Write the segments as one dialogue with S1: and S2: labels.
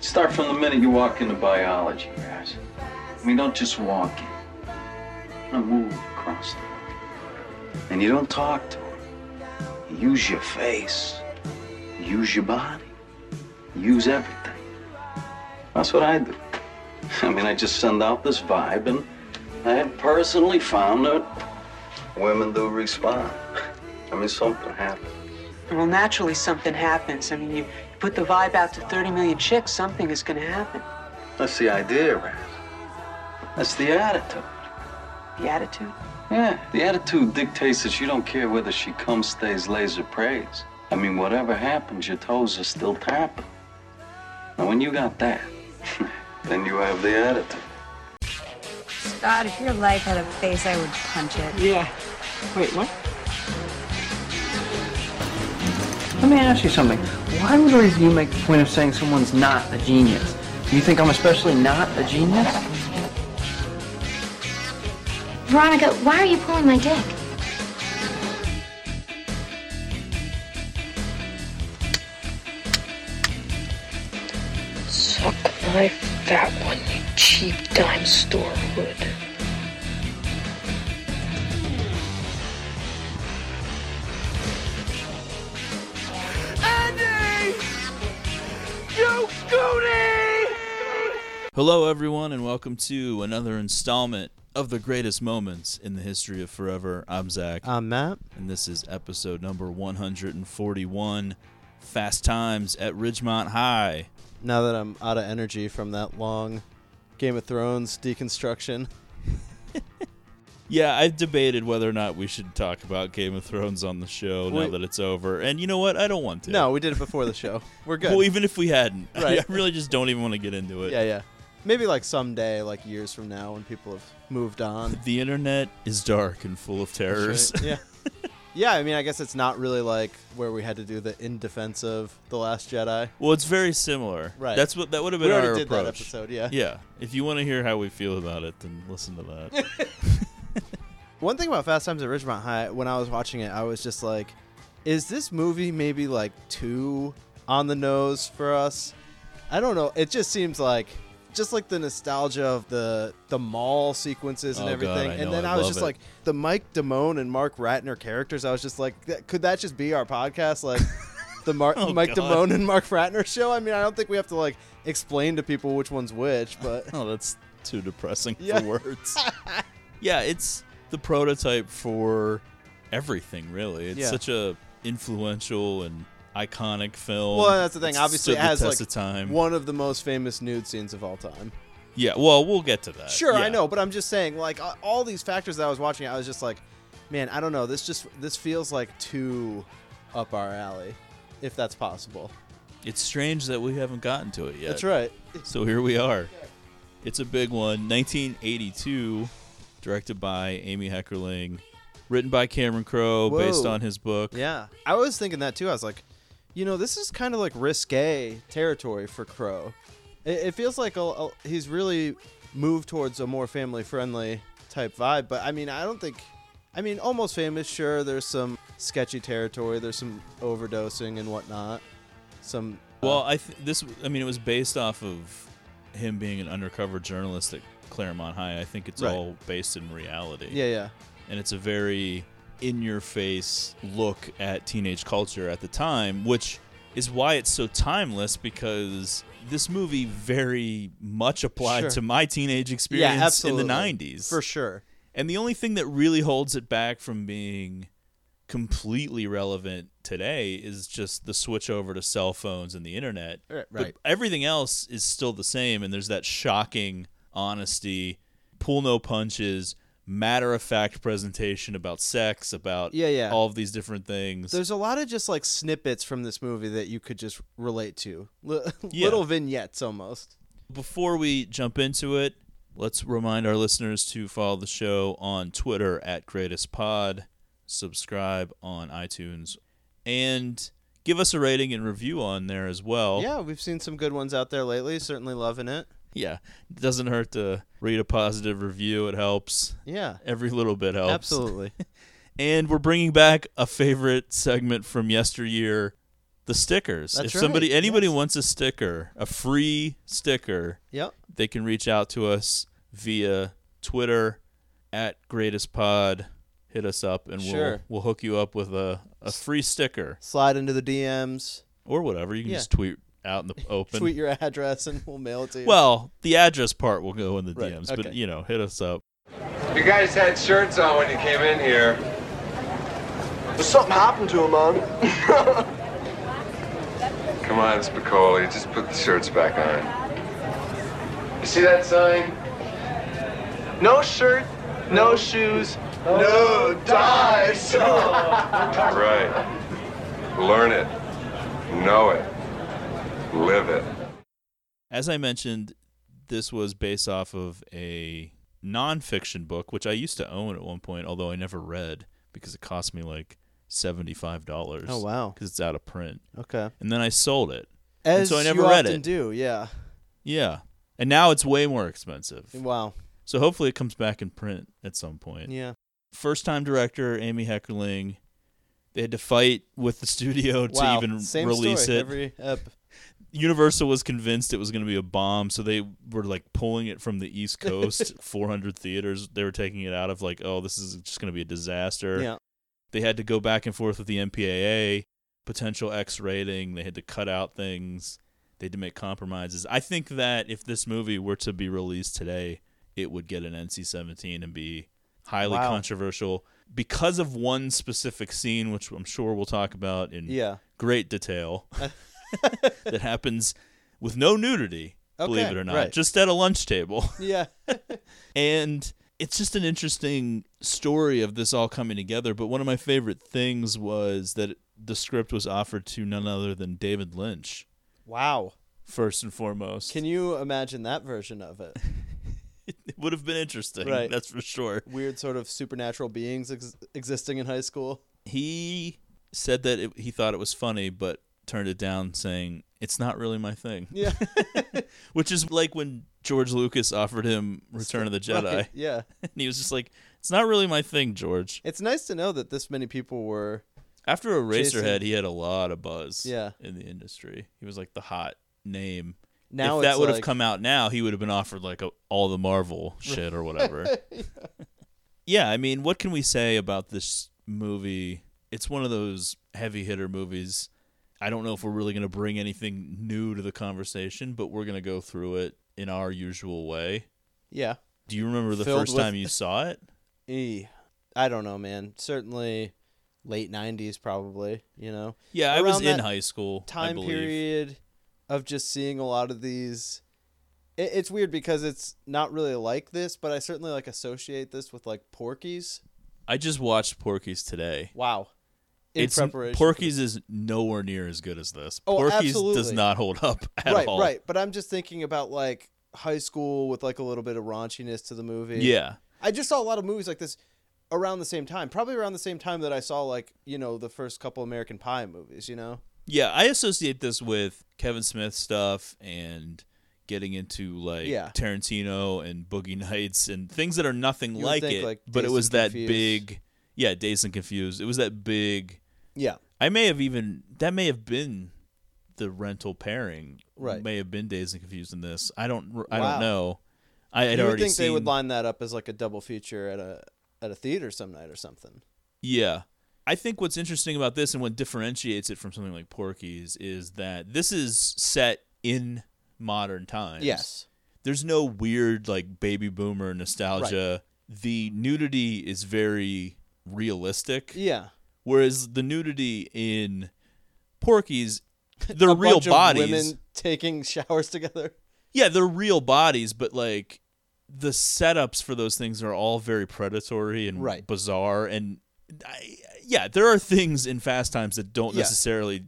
S1: Start from the minute you walk into biology, guys. I mean, don't just walk in. You move across the room. And you don't talk to her. You use your face. You use your body. You use everything. That's what I do. I mean, I just send out this vibe, and I have personally found that women do respond. I mean, something happens.
S2: Well, naturally, something happens. I mean, you put the vibe out to 30 million chicks, something is going to happen.
S1: That's the idea, Raz. That's the attitude.
S2: The attitude?
S1: Yeah, the attitude dictates that you don't care whether she comes, stays, lays, or prays. I mean, whatever happens, your toes are still tapping. Now, when you got that, then you have the attitude.
S3: God, if your life had a face, I would punch it.
S4: Yeah. Wait, what?
S5: Let me ask you something. Why would always you make the point of saying someone's not a genius? You think I'm especially not a genius?
S6: Veronica, why are you pulling my dick?
S7: Suck my fat one, you cheap dime store hood.
S8: Hello, everyone, and welcome to another installment of the greatest moments in the history of forever. I'm Zach,
S9: I'm Matt.
S8: and this is episode number 141 Fast Times at Ridgemont High.
S9: Now that I'm out of energy from that long Game of Thrones deconstruction,
S8: Yeah, I've debated whether or not we should talk about Game of Thrones on the show now
S9: Wait.
S8: that it's over. And you know what? I don't want to.
S9: no, we did it before the show. We're good.
S8: Well, even if we hadn't,
S9: Right.
S8: I really just don't even want to get into it.
S9: yeah, yeah. Maybe like someday, like years from now, when people have moved on.
S8: The internet is dark and full of terrors.
S9: Right? Yeah. Yeah, I mean, I guess it's not really like where we had to do the in defense of the Last Jedi.
S8: Well, it's very similar.
S9: Right.
S8: That's what that would have
S9: We
S8: been
S9: already
S8: our
S9: did
S8: approach.
S9: that episode. Yeah.
S8: Yeah. If you want to hear how we feel about it, then listen to that.
S9: One thing about Fast Times at Ridgemont High, when I was watching it, I was just like, is this movie maybe like too on the nose for us? I don't know. It just seems like just like the nostalgia of the the mall sequences and
S8: Oh, God,
S9: everything.
S8: I know.
S9: and then
S8: I
S9: I, was
S8: love
S9: just
S8: it.
S9: like the Mike Damone and Mark Ratner characters. I was just like, that, could that just be our podcast? Like the Mark
S8: Oh,
S9: Mike
S8: God.
S9: Damone and Mark Ratner show. I mean, I don't think we have to like explain to people which one's which, but
S8: oh, that's too depressing
S9: Yeah.
S8: for words. yeah, it's the prototype for everything, really. It's
S9: Yeah.
S8: such a influential and iconic film.
S9: well, that's the thing.
S8: It's
S9: Obviously,
S8: stood
S9: it
S8: the
S9: has
S8: test
S9: like
S8: of time.
S9: one of the most famous nude scenes of all time.
S8: yeah. Well, we'll get to that.
S9: Sure,
S8: Yeah.
S9: I know, but I'm just saying, like a- all these factors that I was watching, I was just like, man, I don't know. This just this feels like too up our alley, if that's possible.
S8: It's strange that we haven't gotten to it yet.
S9: That's right.
S8: So here we are. It's a big one. 1982, directed by Amy Heckerling, written by Cameron Crowe,
S9: Whoa.
S8: based on his book.
S9: Yeah, I was thinking that too. I was like, you know, this is kind of like risque territory for Crow. It, it feels like a, a, he's really moved towards a more family friendly type vibe. But I mean, I don't think. I mean, almost famous. Sure, there's some sketchy territory. There's some overdosing and whatnot. Some uh,
S8: Well, I th- this I mean it was based off of him being an undercover journalist at Claremont High. I think it's
S9: Right.
S8: all based in reality.
S9: yeah, yeah.
S8: And it's a very in your face look at teenage culture at the time, which is why it's so timeless because this movie very much applied
S9: Sure.
S8: to my teenage experience in the 90s.
S9: for sure.
S8: And the only thing that really holds it back from being completely relevant today is just the switch over to cell phones and the internet.
S9: Right,
S8: But
S9: right.
S8: everything else is still the same, and there's that shocking honesty, pull no punches, matter of fact presentation about sex, about
S9: Yeah, yeah.
S8: all of these different things.
S9: There's a lot of just like snippets from this movie that you could just relate to, Li-
S8: Yeah.
S9: little vignettes almost.
S8: Before we jump into it, let's remind our listeners to follow the show on Twitter at Greatest Pod, subscribe on iTunes, and give us a rating and review on there as well.
S9: Yeah, we've seen some good ones out there lately. Certainly loving it.
S8: Yeah. It doesn't hurt to read a positive review, it helps.
S9: Yeah,
S8: Every little bit helps.
S9: absolutely.
S8: And we're bringing back a favorite segment from yesteryear the stickers.
S9: That's
S8: if somebody
S9: right,
S8: anybody
S9: yes.
S8: wants a sticker, a free sticker,
S9: Yep.
S8: they can reach out to us via Twitter at greatest pod. Hit us up and we'll
S9: Sure.
S8: we'll hook you up with a, a free sticker
S9: Slide into the DMs,
S8: or whatever. You can
S9: Yeah.
S8: just tweet out in the open.
S9: tweet your address, and we'll mail it to you.
S8: well, the address part will go in the
S9: Right,
S8: DMs, but
S9: okay.
S8: you know, hit us up.
S4: You guys had shirts on when you came in here.
S10: Something happened to him, man.
S4: Come on, Spicoli, just put the shirts back on. You see that sign?
S10: No shirt, no shoes, no dice.
S4: All right. Learn it. Know it. Live it.
S8: As I mentioned, this was based off of a nonfiction book, which I used to own at one point, although I never read because it cost me like seventy-five dollars.
S9: Oh, wow.
S8: Because it's out of print,
S9: okay.
S8: and then I sold it. And
S9: As
S8: so I never
S9: you
S8: read
S9: often
S8: it.
S9: do, yeah.
S8: Yeah, and now it's way more expensive.
S9: Wow.
S8: So hopefully it comes back in print at some point.
S9: Yeah.
S8: First-time director Amy Heckerling. They had to fight with the studio to
S9: wow.
S8: even
S9: Same
S8: release
S9: story
S8: it.
S9: Every ep.
S8: Universal was convinced it was going to be a bomb, so they were like pulling it from the East Coast, 400 theaters. They were taking it out of like, oh, this is just going to be a disaster.
S9: Yeah.
S8: They had to go back and forth with the MPAA, potential X rating. They had to cut out things. They had to make compromises. I think that if this movie were to be released today, it would get an NC 17 and be highly
S9: Wow.
S8: controversial because of one specific scene, which I'm sure we'll talk about in
S9: Yeah.
S8: great detail that happens with no nudity, believe
S9: Okay,
S8: it or not,
S9: right.
S8: just at a lunch table.
S9: Yeah.
S8: and it's just an interesting story of this all coming together. But one of my favorite things was that the script was offered to none other than David Lynch,
S9: Wow.
S8: first and foremost.
S9: Can you imagine that version of it?
S8: it would have been interesting,
S9: Right.
S8: that's for sure.
S9: Weird sort of supernatural beings ex- existing in high school.
S8: He said that it, he thought it was funny, but turned it down, saying, It's not really my thing.
S9: Yeah.
S8: Which is like when George Lucas offered him Return of the Jedi.
S9: Right, Yeah.
S8: And he was just like, "It's not really my thing, George."
S9: It's nice to know that this many people were.
S8: After
S9: Jason-
S8: Eraserhead, he had a lot of buzz.
S9: Yeah.
S8: in the industry, he was like the hot name.
S9: Now
S8: if that
S9: it's
S8: would have
S9: like-
S8: come out now, he would have been offered like a, all the Marvel shit or whatever. yeah, I mean, what can we say about this movie? It's one of those heavy hitter movies. I don't know if we're really going to bring anything new to the conversation, but we're going to go through it in our usual way.
S9: Yeah.
S8: Do you remember the
S9: Filled
S8: first
S9: with-
S8: time you saw it?
S9: E. I don't know, man. Certainly late 90s, probably, you know?
S8: Yeah, I was
S9: Around
S8: in
S9: that
S8: high school. I
S9: time
S8: believe.
S9: period of just seeing a lot of these. It, it's weird because it's not really like this, but I certainly like associate this with like Porky's.
S8: I just watched Porky's today.
S9: Wow. In
S8: it's
S9: preparation.
S8: Porky's is nowhere near as good as this.
S9: Oh,
S8: Porky's does
S9: absolutely.
S8: not hold up at
S9: right,
S8: all.
S9: right. But I'm just thinking about like high school with like a little bit of raunchiness to the movie.
S8: Yeah.
S9: I just saw a lot of movies like this around the same time, probably around the same time that I saw like, you know, the first couple American Pie movies, you know?
S8: Yeah, I associate this with Kevin Smith stuff and getting into like
S9: Yeah.
S8: Tarantino and Boogie Nights and things that are nothing
S9: You would
S8: like
S9: think,
S8: it.
S9: like,
S8: but it
S9: Dazed
S8: was
S9: and
S8: that
S9: Confused.
S8: big Yeah, Dazed and Confused. It was that big
S9: Yeah.
S8: I may have even that may have been the rental pairing.
S9: Right.
S8: May have been Dazed and Confused in this. I don't I
S9: Wow.
S8: don't know. I had
S9: you would
S8: already
S9: think
S8: seen
S9: they would line that up as like a double feature at a at a theater some night or something.
S8: Yeah. I think what's interesting about this and what differentiates it from something like Porky's is that this is set in modern times.
S9: Yes.
S8: There's no weird like baby boomer nostalgia. The nudity is very realistic.
S9: Yeah.
S8: Whereas the nudity in Porky's they're
S9: a
S8: real
S9: bunch of
S8: bodies.
S9: women taking showers together.
S8: Yeah, they're real bodies, but like the setups for those things are all very predatory and
S9: Right.
S8: bizarre. And I, yeah, there are things in Fast Times that don't
S9: Yeah.
S8: necessarily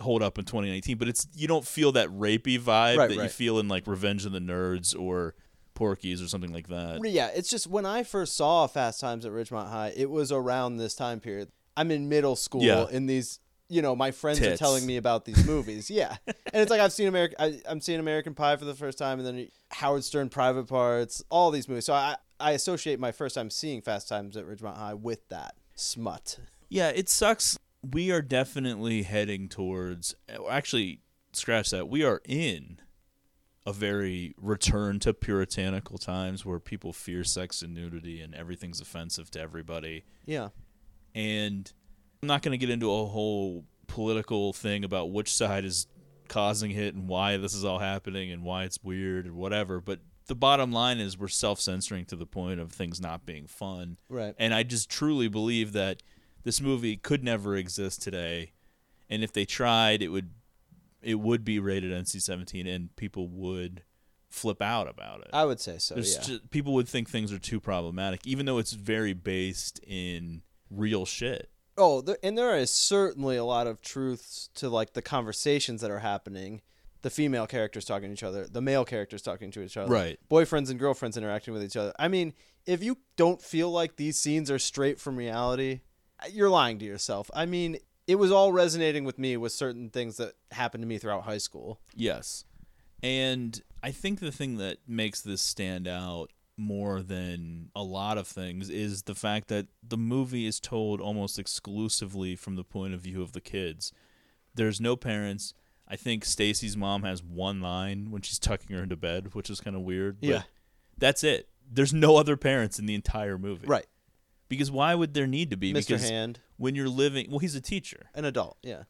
S8: hold up in 2019, but it's you don't feel that rapey vibe
S9: Right,
S8: that you
S9: right.
S8: feel in like Revenge of the Nerds or Porky's or something like that.
S9: Yeah, it's just when I first saw Fast Times at Ridgemont High, it was around this time period. I'm in middle school,
S8: Yeah.
S9: and these, you know, my friends
S8: Tits.
S9: are telling me about these movies. yeah, and it's like I've seen American, I'm seeing American Pie for the first time, and then Howard Stern, Private Parts, all these movies. So I, I associate my first time seeing Fast Times at Ridgemont High with that smut.
S8: Yeah, it sucks we are definitely heading towards actually scratch that we are in a very return to puritanical times where people fear sex and nudity and everything's offensive to everybody
S9: Yeah.
S8: and i'm not going to get into a whole political thing about which side is causing it and why this is all happening and why it's weird and whatever but the bottom line is we're self-censoring to the point of things not being fun
S9: Right.
S8: and I just truly believe that this movie could never exist today, and if they tried, it would it would be rated NC-17, and people would flip out about it.
S9: I would say so.
S8: There's
S9: yeah.
S8: ju- people would think things are too problematic, even though it's very based in real shit.
S9: oh, there, and there is certainly a lot of truths to like the conversations that are happening. The female characters talking to each other, the male characters talking to each other,
S8: Right.
S9: Boyfriends and girlfriends interacting with each other. I mean, if you don't feel like these scenes are straight from reality, uh, you're lying to yourself. I mean, it was all resonating with me with certain things that happened to me throughout high school.
S8: Yes. And I think the thing that makes this stand out more than a lot of things is the fact that the movie is told almost exclusively from the point of view of the kids. There's no parents. I think Stacy's mom has one line when she's tucking her into bed, which is kind of weird. but
S9: Yeah.
S8: That's it. There's no other parents in the entire movie.
S9: Right.
S8: Because why would there need to be?
S9: Mr.
S8: Because
S9: Hand.
S8: When you're living, well, he's a teacher
S9: An adult, yeah.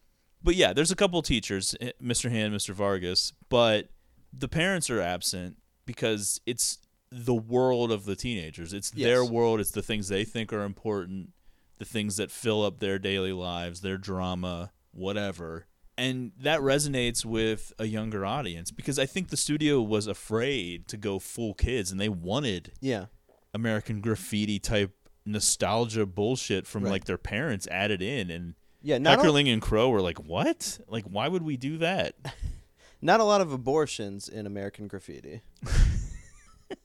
S8: but yeah, there's a couple teachers, eh, Mr. Hand, Mr. Vargas, but the parents are absent because it's the world of the teenagers. It's their
S9: Yes.
S8: world. It's the things they think are important, the things that fill up their daily lives, their drama, whatever. And that resonates with a younger audience because I think the studio was afraid to go full kids and they wanted
S9: Yeah.
S8: American graffiti type nostalgia bullshit from
S9: Right.
S8: like their parents added in and
S9: Yeah, not al-
S8: Heckerling and Crow were like, "What? Like, why would we do that?"
S9: Not a lot of abortions in American graffiti.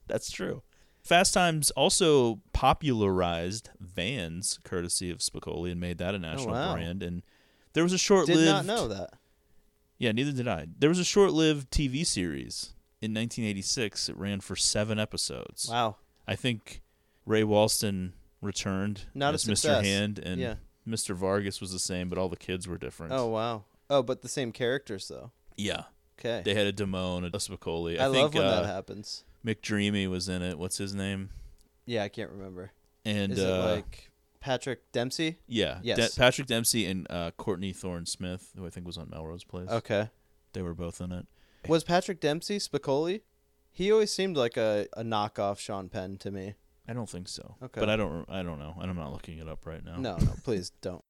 S8: That's true. Fast Times also popularized Vans, courtesy of Spicoli, and made that a national
S9: Oh, wow.
S8: brand. And there was a short-lived.
S9: Did not know that.
S8: Yeah, neither did I. There was a short-lived TV series in 1986. It ran for seven episodes.
S9: Wow.
S8: I think Ray Walston returned
S9: Not a
S8: as Mr.
S9: success.
S8: Hand, and
S9: Yeah.
S8: Mr. Vargas was the same, but all the kids were different.
S9: Oh wow. Oh, but the same characters though.
S8: yeah.
S9: Okay.
S8: They had a Damone, a Spicoli.
S9: I,
S8: I, think
S9: love when
S8: uh,
S9: that happens.
S8: McDreamy was in it. What's his name?
S9: Yeah, I can't remember.
S8: And
S9: Is it
S8: uh,
S9: like Patrick Dempsey?
S8: yeah,
S9: Yes.
S8: De- Patrick Dempsey and uh, Courtney Thorne Smith, who I think was on Melrose Place.
S9: Okay.
S8: They were both in it.
S9: Was Patrick Dempsey Spicoli? He always seemed like a, a knockoff Sean Penn to me.
S8: I don't think so.
S9: Okay.
S8: But I don't. I don't know. And I'm not looking it up right now.
S9: No, no, please don't.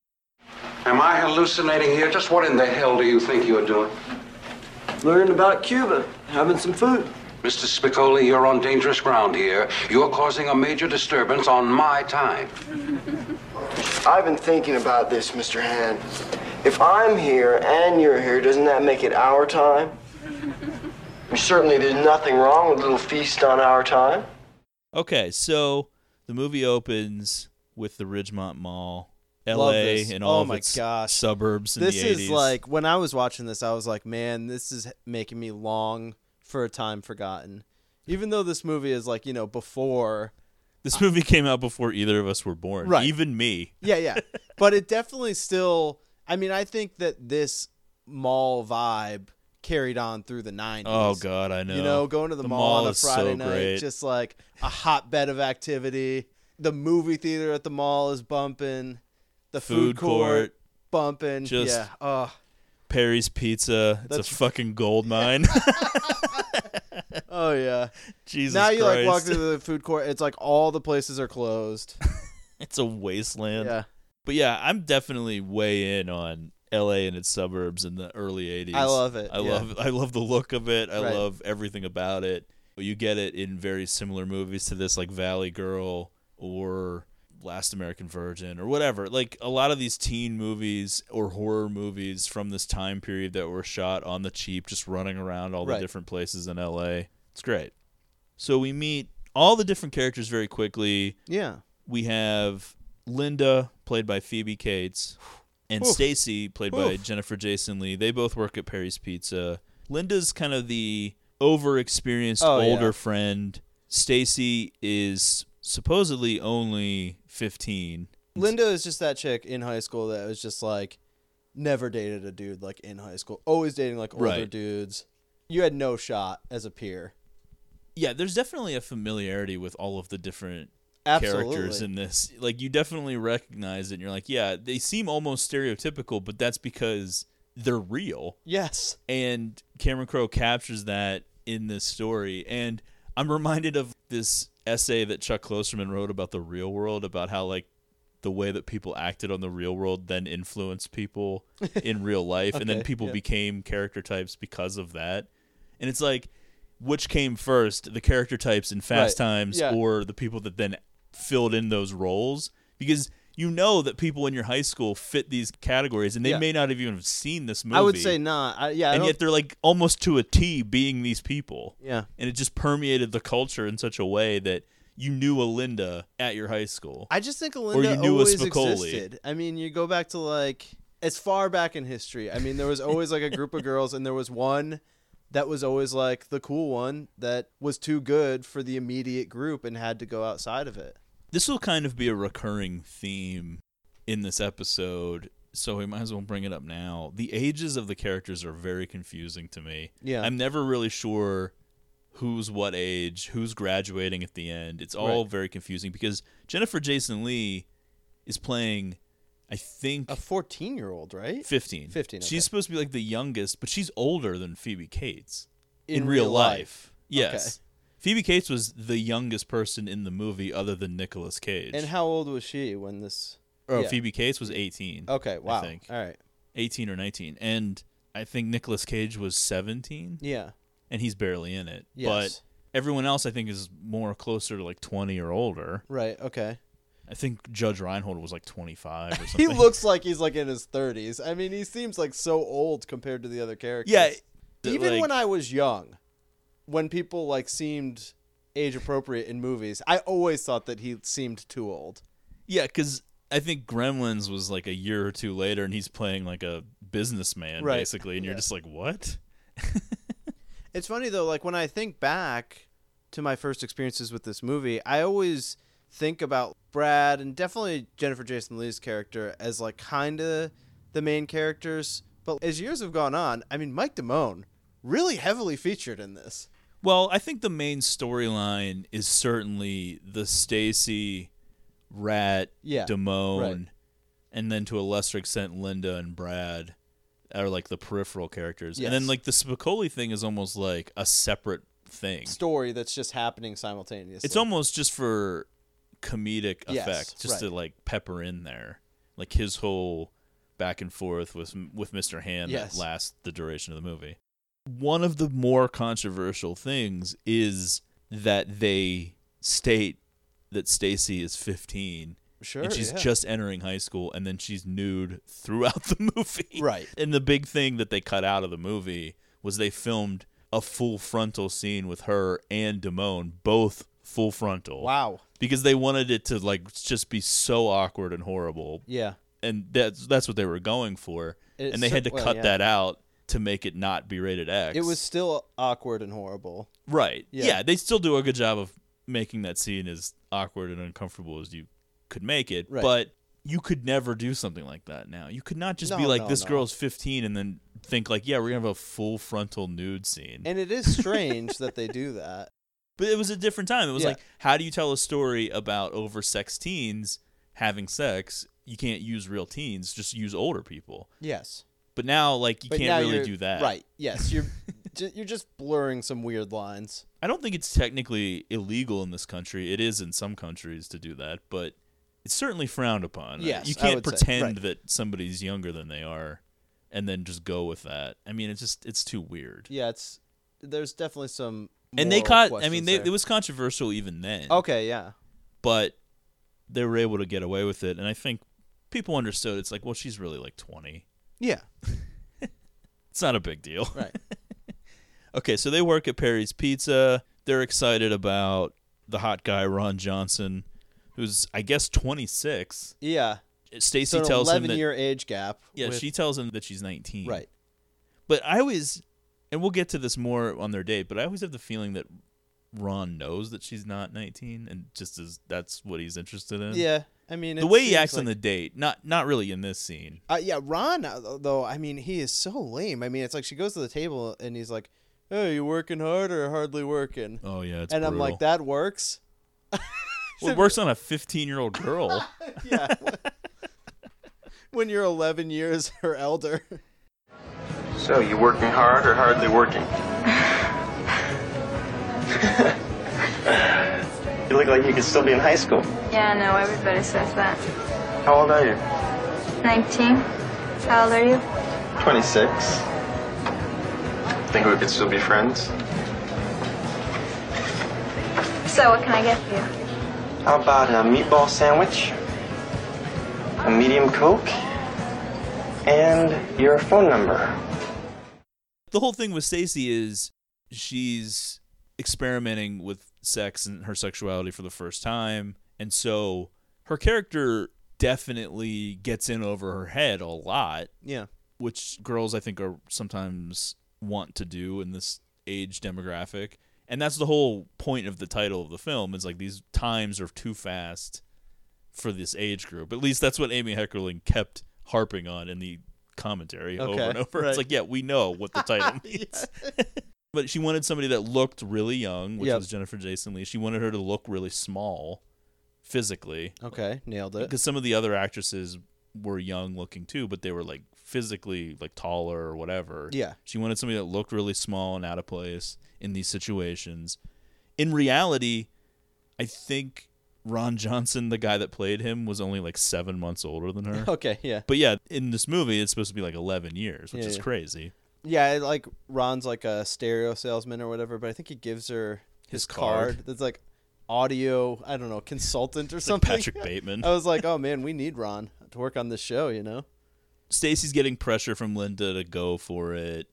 S1: Am I hallucinating here? Just what in the hell do you think you're doing?
S10: Learning about Cuba, having some food.
S1: Mr. Spicoli, you're on dangerous ground here. You're causing a major disturbance on my time.
S10: I've been thinking about this, Mr. Hand. If I'm here and you're here, doesn't that make it our time? Certainly, there's nothing wrong with a little feast on our time.
S8: Okay, so the movie opens with the Ridgemont Mall,
S9: Love
S8: L.A.
S9: this.
S8: and all
S9: Oh
S8: of
S9: my
S8: its
S9: gosh.
S8: suburbs. In
S9: This
S8: the 80s.
S9: is like when I was watching this, I was like, man, this is making me long for a time forgotten. Even though this movie is like, you know, before
S8: this movie came out before either of us were born.
S9: Right.
S8: Even me.
S9: Yeah, yeah. but it definitely still I mean, I think that this mall vibe carried on through the 90s.
S8: Oh God, I know.
S9: You know, going to the, mall, on a
S8: is so
S9: Friday night,
S8: great.
S9: just like a hotbed of activity. The movie theater at the mall is bumping. The
S8: Food
S9: food,
S8: court.
S9: bumping.
S8: Just-
S9: yeah. Oh,
S8: Perry's Pizza. It's a
S9: That's-
S8: fucking gold mine.
S9: oh yeah.
S8: Jesus
S9: now you like
S8: Christ.
S9: walk through the food court. It's like all the places are closed.
S8: it's a wasteland.
S9: yeah.
S8: But yeah, I'm definitely way in on LA and its suburbs in the early 80s.
S9: I love it,
S8: I
S9: yeah.
S8: love I love the look of it. I
S9: Right.
S8: love everything about it. You get it in very similar movies to this like Valley Girl or Last American Virgin or whatever. Like a lot of these teen movies or horror movies from this time period that were shot on the cheap just running around all the
S9: Right.
S8: different places in LA. It's great. So we meet all the different characters very quickly
S9: Yeah.
S8: we have Linda, played by Phoebe Cates, and
S9: Oof.
S8: Stacy, played by
S9: Oof.
S8: Jennifer Jason Lee. They both work at Perry's Pizza. Linda's kind of the over-experienced
S9: Oh,
S8: older
S9: yeah.
S8: friend. Stacy is supposedly only 15
S9: Linda is just that chick in high school that was just like never dated a dude like in high school. Always dating like older
S8: Right.
S9: dudes. You had no shot as a peer.
S8: Yeah, there's definitely a familiarity with all of the different characters
S9: Absolutely.
S8: in this. Like you definitely recognize it and you're like, yeah, they seem almost stereotypical, but that's because they're real.
S9: Yes.
S8: And Cameron Crowe captures that in this story. And I'm reminded of this essay that Chuck Klosterman wrote about the real world, about how like the way that people acted on the real world then influenced people in real life, and then
S9: Okay,
S8: people
S9: yeah.
S8: became character types because of that. And it's like, which came first, the character types in Fast
S9: Right,
S8: Times
S9: yeah.
S8: or the people that then filled in those roles? Because you know that people in your high school fit these categories, and they
S9: Yeah.
S8: may not have even have seen this movie
S9: I would say not. I, yeah. I
S8: and
S9: don't-
S8: yet they're like almost to a T being these people.
S9: Yeah.
S8: And it just permeated the culture in such a way that you knew a Linda at your high school.
S9: I just think
S8: you
S9: Alinda
S8: knew a
S9: always
S8: Spicoli.
S9: existed. I mean, you go back to like as far back in history. I mean, there was always like a group of girls, and there was one that was always like the cool one that was too good for the immediate group and had to go outside of it.
S8: this will kind of be a recurring theme in this episode, so we might as well bring it up now. The ages of the characters are very confusing to me.
S9: Yeah.
S8: I'm never really sure who's what age, who's graduating at the end. It's all very confusing because Jennifer Jason Lee is playing I think
S9: A fourteen-year-old, right?
S8: 15.
S9: 15, okay.
S8: She's supposed to be like the youngest, but she's older than Phoebe Cates in, real, life. Yes. Phoebe Cates was the youngest person in the movie other than Nicolas Cage.
S9: And how old was she when this?
S8: oh,
S9: yeah.
S8: Phoebe Cates was 18.
S9: Okay. Wow.
S8: I think.
S9: All right.
S8: 18 or 19. And I think Nicolas Cage was 17
S9: Yeah.
S8: and he's barely in it.
S9: Yes.
S8: But everyone else I think is more closer to like 20 or older.
S9: Right. Okay.
S8: I think Judge Reinhold was like 25 or something.
S9: He looks like he's like in his thirties. I mean, he seems like so old compared to the other characters.
S8: Yeah.
S9: even
S8: like-
S9: when I was young, when people like seemed age appropriate in movies, I always thought that he seemed too old.
S8: Yeah, because I think Gremlins was like a year or two later, and he's playing like a businessman
S9: Right.
S8: basically, and you're just like, what?
S9: It's funny though, like when I think back to my first experiences with this movie, I always think about Brad and definitely Jennifer Jason Lee's character as like kind of the main characters. But as years have gone on, I mean, Mike Damone really heavily featured in this.
S8: Well, I think the main storyline is certainly the Stacy, Rat,
S9: Yeah,
S8: Damone,
S9: right.
S8: and then to a lesser extent Linda and Brad are like the peripheral characters, and then
S9: Yes.
S8: like the Spicoli thing is almost like a separate thing.
S9: Story that's just happening simultaneously.
S8: It's almost just for comedic
S9: Yes,
S8: effect, just to
S9: right.
S8: like pepper in there, like his whole back and forth with with Mr. Hand
S9: Yes.
S8: that lasts the duration of the movie. One of the more controversial things is that they state that Stacy is 15
S9: sure.
S8: and she's
S9: yeah.
S8: just entering high school and then she's nude throughout the movie.
S9: Right.
S8: And the big thing that they cut out of the movie was they filmed a full frontal scene with her and Damone, both full frontal.
S9: wow.
S8: Because they wanted it to like just be so awkward and horrible.
S9: Yeah.
S8: And that's that's what they were going for.
S9: It's
S8: and they
S9: so-
S8: had to
S9: well,
S8: cut
S9: yeah.
S8: that out to make it not be rated X.
S9: It was still awkward and horrible.
S8: Right.
S9: Yeah.
S8: Yeah. they still do a good job of making that scene as awkward and uncomfortable as you could make it.
S9: Right.
S8: But you could never do something like that now. You could not just be
S9: No,
S8: like,
S9: no,
S8: this
S9: no.
S8: girl's 15 and then think, like, yeah, we're going to have a full frontal nude scene.
S9: And it is strange that they do that.
S8: but it was a different time. It was
S9: Yeah.
S8: like, how do you tell a story about oversexed teens having sex? You can't use real teens, just use older people.
S9: Yes.
S8: But now, like, you
S9: But now
S8: can't really
S9: you're-
S8: do that.
S9: Right. Yes. You're ju- you're just blurring some weird lines.
S8: I don't think it's technically illegal in this country. It is in some countries to do that, but it's certainly frowned upon.
S9: Yes,
S8: you
S9: I
S8: can't
S9: would say,
S8: pretend
S9: right.
S8: that somebody's younger than they are and then just go with that. I mean, it's just it's too weird.
S9: Yeah, it's there's definitely some
S8: and they
S9: moral
S8: caught I
S9: questions
S8: mean, they,
S9: there.
S8: it was controversial even then.
S9: Okay, yeah.
S8: But they were able to get away with it and I think people understood it's like, well, she's really like 20.
S9: Yeah.
S8: It's not a big deal.
S9: Right.
S8: Okay, so they work at Perry's Pizza. They're excited about the hot guy Ron Johnson, who's I guess 26.
S9: Yeah.
S8: Stacy
S9: So an
S8: tells him
S9: 11
S8: that
S9: year age gap.
S8: yeah,
S9: with-
S8: she tells him that she's 19.
S9: Right.
S8: But I always and we'll get to this more on their date, but I always have the feeling that Ron knows that she's not 19 and just is that's what he's interested in.
S9: Yeah. I mean,
S8: the
S9: it
S8: way he
S9: seems
S8: acts on
S9: like-
S8: the date, not not really in this scene.
S9: Uh, yeah, Ron uh, though. I mean, he is so lame. I mean, it's like she goes to the table and he's like, "Oh, you working hard or hardly working?"
S8: Oh yeah, it's
S9: and I'm like,
S8: brutal.
S9: "That works."
S8: Well, it works on a 15 year old girl.
S9: When you're 11 years her elder,
S11: So, you working hard or hardly working? you look like you could still be in high school.
S12: Yeah, no, everybody says that.
S11: How old are you?
S12: 19? How old are you?
S11: 26. Think we could still be friends?
S12: So, what can I get for you?
S11: How about a meatball sandwich, a medium coke, and your phone number?
S8: the whole thing with Stacy is she's experimenting with sex and her sexuality for the first time, and so her character definitely gets in over her head a lot.
S9: Yeah.
S8: Which girls I think are sometimes want to do in this age demographic. And that's the whole point of the title of the film is like these times are too fast for this age group. At least that's what Amy Heckerling kept harping on in the commentary over
S9: Okay,
S8: and over.
S9: right.
S8: It's like, yeah, we know what the title means. but she wanted somebody that looked really young, which
S9: Yep.
S8: was Jennifer Jason Lee. She wanted her to look really small physically.
S9: Okay, nailed it.
S8: Because some of the other actresses were young looking too, but they were like physically like taller or whatever.
S9: Yeah.
S8: She wanted somebody that looked really small and out of place in these situations. In reality, I think Ron Johnson, the guy that played him, was only like seven months older than her.
S9: Okay, yeah.
S8: But yeah, in this movie, it's supposed to be like 11 years, which
S9: Yeah,
S8: is
S9: yeah.
S8: crazy.
S9: yeah, I like Ron's like a stereo salesman or whatever, but I think he gives her his,
S8: His card.
S9: That's like audio. I don't know, consultant or
S8: It's like
S9: something.
S8: Patrick Bateman.
S9: I was like, "Oh man, we need Ron to work on this show," you know.
S8: Stacy's getting pressure from Linda to go for it.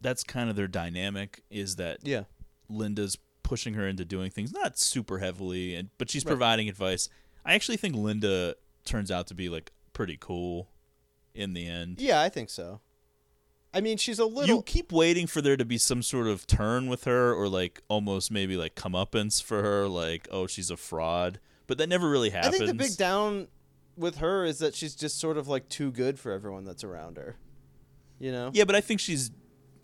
S8: That's kind of their dynamic is that
S9: Yeah.
S8: Linda's pushing her into doing things not super heavily and but she's
S9: Right.
S8: providing advice. I actually think Linda turns out to be like pretty cool in the end.
S9: Yeah, I think so. I mean, she's a little.
S8: You keep waiting for there to be some sort of turn with her or like almost maybe like comeuppance for her like oh she's a fraud, but that never really
S9: I
S8: happens.
S9: think the big down with her is that she's just sort of like too good for everyone that's around her. You know?
S8: Yeah, but I think she's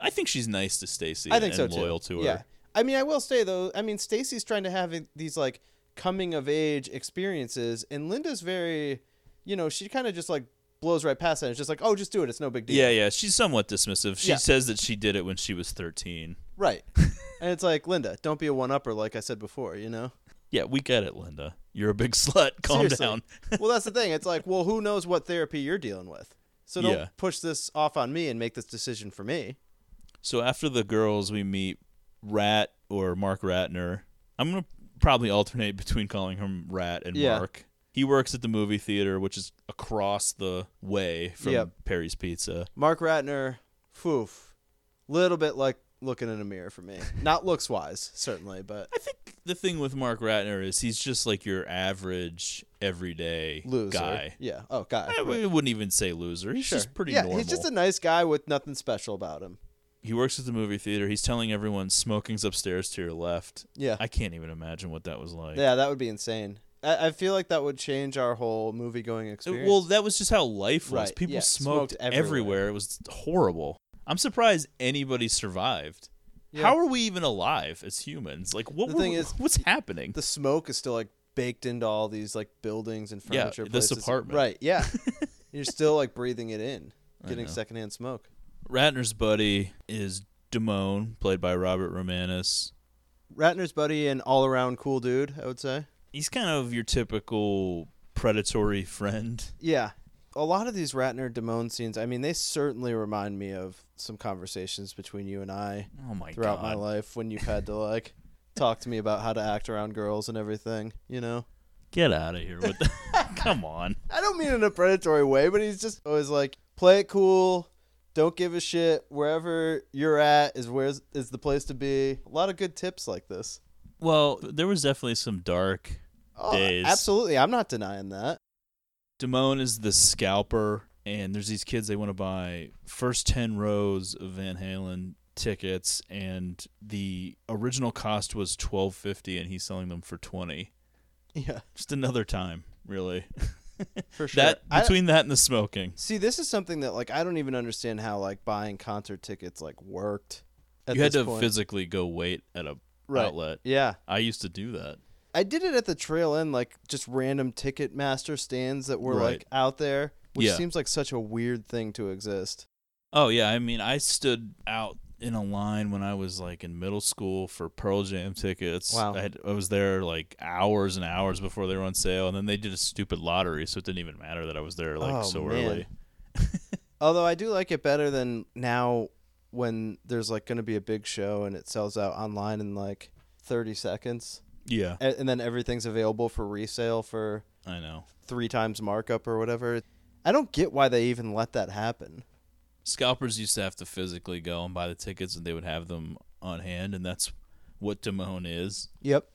S8: I think she's nice to Stacy
S9: I think so
S8: and
S9: too.
S8: loyal to her.
S9: Yeah. I mean, I will say though. I mean, Stacy's trying to have these like coming of age experiences, and Linda's very, you know, she kind of just like blows right past that. It's just like, oh, just do it. It's no big deal.
S8: Yeah, yeah. She's somewhat dismissive. She
S9: Yeah.
S8: says that she did it when she was 13.
S9: Right. and it's like, Linda, don't be a one upper, like I said before. You know.
S8: Yeah, we get it, Linda. You're a big slut. Calm
S9: Seriously.
S8: down.
S9: well, that's the thing. It's like, well, who knows what therapy you're dealing with? So don't
S8: Yeah.
S9: push this off on me and make this decision for me.
S8: So after the girls, we meet Rat or Mark Ratner. I'm going to probably alternate between calling him Rat and
S9: Yeah.
S8: Mark. He works at the movie theater, which is across the way from
S9: Yep.
S8: Perry's Pizza.
S9: Mark Ratner, foof, little bit like looking in a mirror for me. Not looks wise, certainly, but I
S8: think The thing with Mark Ratner is he's just like your average, everyday
S9: loser.
S8: guy.
S9: Yeah. Oh, guy.
S8: I
S9: right.
S8: wouldn't even say loser. He's
S9: Sure.
S8: just pretty
S9: yeah,
S8: normal.
S9: he's just a nice guy with nothing special about him.
S8: he works at the movie theater. He's telling everyone smoking's upstairs to your left.
S9: Yeah.
S8: I can't even imagine what that was like.
S9: yeah, that would be insane. I, I feel like that would change our whole movie going experience.
S8: Uh, Well, that was just how life was.
S9: Right,
S8: People
S9: yeah,
S8: smoked,
S9: smoked
S8: everywhere.
S9: everywhere.
S8: It was horrible. I'm surprised anybody survived.
S9: Yeah.
S8: How are we even alive as humans? Like what
S9: the
S8: were-
S9: thing is,
S8: what's happening?
S9: The smoke is still like baked into all these like buildings and
S8: Yeah,
S9: furniture.
S8: this
S9: places.
S8: apartment.
S9: Right. Yeah. You're still like breathing it in,
S8: I
S9: getting
S8: know.
S9: secondhand smoke.
S8: Ratner's buddy is Damone, played by Robert Romanus.
S9: Ratner's buddy and all around cool dude, I would say.
S8: He's kind of your typical predatory friend.
S9: Yeah. A lot of these Ratner Damone scenes, I mean, they certainly remind me of some conversations between you and I
S8: Oh my
S9: throughout my
S8: God.
S9: life when you've had to like talk to me about how to act around girls and everything, you know?
S8: Get out of here with that. Come on.
S9: I don't mean in a predatory way, but he's just always like, play it cool, don't give a shit. Wherever you're at is where's is the place to be. A lot of good tips like this.
S8: Well, there was definitely some dark
S9: Oh,
S8: days.
S9: absolutely. I'm not denying that.
S8: Damone is the scalper, and there's these kids they want to buy first ten rows of Van Halen tickets, and the original cost was twelve fifty, and he's selling them for twenty.
S9: Yeah.
S8: Just another time. really.
S9: For sure.
S8: That
S9: I-
S8: between that and the smoking.
S9: See, this is something that like I don't even understand how like buying concert tickets like worked. at
S8: you had
S9: this
S8: to
S9: point.
S8: physically go wait at a
S9: Right.
S8: outlet.
S9: Yeah.
S8: I used to do that.
S9: I did it at the trail end, like just random Ticketmaster stands that were
S8: Right.
S9: like out there, which
S8: Yeah.
S9: seems like such a weird thing to exist.
S8: Oh yeah, I mean, I stood out in a line when I was like in middle school for Pearl Jam tickets.
S9: Wow.
S8: I, had, I was there like hours and hours before they were on sale, and then they did a stupid lottery, so it didn't even matter that I was there like
S9: Oh,
S8: so
S9: man.
S8: early.
S9: Although I do like it better than now when there's like going to be a big show and it sells out online in like 30 seconds.
S8: Yeah.
S9: A- And, then everything's available for resale for
S8: I know
S9: three times markup or whatever. I don't get why they even let that happen.
S8: scalpers used to have to physically go and buy the tickets, and they would have them on hand, and that's what Damone is.
S9: Yep.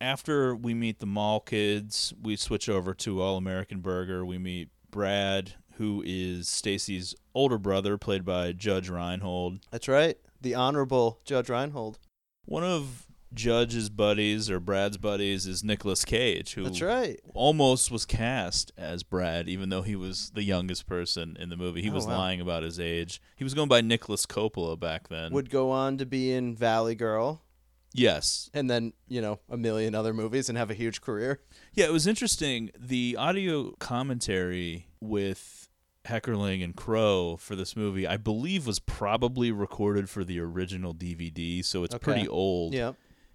S8: after we meet the mall kids, we switch over to All American Burger. We meet Brad, who is Stacy's older brother, played by Judge Reinhold.
S9: That's right. The Honorable Judge Reinhold.
S8: One of Judge's buddies or Brad's buddies is Nicolas Cage, who
S9: That's right.
S8: almost was cast as Brad, even though he was the youngest person in the movie. He
S9: Oh,
S8: was
S9: wow.
S8: lying about his age. He was going by Nicholas Coppola back then.
S9: Would go on to be in Valley Girl
S8: yes,
S9: and then, you know, a million other movies and have a huge career.
S8: Yeah, it was interesting. The audio commentary with Heckerling and Crow for this movie, I believe, was probably recorded for the original DVD, so it's
S9: Okay.
S8: pretty old.
S9: Yep.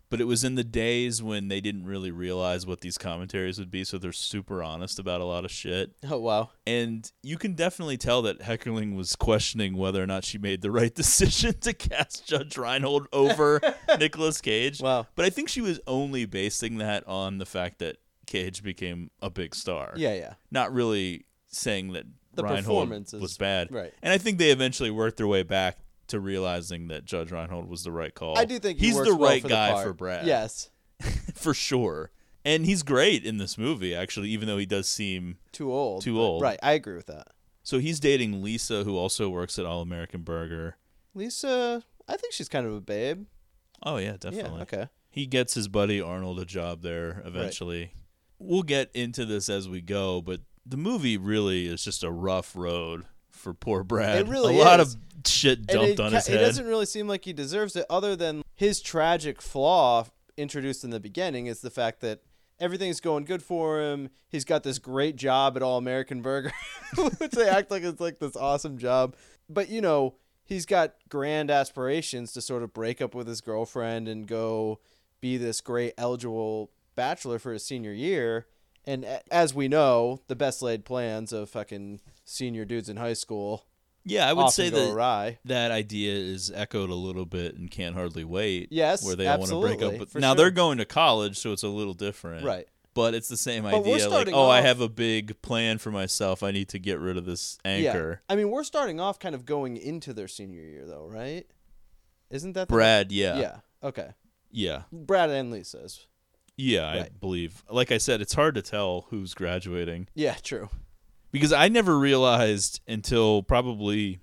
S8: But it was in the days when they didn't really realize what these commentaries would be, so they're super honest about a lot of shit.
S9: Oh, wow.
S8: And you can definitely tell that Heckerling was questioning whether or not she made the right decision to cast Judge Reinhold over Nicolas Cage.
S9: Wow.
S8: But I think she was only basing that on the fact that Cage became a big star.
S9: Yeah, yeah.
S8: Not really saying that
S9: The
S8: Reinhold
S9: performance is-
S8: was bad.
S9: right.
S8: And I think they eventually worked their way back to realizing that Judge Reinhold was the right call.
S9: I do think he
S8: he's
S9: works
S8: the
S9: well
S8: right
S9: for the
S8: guy
S9: part.
S8: for Brad.
S9: Yes.
S8: for sure. And he's great in this movie, actually, even though he does seem
S9: Too old.
S8: Too
S9: but-
S8: old.
S9: Right. I agree with that.
S8: So he's dating Lisa, who also works at All American Burger.
S9: Lisa, I think she's kind of a babe.
S8: Oh yeah, definitely.
S9: okay.
S8: He gets his buddy Arnold a job there eventually. We'll get into this as we go, but the movie really is just a rough road for poor Brad.
S9: It really
S8: a lot
S9: is.
S8: of shit
S9: And
S8: dumped
S9: it
S8: on
S9: ca-
S8: his
S9: It doesn't
S8: head.
S9: really seem like he deserves it, other than his tragic flaw introduced in the beginning is the fact that everything's going good for him. He's got this great job at All American Burger, which they act like it's like this awesome job. But you know, he's got grand aspirations to sort of break up with his girlfriend and go be this great eligible bachelor for his senior year. And a- as we know, the best laid plans of fucking senior dudes in high school.
S8: Yeah, I would
S9: often
S8: say
S9: go
S8: that
S9: awry.
S8: that idea is echoed a little bit in Can't Hardly Wait.
S9: Yes,
S8: where they want to break
S9: absolutely,
S8: up. But
S9: for
S8: now
S9: sure.
S8: they're going to college, so it's a little different.
S9: Right.
S8: But it's the same
S9: But we're
S8: idea. Like,
S9: starting
S8: oh, I
S9: off-
S8: have a big plan for myself. I need to get rid of this anchor.
S9: Yeah. I mean, we're starting off kind of going into their senior year, though, right? Isn't that the-
S8: Brad, yeah.
S9: Yeah. Okay.
S8: Yeah.
S9: Brad and Lisa's.
S8: Yeah, I
S9: Right.
S8: believe. Like I said, it's hard to tell who's graduating
S9: Yeah, true.
S8: because I never realized until probably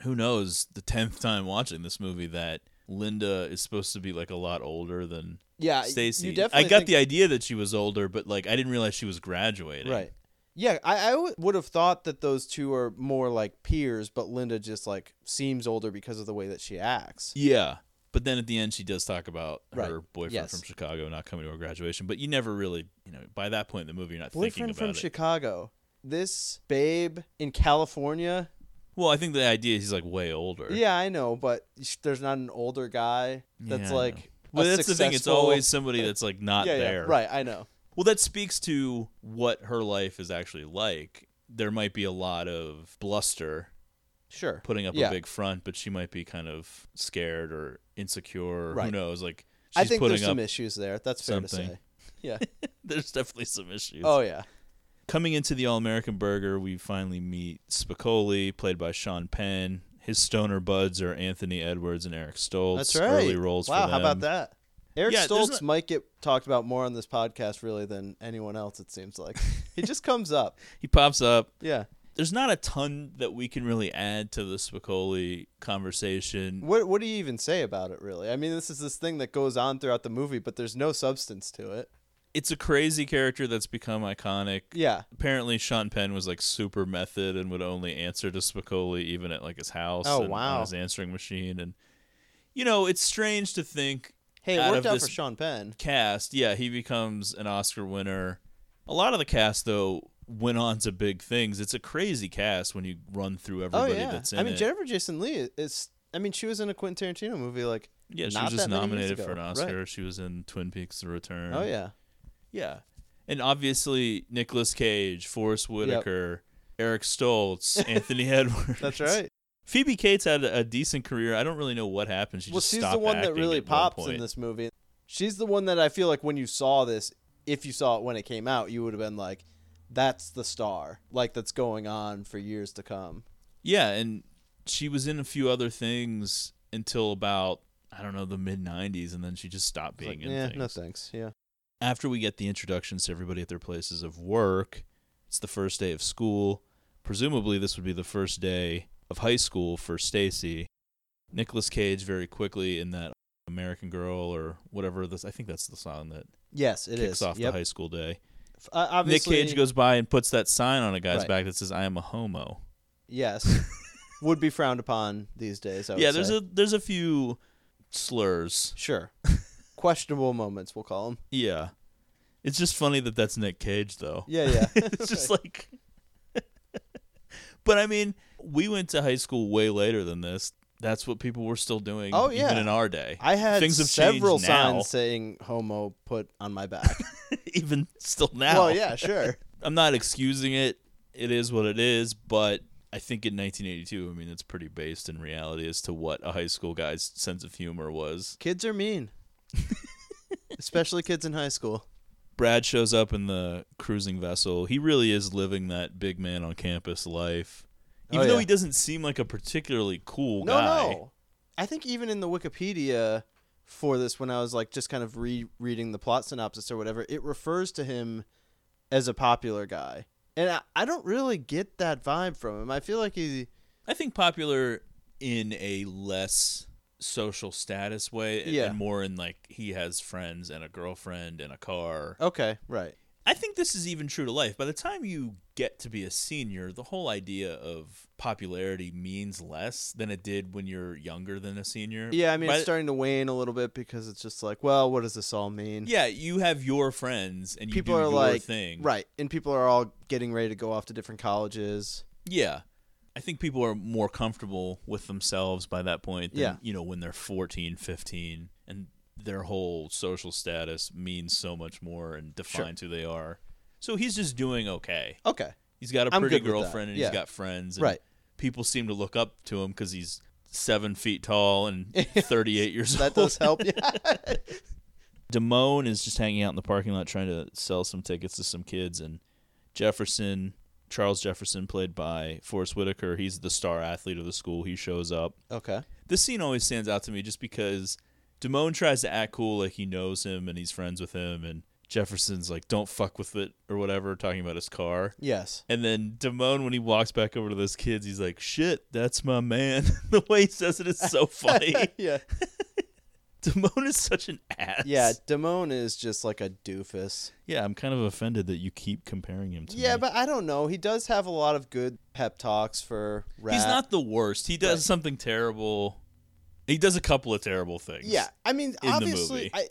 S8: who knows the 10th time watching this movie that Linda is supposed to be like a lot older than
S9: Yeah, y- you
S8: Stacy. I
S9: definitely
S8: got
S9: think-
S8: the idea that she was older, but like I didn't realize she was graduating.
S9: Right. Yeah, I, I w- would have thought that those two are more like peers, but Linda just like seems older because of the way that she acts.
S8: Yeah. But then at the end she does talk about
S9: Right.
S8: her boyfriend
S9: Yes.
S8: from Chicago not coming to her graduation, but you never really, you know, by that point in the movie you're not thinking
S9: Boyfriend
S8: about
S9: from
S8: it.
S9: Chicago. This babe in California.
S8: well, I think the idea is he's like way older.
S9: Yeah, I know, but sh- there's not an older guy
S8: Yeah,
S9: that's
S8: I
S9: like.
S8: know.
S9: a
S8: Well, that's the thing. It's
S9: successful-
S8: always somebody that's like not
S9: Yeah, yeah,
S8: there.
S9: right, I know.
S8: Well, that speaks to what her life is actually like. There might be a lot of bluster,
S9: Sure.
S8: putting up
S9: Yeah.
S8: a big front, but she might be kind of scared or insecure. Or Who
S9: Right.
S8: knows? Like she's
S9: I think
S8: putting
S9: there's
S8: up
S9: some issues there. That's fair to
S8: something.
S9: say. Yeah.
S8: there's definitely some issues.
S9: Oh yeah.
S8: Coming into the All American Burger, we finally meet Spicoli, played by Sean Penn. His stoner buds are Anthony Edwards and Eric Stoltz.
S9: That's right.
S8: Early roles.
S9: wow,
S8: for
S9: how about
S8: them.
S9: that? Eric
S8: Yeah, there's
S9: Stoltz
S8: not-
S9: might get talked about more on this podcast really than anyone else. It seems like he just comes up.
S8: He pops up.
S9: Yeah.
S8: There's not a ton that we can really add to the Spicoli conversation.
S9: What What do you even say about it? Really? I mean, this is this thing that goes on throughout the movie, but there's no substance to it.
S8: it's a crazy character that's become iconic.
S9: Yeah.
S8: Apparently, Sean Penn was like super method and would only answer to Spicoli even at like his house.
S9: Oh,
S8: and
S9: wow.
S8: On his answering machine, and you know, it's strange to think.
S9: Hey, it
S8: out of
S9: worked out
S8: this
S9: for Sean Penn.
S8: Cast, yeah, he becomes an Oscar winner. A lot of the cast though went on to big things. It's a crazy cast when you run through everybody
S9: oh yeah.
S8: that's in
S9: I mean,
S8: it.
S9: Jennifer Jason Lee is. I mean, she was in a Quentin Tarantino movie. Like,
S8: yeah, she
S9: not
S8: was just
S9: that many
S8: nominated
S9: years ago.
S8: for an
S9: Right.
S8: Oscar. She was in Twin Peaks: The Return.
S9: Oh yeah.
S8: Yeah. And obviously Nicolas Cage, Forrest Whitaker, Eric Stoltz, Anthony Edwards.
S9: That's right.
S8: Phoebe Cates had a, a decent career. I don't really know what happened. She
S9: well,
S8: just
S9: she's
S8: stopped
S9: the one that
S8: acting
S9: really
S8: at one
S9: pops in
S8: point.
S9: this movie. She's the one that I feel like when you saw this, if you saw it when it came out, you would have been like, "That's the star." Like that's going on for years to come.
S8: Yeah, and she was in a few other things until about I don't know the mid '90s, and then she just stopped being in
S9: yeah,
S8: things.
S9: "Eh, no thanks. Yeah.
S8: after we get the introductions to everybody at their places of work, it's the first day of school. Presumably, this would be the first day of high school for Stacy. Nicolas Cage very quickly in that American Girl or whatever this I think that's the song that
S9: Yes, it
S8: kicks
S9: is.
S8: off
S9: Yep.
S8: the high school day.
S9: F- uh, obviously,
S8: Nick Cage goes by and puts that sign on a guy's
S9: Right.
S8: back that says "I am a homo."
S9: Yes, would be frowned upon these days. I would
S8: yeah, there's
S9: say.
S8: a there's a few slurs.
S9: sure questionable moments. We'll call them.
S8: Yeah, it's just funny that that's Nick Cage though.
S9: Yeah, yeah.
S8: it's just like But I mean, we went to high school way later than this. That's what people were still doing.
S9: Oh yeah,
S8: even in our day.
S9: I had
S8: things have
S9: several
S8: changed now,
S9: signs saying "homo" put on my back.
S8: even still now.
S9: Well, yeah, sure.
S8: I'm not excusing it. It is what it is. But I think in 1982, I mean, it's pretty based in reality as to what a high school guy's sense of humor was.
S9: Kids are mean, especially kids in high school.
S8: Brad shows up in the cruising vessel. He really is living that big man on campus life.
S9: Oh,
S8: Even though
S9: yeah.
S8: he doesn't seem like a particularly cool
S9: No,
S8: guy.
S9: no. I think even in the Wikipedia for this, when I was like just kind of rereading the plot synopsis or whatever, it refers to him as a popular guy, and I, I don't really get that vibe from him. I feel like he,
S8: I think popular in a less social status way and-
S9: Yeah.
S8: and more in like he has friends and a girlfriend and a car.
S9: okay, right,
S8: I think this is even true to life. By the time you get to be a senior, the whole idea of popularity means less than it did when you're younger than a senior.
S9: yeah. I mean,
S8: By
S9: it's
S8: the-
S9: starting to wane a little bit because it's just like, well, what does this all mean?
S8: yeah, you have your friends and you
S9: people
S8: do
S9: are
S8: your
S9: like,
S8: thing.
S9: right, and people are all getting ready to go off to different colleges.
S8: Yeah. I think people are more comfortable with themselves by that point than,
S9: Yeah.
S8: you know, when they're 14, 15, and their whole social status means so much more and defines who they are. So he's just doing okay.
S9: Okay,
S8: He's got a
S9: I'm
S8: pretty
S9: good with that.
S8: girlfriend and
S9: Yeah.
S8: he's got friends. And
S9: Right.
S8: People seem to look up to him because he's seven feet tall and 38 years old.
S9: that does help. Yeah.
S8: Damone is just hanging out in the parking lot trying to sell some tickets to some kids, and Jefferson, Charles Jefferson, played by Forrest Whitaker, he's the star athlete of the school. He shows up.
S9: Okay.
S8: This scene always stands out to me just because Damone tries to act cool, like he knows him and he's friends with him, and Jefferson's like, "Don't fuck with it" or whatever, talking about his car.
S9: Yes.
S8: And then Damone, when he walks back over to those kids, he's like, "Shit, that's my man." the way he says it is so funny.
S9: yeah.
S8: Damone is such an ass.
S9: Yeah. Damone is just like a doofus.
S8: Yeah, I'm kind of offended that you keep comparing him to.
S9: Yeah,
S8: me.
S9: but I don't know. He does have a lot of good pep talks for rap.
S8: he's not the worst. He does
S9: Right.
S8: something terrible. He does a couple of terrible things.
S9: Yeah, I mean,
S8: the
S9: obviously,
S8: movie.
S9: I,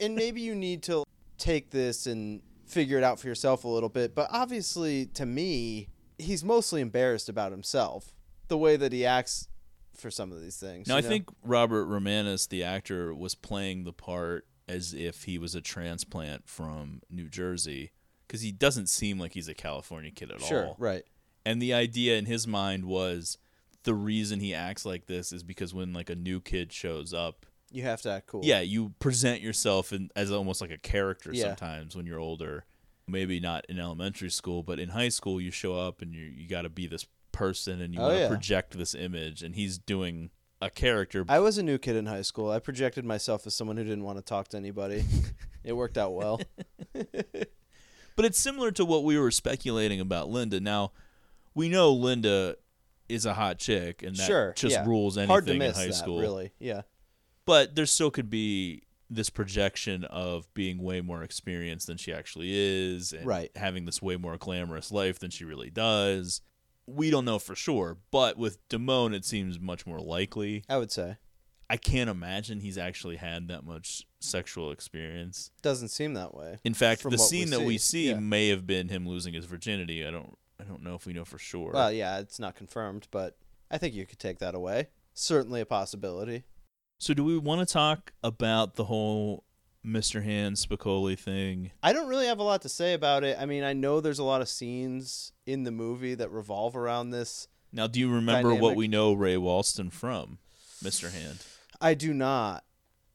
S9: and maybe you need to take this and figure it out for yourself a little bit. But obviously, to me, he's mostly embarrassed about himself, the way that he acts for some of these things.
S8: Now
S9: you
S8: I
S9: know?
S8: think Robert Romanus, the actor, was playing the part as if he was a transplant from New Jersey because he doesn't seem like he's a California kid at
S9: sure,
S8: all.
S9: right?
S8: And the idea in his mind was the reason he acts like this is because when like a new kid shows up,
S9: You have to act cool.
S8: yeah, you present yourself in, as almost like a character
S9: Yeah.
S8: sometimes when you're older. Maybe not in elementary school, but in high school, you show up and you you got to be this person and you
S9: Oh,
S8: want to
S9: yeah.
S8: project this image. And he's doing a character.
S9: I was a new kid in high school. I projected myself as someone who didn't want to talk to anybody. it worked out well.
S8: but it's similar to what we were speculating about Linda. Now, we know Linda is a hot chick and that
S9: sure,
S8: just
S9: yeah.
S8: rules anything
S9: Hard to
S8: in
S9: miss
S8: high
S9: that,
S8: school.
S9: Really, yeah.
S8: But there still could be this projection of being way more experienced than she actually is and
S9: Right.
S8: having this way more glamorous life than she really does. We don't know for sure, but with Damone, it seems much more likely.
S9: I would say.
S8: I can't imagine he's actually had that much sexual experience.
S9: Doesn't seem that way.
S8: In fact,
S9: from
S8: the
S9: what
S8: scene that we see
S9: Yeah.
S8: may have been him losing his virginity. I don't, I don't know if we know for sure.
S9: Well, yeah, it's not confirmed, but I think you could take that away. Certainly a possibility.
S8: So, do we want to talk about the whole Mr. Hand Spicoli thing?
S9: I don't really have a lot to say about it. I mean, I know there's a lot of scenes in the movie that revolve around this.
S8: Now, do you remember what
S9: Dynamic.
S8: we know Ray Walston from, Mr. Hand?
S9: I do not.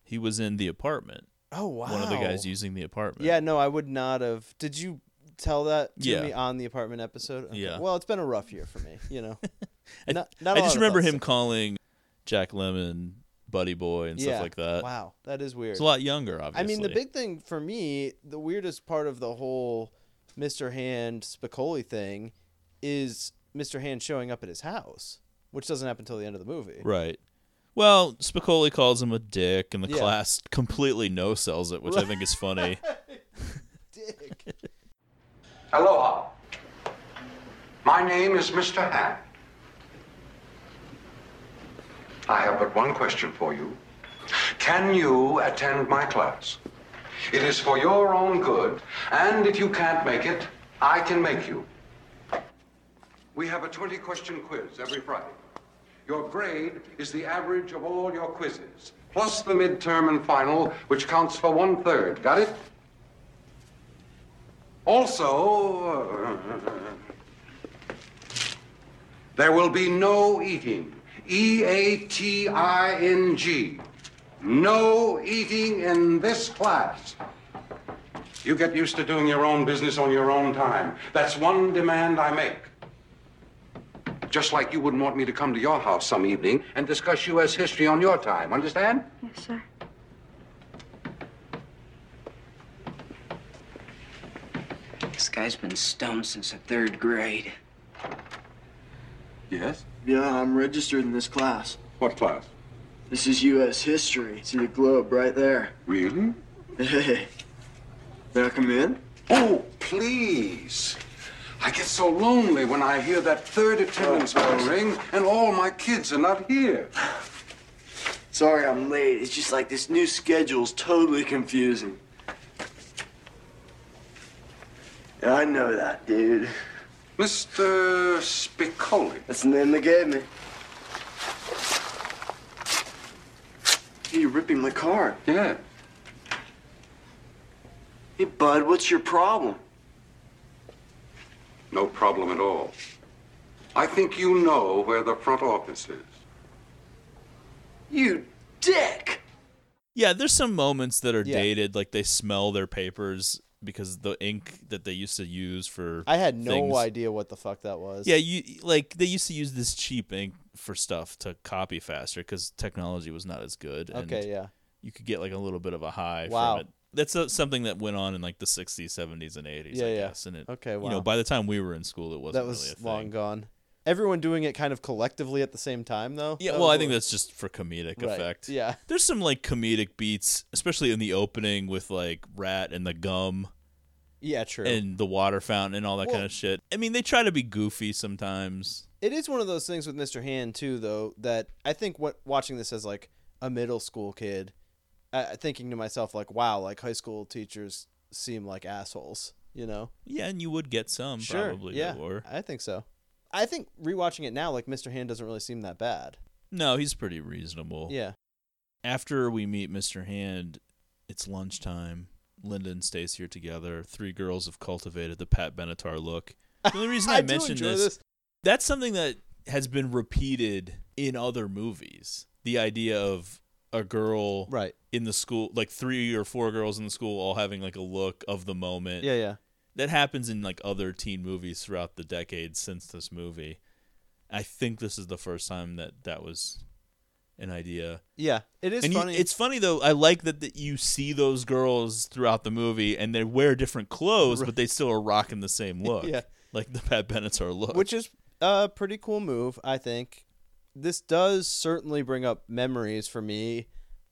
S8: He was in the apartment.
S9: Oh,
S8: One of the
S9: wow.
S8: guys using the apartment.
S9: Yeah, no, I would not have. Did you tell that to
S8: Yeah.
S9: me on the apartment episode? Okay.
S8: Yeah.
S9: Well, it's been a rough year for me, you know.
S8: I,
S9: not, not
S8: I
S9: a
S8: just
S9: lot of
S8: remember
S9: thoughts.
S8: him calling Jack Lemon Buddy Boy and
S9: Yeah.
S8: stuff like that.
S9: Wow, that is weird.
S8: He's a lot younger, obviously.
S9: I mean, the big thing for me, the weirdest part of the whole Mr. Hand Spicoli thing is Mr. Hand showing up at his house, which doesn't happen until the end of the movie.
S8: Right. Well, Spicoli calls him a dick, and the
S9: Yeah.
S8: class completely no sells it, which I think is funny.
S13: Aloha. My name is Mr. Hand. I have but one question for you. Can you attend my class? It is for your own good, and if you can't make it, I can make you. We have a 20 question quiz every Friday. Your grade is the average of all your quizzes, plus the midterm and final, which counts for one third. Got it? Also, there will be no eating. E A T I N G. No eating in this class. You get used to doing your own business on your own time. That's one demand I make. Just like you wouldn't want me to come to your house some evening and discuss U.S. history on your time. Understand?
S12: Yes, sir.
S14: This guy's been stoned since the third grade.
S13: Yes?
S10: Yeah, I'm registered in this class.
S13: What class?
S10: This is U.S. history. See the globe right there.
S13: Really?
S10: Hey, may I come in?
S13: Oh, please. I get so lonely when I hear that third attendance bell ring and all my kids are not here.
S10: Sorry I'm late. It's just like this new schedule's totally confusing. Yeah, I know that, dude.
S13: Mr. Spicoli.
S10: That's the name they gave me. Hey, you're ripping my card.
S13: Yeah.
S10: Hey, bud, what's your problem?
S13: No problem at all. I think you know where the front office is.
S10: You dick!
S8: yeah, there's some moments that are dated, like they smell their papers because the ink that they used to use for
S9: I had no
S8: things-
S9: idea what the fuck that was.
S8: Yeah, you like they used to use this cheap ink for stuff to copy faster because technology was not as good.
S9: Okay, yeah.
S8: you could get like a little bit of a high.
S9: Wow.
S8: from it. that's uh something that went on in like the '60s, '70s, and '80s. I
S9: Yeah, yeah.
S8: guess. And it,
S9: Okay,
S8: You know,
S9: wow.
S8: by the time we were in school, it wasn't
S9: that was
S8: really a thing.
S9: long gone. Everyone doing it kind of collectively at the same time, though.
S8: Yeah,
S9: That
S8: well,
S9: was
S8: I think
S9: a-
S8: that's just for comedic
S9: Right,
S8: effect.
S9: yeah.
S8: there's some like comedic beats, especially in the opening with like Rat and the gum.
S9: Yeah, true.
S8: And the water fountain and all that kind
S9: Well-
S8: of shit. I mean, they try to be goofy sometimes.
S9: It is one of those things with Mr. Hand too, though, that I think what watching this as like a middle school kid, uh, thinking to myself like, wow, like high school teachers seem like assholes, you know?
S8: Yeah, and you would get some
S9: Sure,
S8: probably.
S9: yeah,
S8: that were.
S9: I think so. I think rewatching it now, like Mr. Hand doesn't really seem that bad.
S8: No, he's pretty reasonable.
S9: Yeah.
S8: After we meet Mr. Hand, it's lunchtime. Linda and Stacy are together. Three girls have cultivated the Pat Benatar look. The only reason I,
S9: I do
S8: mentioned
S9: enjoy
S8: this,
S9: this.
S8: that's something that has been repeated in other movies. The idea of a girl
S9: right
S8: in the school, like three or four girls in the school, all having like a look of the moment.
S9: Yeah, yeah.
S8: That happens in like other teen movies throughout the decades since this movie. I think this is the first time that that was an idea.
S9: Yeah, it is
S8: And you-
S9: funny.
S8: it's funny though. I like that, that you see those girls throughout the movie, and they wear different clothes, but they still are rocking the same look.
S9: Yeah.
S8: like the Pat Benatar look.
S9: Which is a pretty cool move, I think. This does certainly bring up memories for me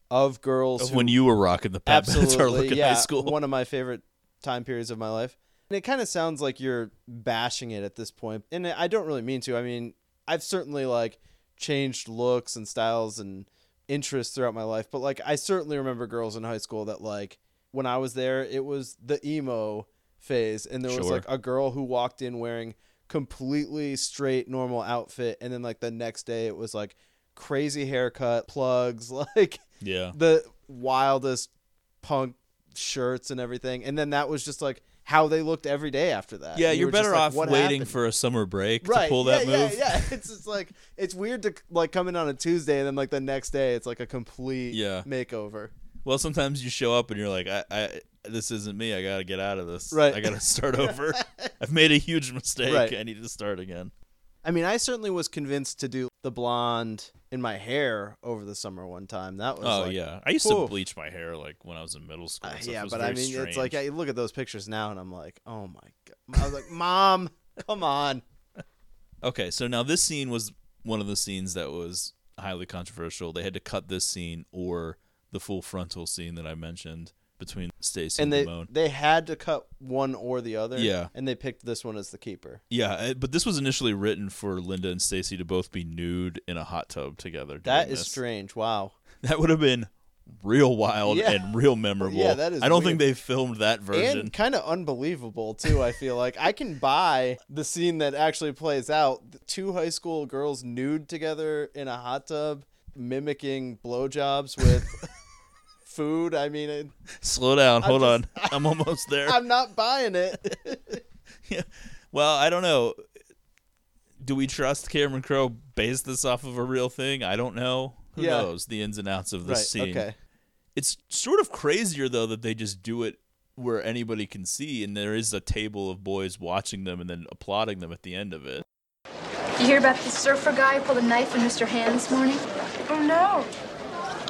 S9: of girls
S8: Of
S9: who-
S8: when you were rocking the Pat Benatar
S9: Absolutely,
S8: look in high
S9: yeah,
S8: school.
S9: One of my favorite time periods of my life. And it kind of sounds like you're bashing it at this point, and I don't really mean to. I mean, I've certainly like changed looks and styles and interests throughout my life, but like I certainly remember girls in high school that like when I was there, it was the emo phase, and there was
S8: Sure.
S9: like a girl who walked in wearing completely straight normal outfit and then like the next day it was like crazy haircut plugs like
S8: Yeah.
S9: the wildest punk shirts and everything and then that was just like how they looked every day after that
S8: Yeah,
S9: And Uh, you
S8: you're
S9: were just
S8: better
S9: like,
S8: off
S9: "What
S8: waiting
S9: happened?"
S8: for a summer break
S9: right
S8: to pull
S9: yeah,
S8: that
S9: yeah,
S8: move.
S9: yeah it's just like it's weird to like come in on a tuesday and then like the next day it's like a complete
S8: Yeah.
S9: makeover
S8: Well, sometimes you show up and you're like, I, I this isn't me. I gotta get out of this.
S9: Right.
S8: I gotta start over. I've made a huge mistake.
S9: Right.
S8: I need to start again.
S9: I mean, I certainly was convinced to do the blonde in my hair over the summer one time. That was
S8: Oh
S9: like,
S8: yeah, I used
S9: whew.
S8: to bleach my hair like when I was in middle school.
S9: Uh,
S8: and stuff. It
S9: yeah,
S8: was
S9: but I
S8: very
S9: mean, it's like
S8: strange.
S9: I look at those pictures now and I'm like, oh my god. I was like, mom, come on.
S8: okay. So now this scene was one of the scenes that was highly controversial. They had to cut this scene or the full frontal scene that I mentioned between Stacy and,
S9: And they
S8: Damone.
S9: they had to cut one or the other.
S8: Yeah.
S9: and they picked this one as the keeper.
S8: Yeah, uh, but this was initially written for Linda and Stacy to both be nude in a hot tub together.
S9: That
S8: during
S9: is
S8: this.
S9: strange. Wow.
S8: That would have been real wild
S9: Yeah.
S8: and real memorable.
S9: Yeah, that is
S8: I don't think
S9: weird.
S8: they filmed that version.
S9: And kind of unbelievable too. I feel like I can buy the scene that actually plays out: The two high school girls nude together in a hot tub, mimicking blowjobs with food. I mean, it,
S8: Slow down,
S9: I'm
S8: hold
S9: just-
S8: on. I'm almost there.
S9: I'm not buying it.
S8: well, I don't know. Do we trust Cameron Crowe based this off of a real thing? I don't know. Who
S9: Yeah.
S8: knows the ins and outs of this
S9: Right,
S8: scene?
S9: okay.
S8: It's sort of crazier though that they just do it where anybody can see, and there is a table of boys watching them and then applauding them at the end of it.
S12: You hear about the surfer guy who pulled a knife in Mr. Hand this morning? Oh, no.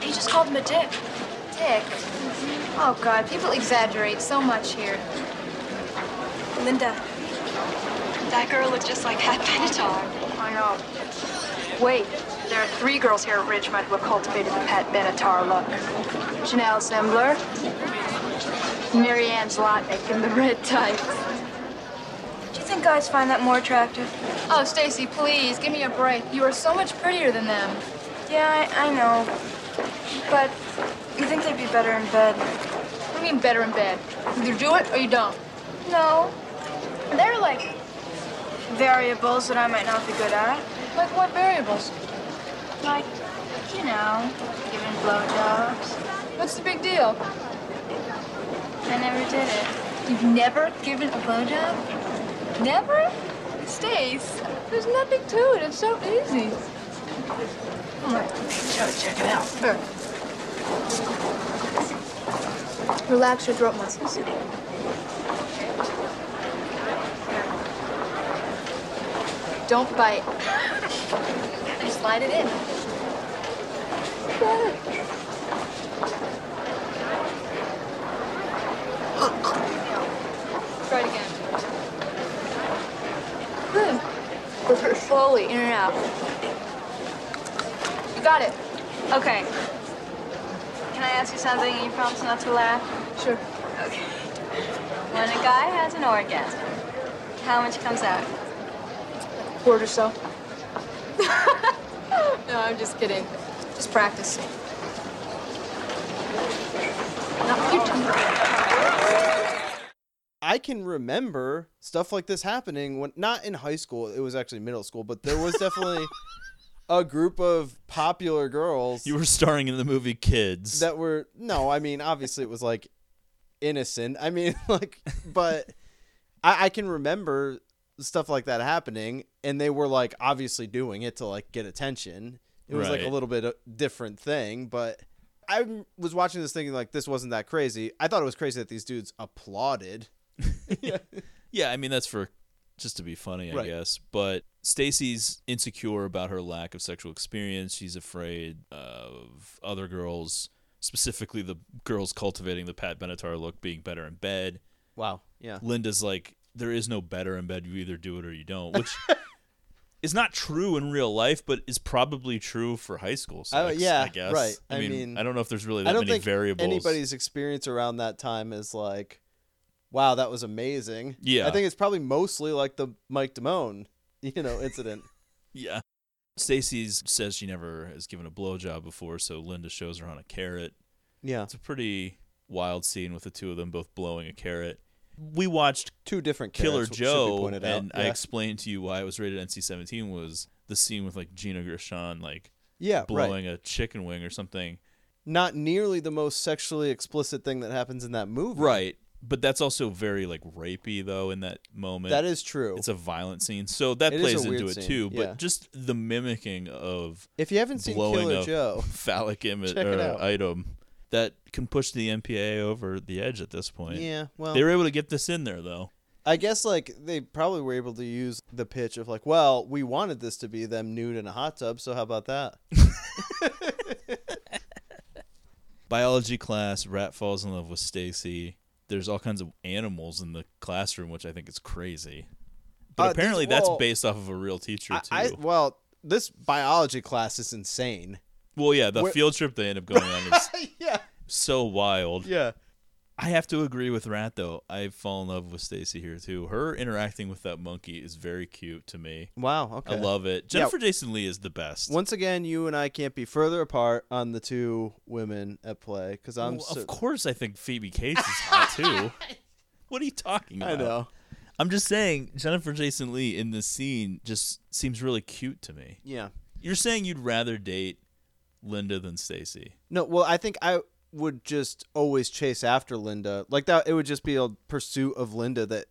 S12: He just called him a dick. Dick? Oh, God, people exaggerate so much here. Linda, that girl looked just like Pat Benatar. I know. Wait, there are three girls here at Ridgemont who have cultivated the Pat Benatar look. Janelle Zembler, Mary Ann Zlotnick, and the red tights. Do you think guys find that more attractive? Oh, Stacy, please, give me a break. You are so much prettier than them. Yeah, I, I know. But you think they'd be better in bed? What do you mean better in bed? Either do it or you don't. No. They're like variables that I might not be good at. Like what variables? Like, you know, giving blowjobs. What's the big deal? I never did it. You've never given a blowjob? Never? Stace, there's nothing to it. It's so easy. Oh Come on, check it out. Relax your throat muscles. Don't bite. Just slide it in. Good. Try it again. Good. Perfect. Slowly in and out. You got it. Okay. Can I ask you something and you promise not to laugh? Sure. Okay. When a guy has an orgasm, how much comes out? A quarter or so. no, I'm just kidding. Just practice. No, you
S9: I can remember stuff like this happening when not in high school, it was actually middle school, but there was definitely a group of popular girls
S8: You were starring in the movie Kids.
S9: that were no, I mean obviously it was like innocent. I mean like but I, I can remember stuff like that happening and they were like obviously doing it to like get attention. It was like a
S8: Right.
S9: little bit a different thing, but I was watching this thinking like this wasn't that crazy. I thought it was crazy that these dudes applauded.
S8: Yeah, I mean that's for just to be funny, I
S9: Right.
S8: guess. But Stacy's insecure about her lack of sexual experience. She's afraid of other girls, specifically the girls cultivating the Pat Benatar look, being better in bed.
S9: Wow. Yeah.
S8: Linda's like, there is no better in bed. You either do it or you don't, which is not true in real life, but is probably true for high school
S9: Oh,
S8: sex.
S9: yeah,
S8: I guess.
S9: right.
S8: I
S9: I
S8: mean,
S9: mean,
S8: I don't know if there's really that
S9: I don't
S8: many
S9: think
S8: variables.
S9: anybody's experience around that time is like, wow, that was amazing.
S8: Yeah.
S9: I think it's probably mostly like the Mike Damone, you know, incident.
S8: Yeah. Stacy says she never has given a blowjob before, so Linda shows her on a carrot.
S9: Yeah.
S8: It's a pretty wild scene with the two of them both blowing a carrot. We watched
S9: two different
S8: Killer
S9: carrots, should be
S8: Joe,
S9: pointed out,
S8: and I
S9: yeah.
S8: explained to you why it was rated NC-17 was the scene with like Gina Gershon like
S9: Yeah, right.
S8: blowing a chicken wing or something.
S9: Not nearly the most sexually explicit thing that happens in that movie.
S8: Right. But that's also very like rapey though in that moment.
S9: That is true.
S8: It's a violent scene. So that
S9: It is
S8: plays
S9: a
S8: into it
S9: weird scene,
S8: too.
S9: yeah.
S8: But just the mimicking of
S9: If you haven't seen
S8: blowing
S9: Killer
S8: a
S9: Joe,
S8: phallic image
S9: check it
S8: or
S9: out.
S8: item that can push the MPA over the edge at this point.
S9: Yeah, well-
S8: they were able to get this in there though.
S9: I guess like they probably were able to use the pitch of like, well, we wanted this to be them nude in a hot tub, so how about that?
S8: biology class, Rat falls in love with Stacy. There's all kinds of animals in the classroom, which I think is crazy. But
S9: Uh, these-
S8: apparently, that's
S9: well,
S8: based off of a real teacher too.
S9: I, well, this biology class is insane.
S8: well, yeah, the
S9: Where-
S8: field trip they end up going on is
S9: yeah.
S8: so wild.
S9: Yeah.
S8: I have to agree with Rat though. I fall in love with Stacy here too. Her interacting with that monkey is very cute to me.
S9: Wow, okay.
S8: I love it.
S9: Yeah.
S8: Jennifer Jason Lee is the best.
S9: Once again, you and I can't be further apart on the two women at play because I'm.
S8: Well,
S9: so-
S8: of course, I think Phoebe Cates is hot too. what are you talking
S9: I
S8: about?
S9: know.
S8: I'm just saying Jennifer Jason Lee in this scene just seems really cute to me.
S9: Yeah.
S8: You're saying you'd rather date Linda than Stacy.
S9: No, well, I think I would just always chase after Linda like that. It would just be a pursuit of Linda that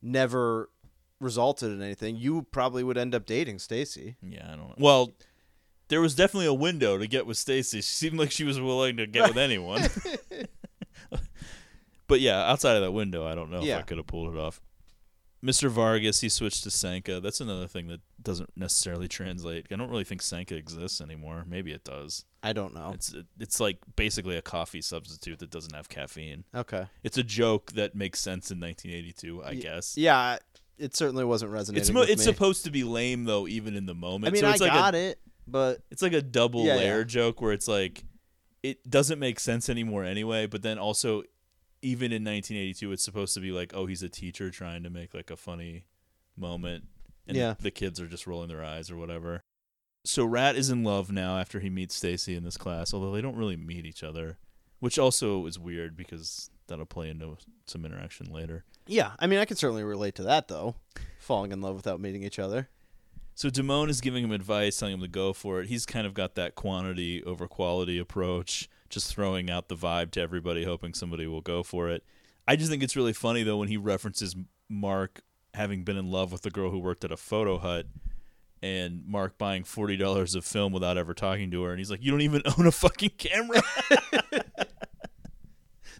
S9: never resulted in anything. You probably would end up dating Stacy.
S8: Yeah, I don't know. Well, there was definitely a window to get with Stacy. She seemed like she was willing to get with anyone. but yeah, outside of that window, I don't know
S9: Yeah.
S8: if I could have pulled it off. Mr. Vargas, he switched to Sanka. That's another thing that doesn't necessarily translate. I don't really think Sanka exists anymore. Maybe it does.
S9: I don't know.
S8: It's it's like basically a coffee substitute that doesn't have caffeine.
S9: Okay.
S8: It's a joke that makes sense in 1982, I guess.
S9: Yeah, it certainly wasn't resonating.
S8: It's mo-
S9: with
S8: it's
S9: me.
S8: supposed to be lame though, even in the moment.
S9: I mean,
S8: so it's
S9: I
S8: like
S9: got
S8: a,
S9: it, but
S8: it's like a double
S9: Yeah,
S8: layer
S9: yeah.
S8: joke where it's like it doesn't make sense anymore anyway. But then also, even in 1982, it's supposed to be like, oh, he's a teacher trying to make like a funny moment, and
S9: Yeah.
S8: the kids are just rolling their eyes or whatever. So Rat is in love now after he meets Stacy in this class, although they don't really meet each other, which also is weird because that'll play into some interaction later.
S9: yeah, I mean, I can certainly relate to that though. Falling in love without meeting each other.
S8: So Damone is giving him advice, telling him to go for it. He's kind of got that quantity over quality approach, just throwing out the vibe to everybody, hoping somebody will go for it. I just think it's really funny though when he references Mark having been in love with the girl who worked at a photo hut, and Mark buying forty dollars of film without ever talking to her, and he's like, "You don't even own a fucking camera."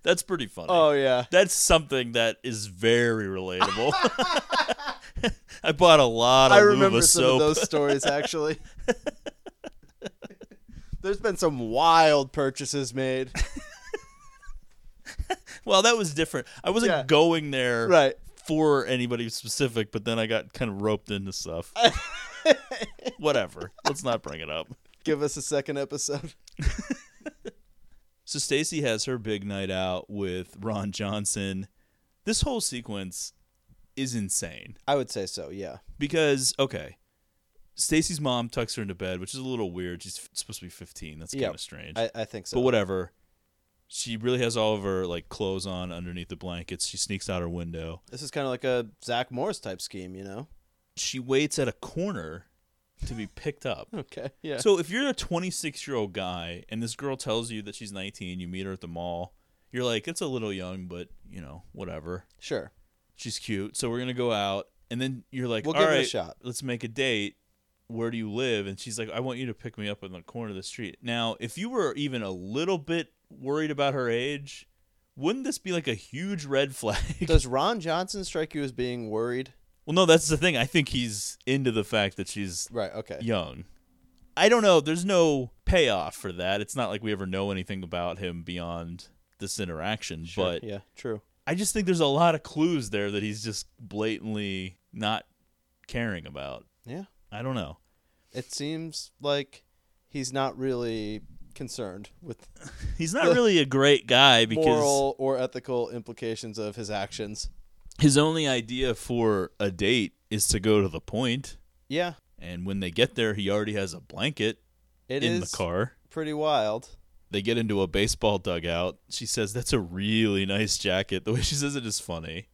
S8: That's pretty funny.
S9: Oh, yeah.
S8: That's something that is very relatable. I bought a lot of
S9: I remember
S8: Luva
S9: some
S8: soap.
S9: of those stories actually. There's been some wild purchases made.
S8: well, that was different. I wasn't
S9: Yeah.
S8: going there
S9: Right.
S8: for anybody specific, but then I got kind of roped into stuff. Whatever. Let's not bring it up.
S9: Give us a second episode.
S8: So Stacy has her big night out with Ron Johnson. This whole sequence is insane.
S9: I would say so, yeah.
S8: Because okay, Stacy's mom tucks her into bed, which is a little weird. She's f- supposed to be 15. That's
S9: Yeah,
S8: kind of strange.
S9: I- I think so.
S8: But whatever. She really has all of her like clothes on underneath the blankets. She sneaks out her window.
S9: This is kind of like a Zach Morris type scheme, you know?
S8: She waits at a corner to be picked up.
S9: Okay, yeah.
S8: So if you're a 26 year old guy and this girl tells you that she's 19, you meet her at the mall, you're like, it's a little young, but you know, whatever.
S9: Sure.
S8: She's cute. So we're going to go out. And then you're like,
S9: We'll
S8: "All
S9: give it a
S8: right,
S9: shot."
S8: Let's make a date. Where do you live? And she's like, I want you to pick me up in the corner of the street. Now, if you were even a little bit worried about her age, wouldn't this be like a huge red flag?
S9: Does Ron Johnson strike you as being worried?
S8: Well, no, that's the thing. I think he's into the fact that she's
S9: right. Okay.
S8: Young. I don't know. There's no payoff for that. It's not like we ever know anything about him beyond this interaction. but
S9: yeah, true.
S8: I just think there's a lot of clues there that he's just blatantly not caring about.
S9: Yeah.
S8: I don't know.
S9: It seems like he's not really concerned with.
S8: He's not really a great guy because
S9: moral or ethical implications of his actions.
S8: his only idea for a date is to go to the point.
S9: Yeah.
S8: And when they get there, he already has a blanket
S9: It
S8: in
S9: is
S8: the car.
S9: Pretty wild.
S8: They get into a baseball dugout. She says, That's a really nice jacket. The way she says it is funny.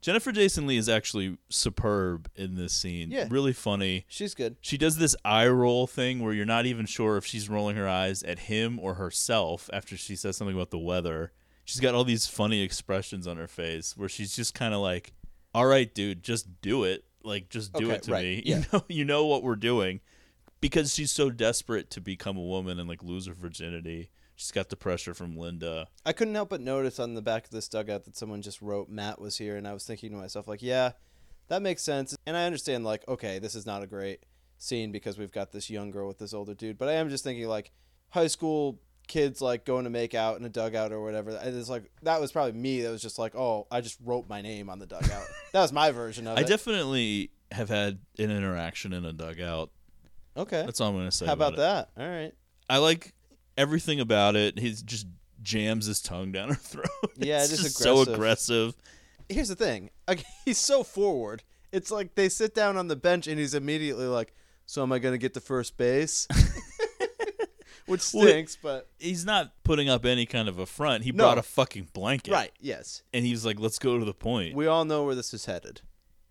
S8: Jennifer Jason Lee is actually superb in this scene.
S9: Yeah.
S8: Really funny.
S9: She's good.
S8: She does this eye roll thing where you're not even sure if she's rolling her eyes at him or herself after she says something about the weather. She's got all these funny expressions on her face where she's just kind of like, "All right, dude, just do it. Like just do
S9: Okay,
S8: it to
S9: right,
S8: me.
S9: yeah.
S8: You know, you know what we're doing." Because she's so desperate to become a woman and like lose her virginity. She's got the pressure from Linda.
S9: I couldn't help but notice on the back of this dugout that someone just wrote Matt was here, and I was thinking to myself, like, yeah, that makes sense. And I understand, like, okay, this is not a great scene because we've got this young girl with this older dude, but I am just thinking, like, high school kids, like, going to make out in a dugout or whatever. And It's like, that was probably me that was just like, oh, I just wrote my name on the dugout. that was my version of
S8: I
S9: it.
S8: definitely have had an interaction in a dugout.
S9: Okay.
S8: That's all I'm gonna say.
S9: How about,
S8: it.
S9: that? All right.
S8: I like everything about it. He just jams his tongue down her throat.
S9: Yeah,
S8: it's
S9: it is
S8: just so
S9: aggressive.
S8: aggressive.
S9: here's the thing. Like, he's so forward. It's like they sit down on the bench and he's immediately like, "So am I going to get to first base?" Which
S8: Well,
S9: stinks, but
S8: He's not putting up any kind of a front. He
S9: No.
S8: brought a fucking blanket.
S9: right, yes.
S8: And he's like, let's go to the point.
S9: We all know where this is headed.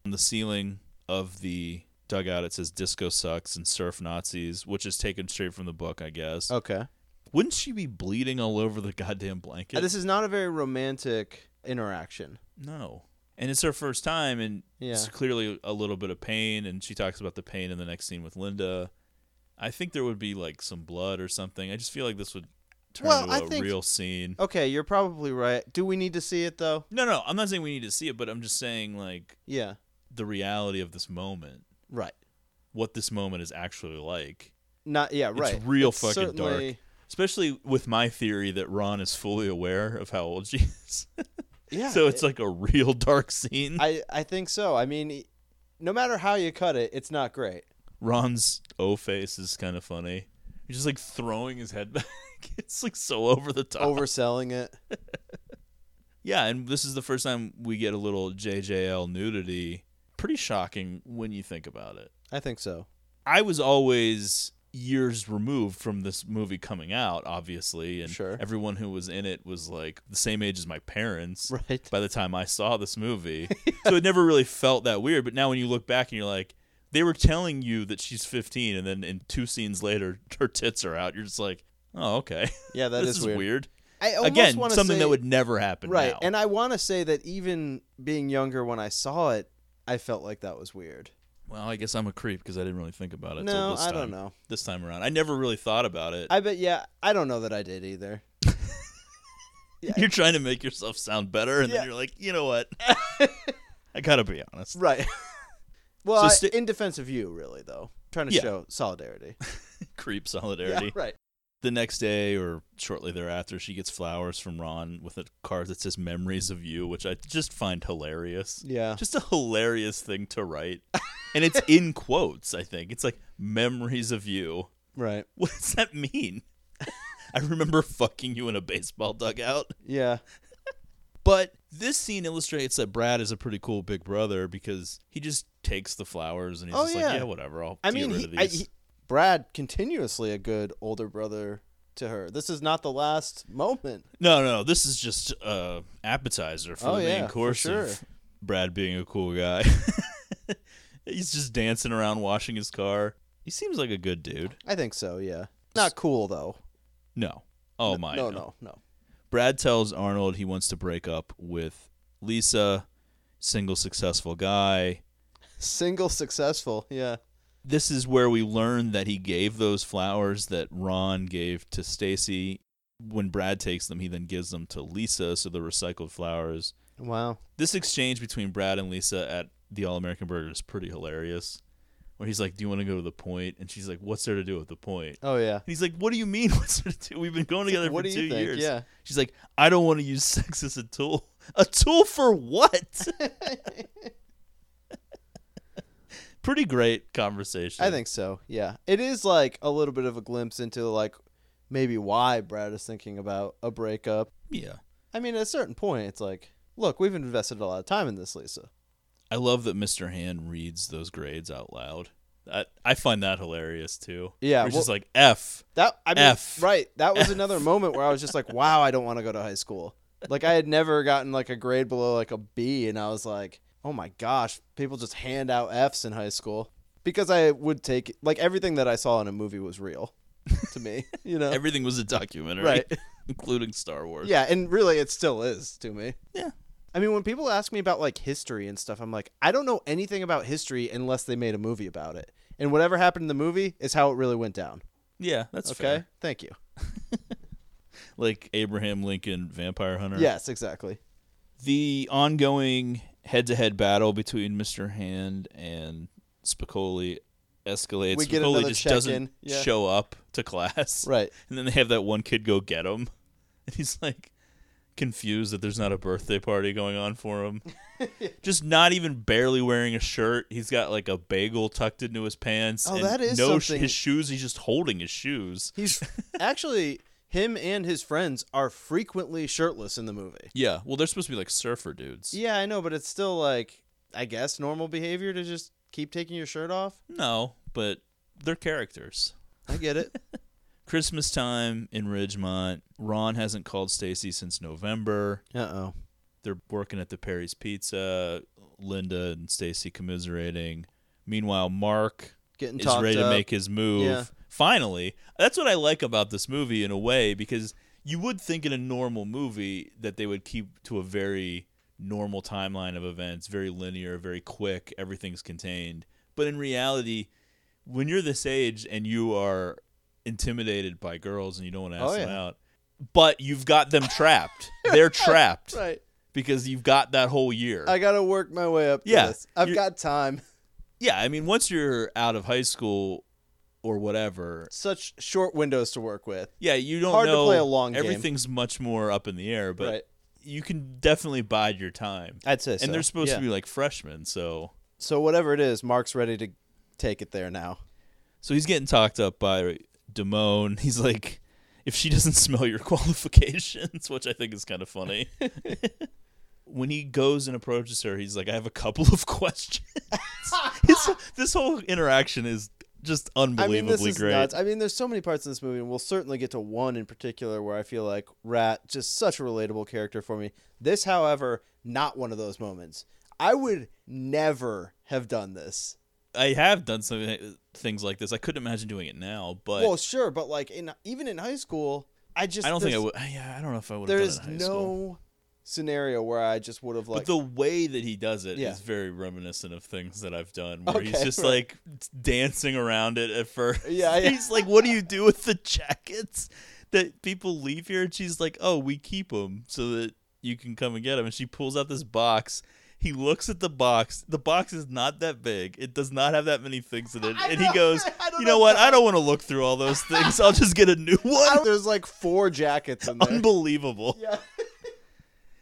S8: On the ceiling of the dugout, it says disco sucks and surf Nazis, which is taken straight from the book, I guess.
S9: Okay.
S8: Wouldn't she be bleeding all over the goddamn blanket?
S9: Uh, This is not a very romantic interaction.
S8: No. And it's her first time, and
S9: Yeah.
S8: it's clearly a little bit of pain. And she talks about the pain in the next scene with Linda. I think there would be like some blood or something. I just feel like this would turn
S9: Well,
S8: into
S9: I
S8: a
S9: think-
S8: real scene.
S9: Okay, you're probably right. Do we need to see it though?
S8: No, no, I'm not saying we need to see it, but I'm just saying like
S9: Yeah.
S8: the reality of this moment,
S9: Right.
S8: what this moment is actually like.
S9: Not yeah, right.
S8: It's real
S9: It's
S8: fucking dark.
S9: certainly-
S8: Especially with my theory that Ron is fully aware of how old she is.
S9: Yeah,
S8: so it's
S9: it-
S8: like a real dark scene.
S9: I I think so. I mean, e- no matter how you cut it, it's not great.
S8: Ron's O face is kind of funny. He's just like throwing his head back. It's like so over the top.
S9: Overselling it.
S8: Yeah, and this is the first time we get a little JJL nudity. Pretty shocking when you think about it.
S9: I think so.
S8: I was always years removed from this movie coming out, obviously, and
S9: Sure.
S8: everyone who was in it was like the same age as my parents.
S9: Right.
S8: By the time I saw this movie, so it never really felt that weird. But now when you look back and you're like, they were telling you that she's 15, and then in two scenes later, her tits are out. You're just like, oh okay,
S9: Yeah, that
S8: this
S9: is
S8: is
S9: weird.
S8: weird.
S9: I almost
S8: Again,
S9: wanna
S8: something
S9: say-
S8: that would never happen
S9: right.
S8: now.
S9: And I want to say that even being younger when I saw it, I felt like that was weird.
S8: well, I guess I'm a creep because I didn't really think about it.
S9: No,
S8: till this
S9: I
S8: time,
S9: don't know.
S8: This time around, I never really thought about it.
S9: I bet, yeah, I don't know that I did either.
S8: You're trying to make yourself sound better, and
S9: Yeah.
S8: then you're like, you know what? I gotta be honest.
S9: Right. well,
S8: So
S9: I-
S8: sti-
S9: in defense of you, really, though. Trying to
S8: Yeah.
S9: show solidarity.
S8: Creep solidarity.
S9: Yeah, right.
S8: The next day, or shortly thereafter, she gets flowers from Ron with a card that says "Memories of You," which I just find hilarious.
S9: Yeah.
S8: just a hilarious thing to write, and it's in quotes. I think it's like "Memories of You."
S9: Right.
S8: What does that mean? I remember fucking you in a baseball dugout.
S9: Yeah.
S8: But this scene illustrates that Brad is a pretty cool big brother because he just takes the flowers and he's
S9: Oh,
S8: just
S9: yeah.
S8: like, yeah, whatever. I'll
S9: I
S8: get
S9: mean,
S8: rid
S9: he-
S8: of these.
S9: I- he- Brad continuously a good older brother to her. This is not the last moment.
S8: no, no, this is just uh, appetizer for
S9: Oh,
S8: the main
S9: yeah, for
S8: course of
S9: sure.
S8: Brad being a cool guy. he's just dancing around, washing his car. He seems like a good dude.
S9: I think so, yeah. Not cool, though.
S8: No. Oh my.
S9: no, no, no.
S8: Brad tells Arnold he wants to break up with Lisa, single successful guy.
S9: Single successful, yeah.
S8: this is where we learn that he gave those flowers that Ron gave to Stacy. When Brad takes them, he then gives them to Lisa, so they're recycled flowers.
S9: Wow.
S8: This exchange between Brad and Lisa at the All American Burger is pretty hilarious. Where he's like, Do you want to go to the point? And she's like, What's there to do with the point?
S9: Oh, yeah.
S8: And he's like, What do you mean? What's there to do? We've been going together
S9: What
S8: for
S9: do you
S8: two
S9: think?
S8: years.
S9: Yeah.
S8: She's like, I don't want to use sex as a tool. A tool for what? pretty great conversation.
S9: I think so. Yeah, it is like a little bit of a glimpse into like maybe why Brad is thinking about a breakup.
S8: Yeah.
S9: I mean, at a certain point, it's like, look, we've invested a lot of time in this, Lisa.
S8: I love that Mr. Hand reads those grades out loud. I, I find that hilarious too.
S9: Yeah,
S8: It's
S9: well-
S8: just like F.
S9: That I mean,
S8: F.
S9: right? That was another moment where I was just like, wow, I don't want to go to high school. Like I had never gotten like a grade below like a B, and I was like, oh my gosh, people just hand out Fs in high school because I would take like everything that I saw in a movie was real to me. You know,
S8: Everything was a documentary,
S9: Right.
S8: including Star Wars.
S9: Yeah, and really it still is to me.
S8: Yeah.
S9: I mean, when people ask me about like history and stuff, I'm like, I don't know anything about history unless they made a movie about it. And whatever happened in the movie is how it really went down.
S8: Yeah, that's
S9: okay.
S8: fair.
S9: Thank you.
S8: Like Abraham Lincoln, Vampire Hunter.
S9: Yes, exactly.
S8: the ongoing head-to-head battle between Mr. Hand and Spicoli escalates.
S9: We get
S8: Spicoli
S9: another
S8: just
S9: check-in.
S8: doesn't
S9: Yeah.
S8: show up to class.
S9: Right.
S8: And then they have that one kid go get him. And he's like confused that there's not a birthday party going on for him. just not even barely wearing a shirt. He's got like a bagel tucked into his pants.
S9: Oh,
S8: and
S9: that is
S8: no sh-
S9: something-
S8: his shoes. He's just holding his shoes.
S9: He's actually him and his friends are frequently shirtless in the movie.
S8: yeah. Well, they're supposed to be like surfer dudes.
S9: Yeah, I know, but it's still like I guess normal behavior to just keep taking your shirt off.
S8: No, but they're characters.
S9: I get it.
S8: Christmas time in Ridgemont. Ron hasn't called Stacy since November.
S9: Uh oh.
S8: They're working at the Perry's Pizza. Linda and Stacy commiserating. Meanwhile, Mark
S9: Getting
S8: is
S9: talked
S8: ready to
S9: up.
S8: make his move.
S9: Yeah.
S8: Finally, that's what I like about this movie in a way because you would think in a normal movie that they would keep to a very normal timeline of events, very linear, very quick, everything's contained. But in reality, when you're this age and you are intimidated by girls and you don't want to ask
S9: Oh,
S8: them
S9: yeah.
S8: out, but you've got them trapped. They're trapped.
S9: Right.
S8: Because you've got that whole year.
S9: I gotta work my way up to
S8: Yeah,
S9: this. I've
S8: you're-
S9: got time.
S8: yeah, I mean, once you're out of high school or whatever,
S9: Such short windows to work with.
S8: yeah, you don't
S9: Hard
S8: know.
S9: to play a long game.
S8: Everything's much more up in the air, but
S9: Right.
S8: you can definitely bide your time.
S9: I'd say
S8: and
S9: so,
S8: they're supposed
S9: yeah.
S8: to be like freshmen, so
S9: So whatever it is, Mark's ready to take it there now.
S8: so he's getting talked up by Damone. He's like, if she doesn't smell your qualifications, which I think is kind of funny. when he goes and approaches her, he's like, I have a couple of questions. His- this whole interaction is just
S9: I
S8: unbelievably
S9: mean, this is
S8: great.
S9: nuts. I mean, there's so many parts in this movie, and we'll certainly get to one in particular where I feel like Rat just such a relatable character for me. This, however, not one of those moments. I would never have done this.
S8: I have done some uh, things like this. I couldn't imagine doing it now, but
S9: well, sure, but like in even in high school, I just
S8: I don't think I
S9: there's-
S8: would. Yeah, I don't know if I would.
S9: There
S8: done
S9: is
S8: it in high
S9: no
S8: school.
S9: scenario where I just would have
S8: but
S9: like
S8: the way that he does it is
S9: Yeah.
S8: very reminiscent of things that I've done, where he's
S9: Okay,
S8: just
S9: right.
S8: like dancing around it at first.
S9: Yeah, yeah.
S8: he's like, "What do you do with the jackets that people leave here?" And she's like, "Oh, we keep them so that you can come and get them." And she pulls out this box. He looks at the box. The box is not that big. It does not have that many things in it. And he goes, "You know what? I don't want to look through all those things. I'll just get a new one."
S9: there's like four jackets in there.
S8: Unbelievable.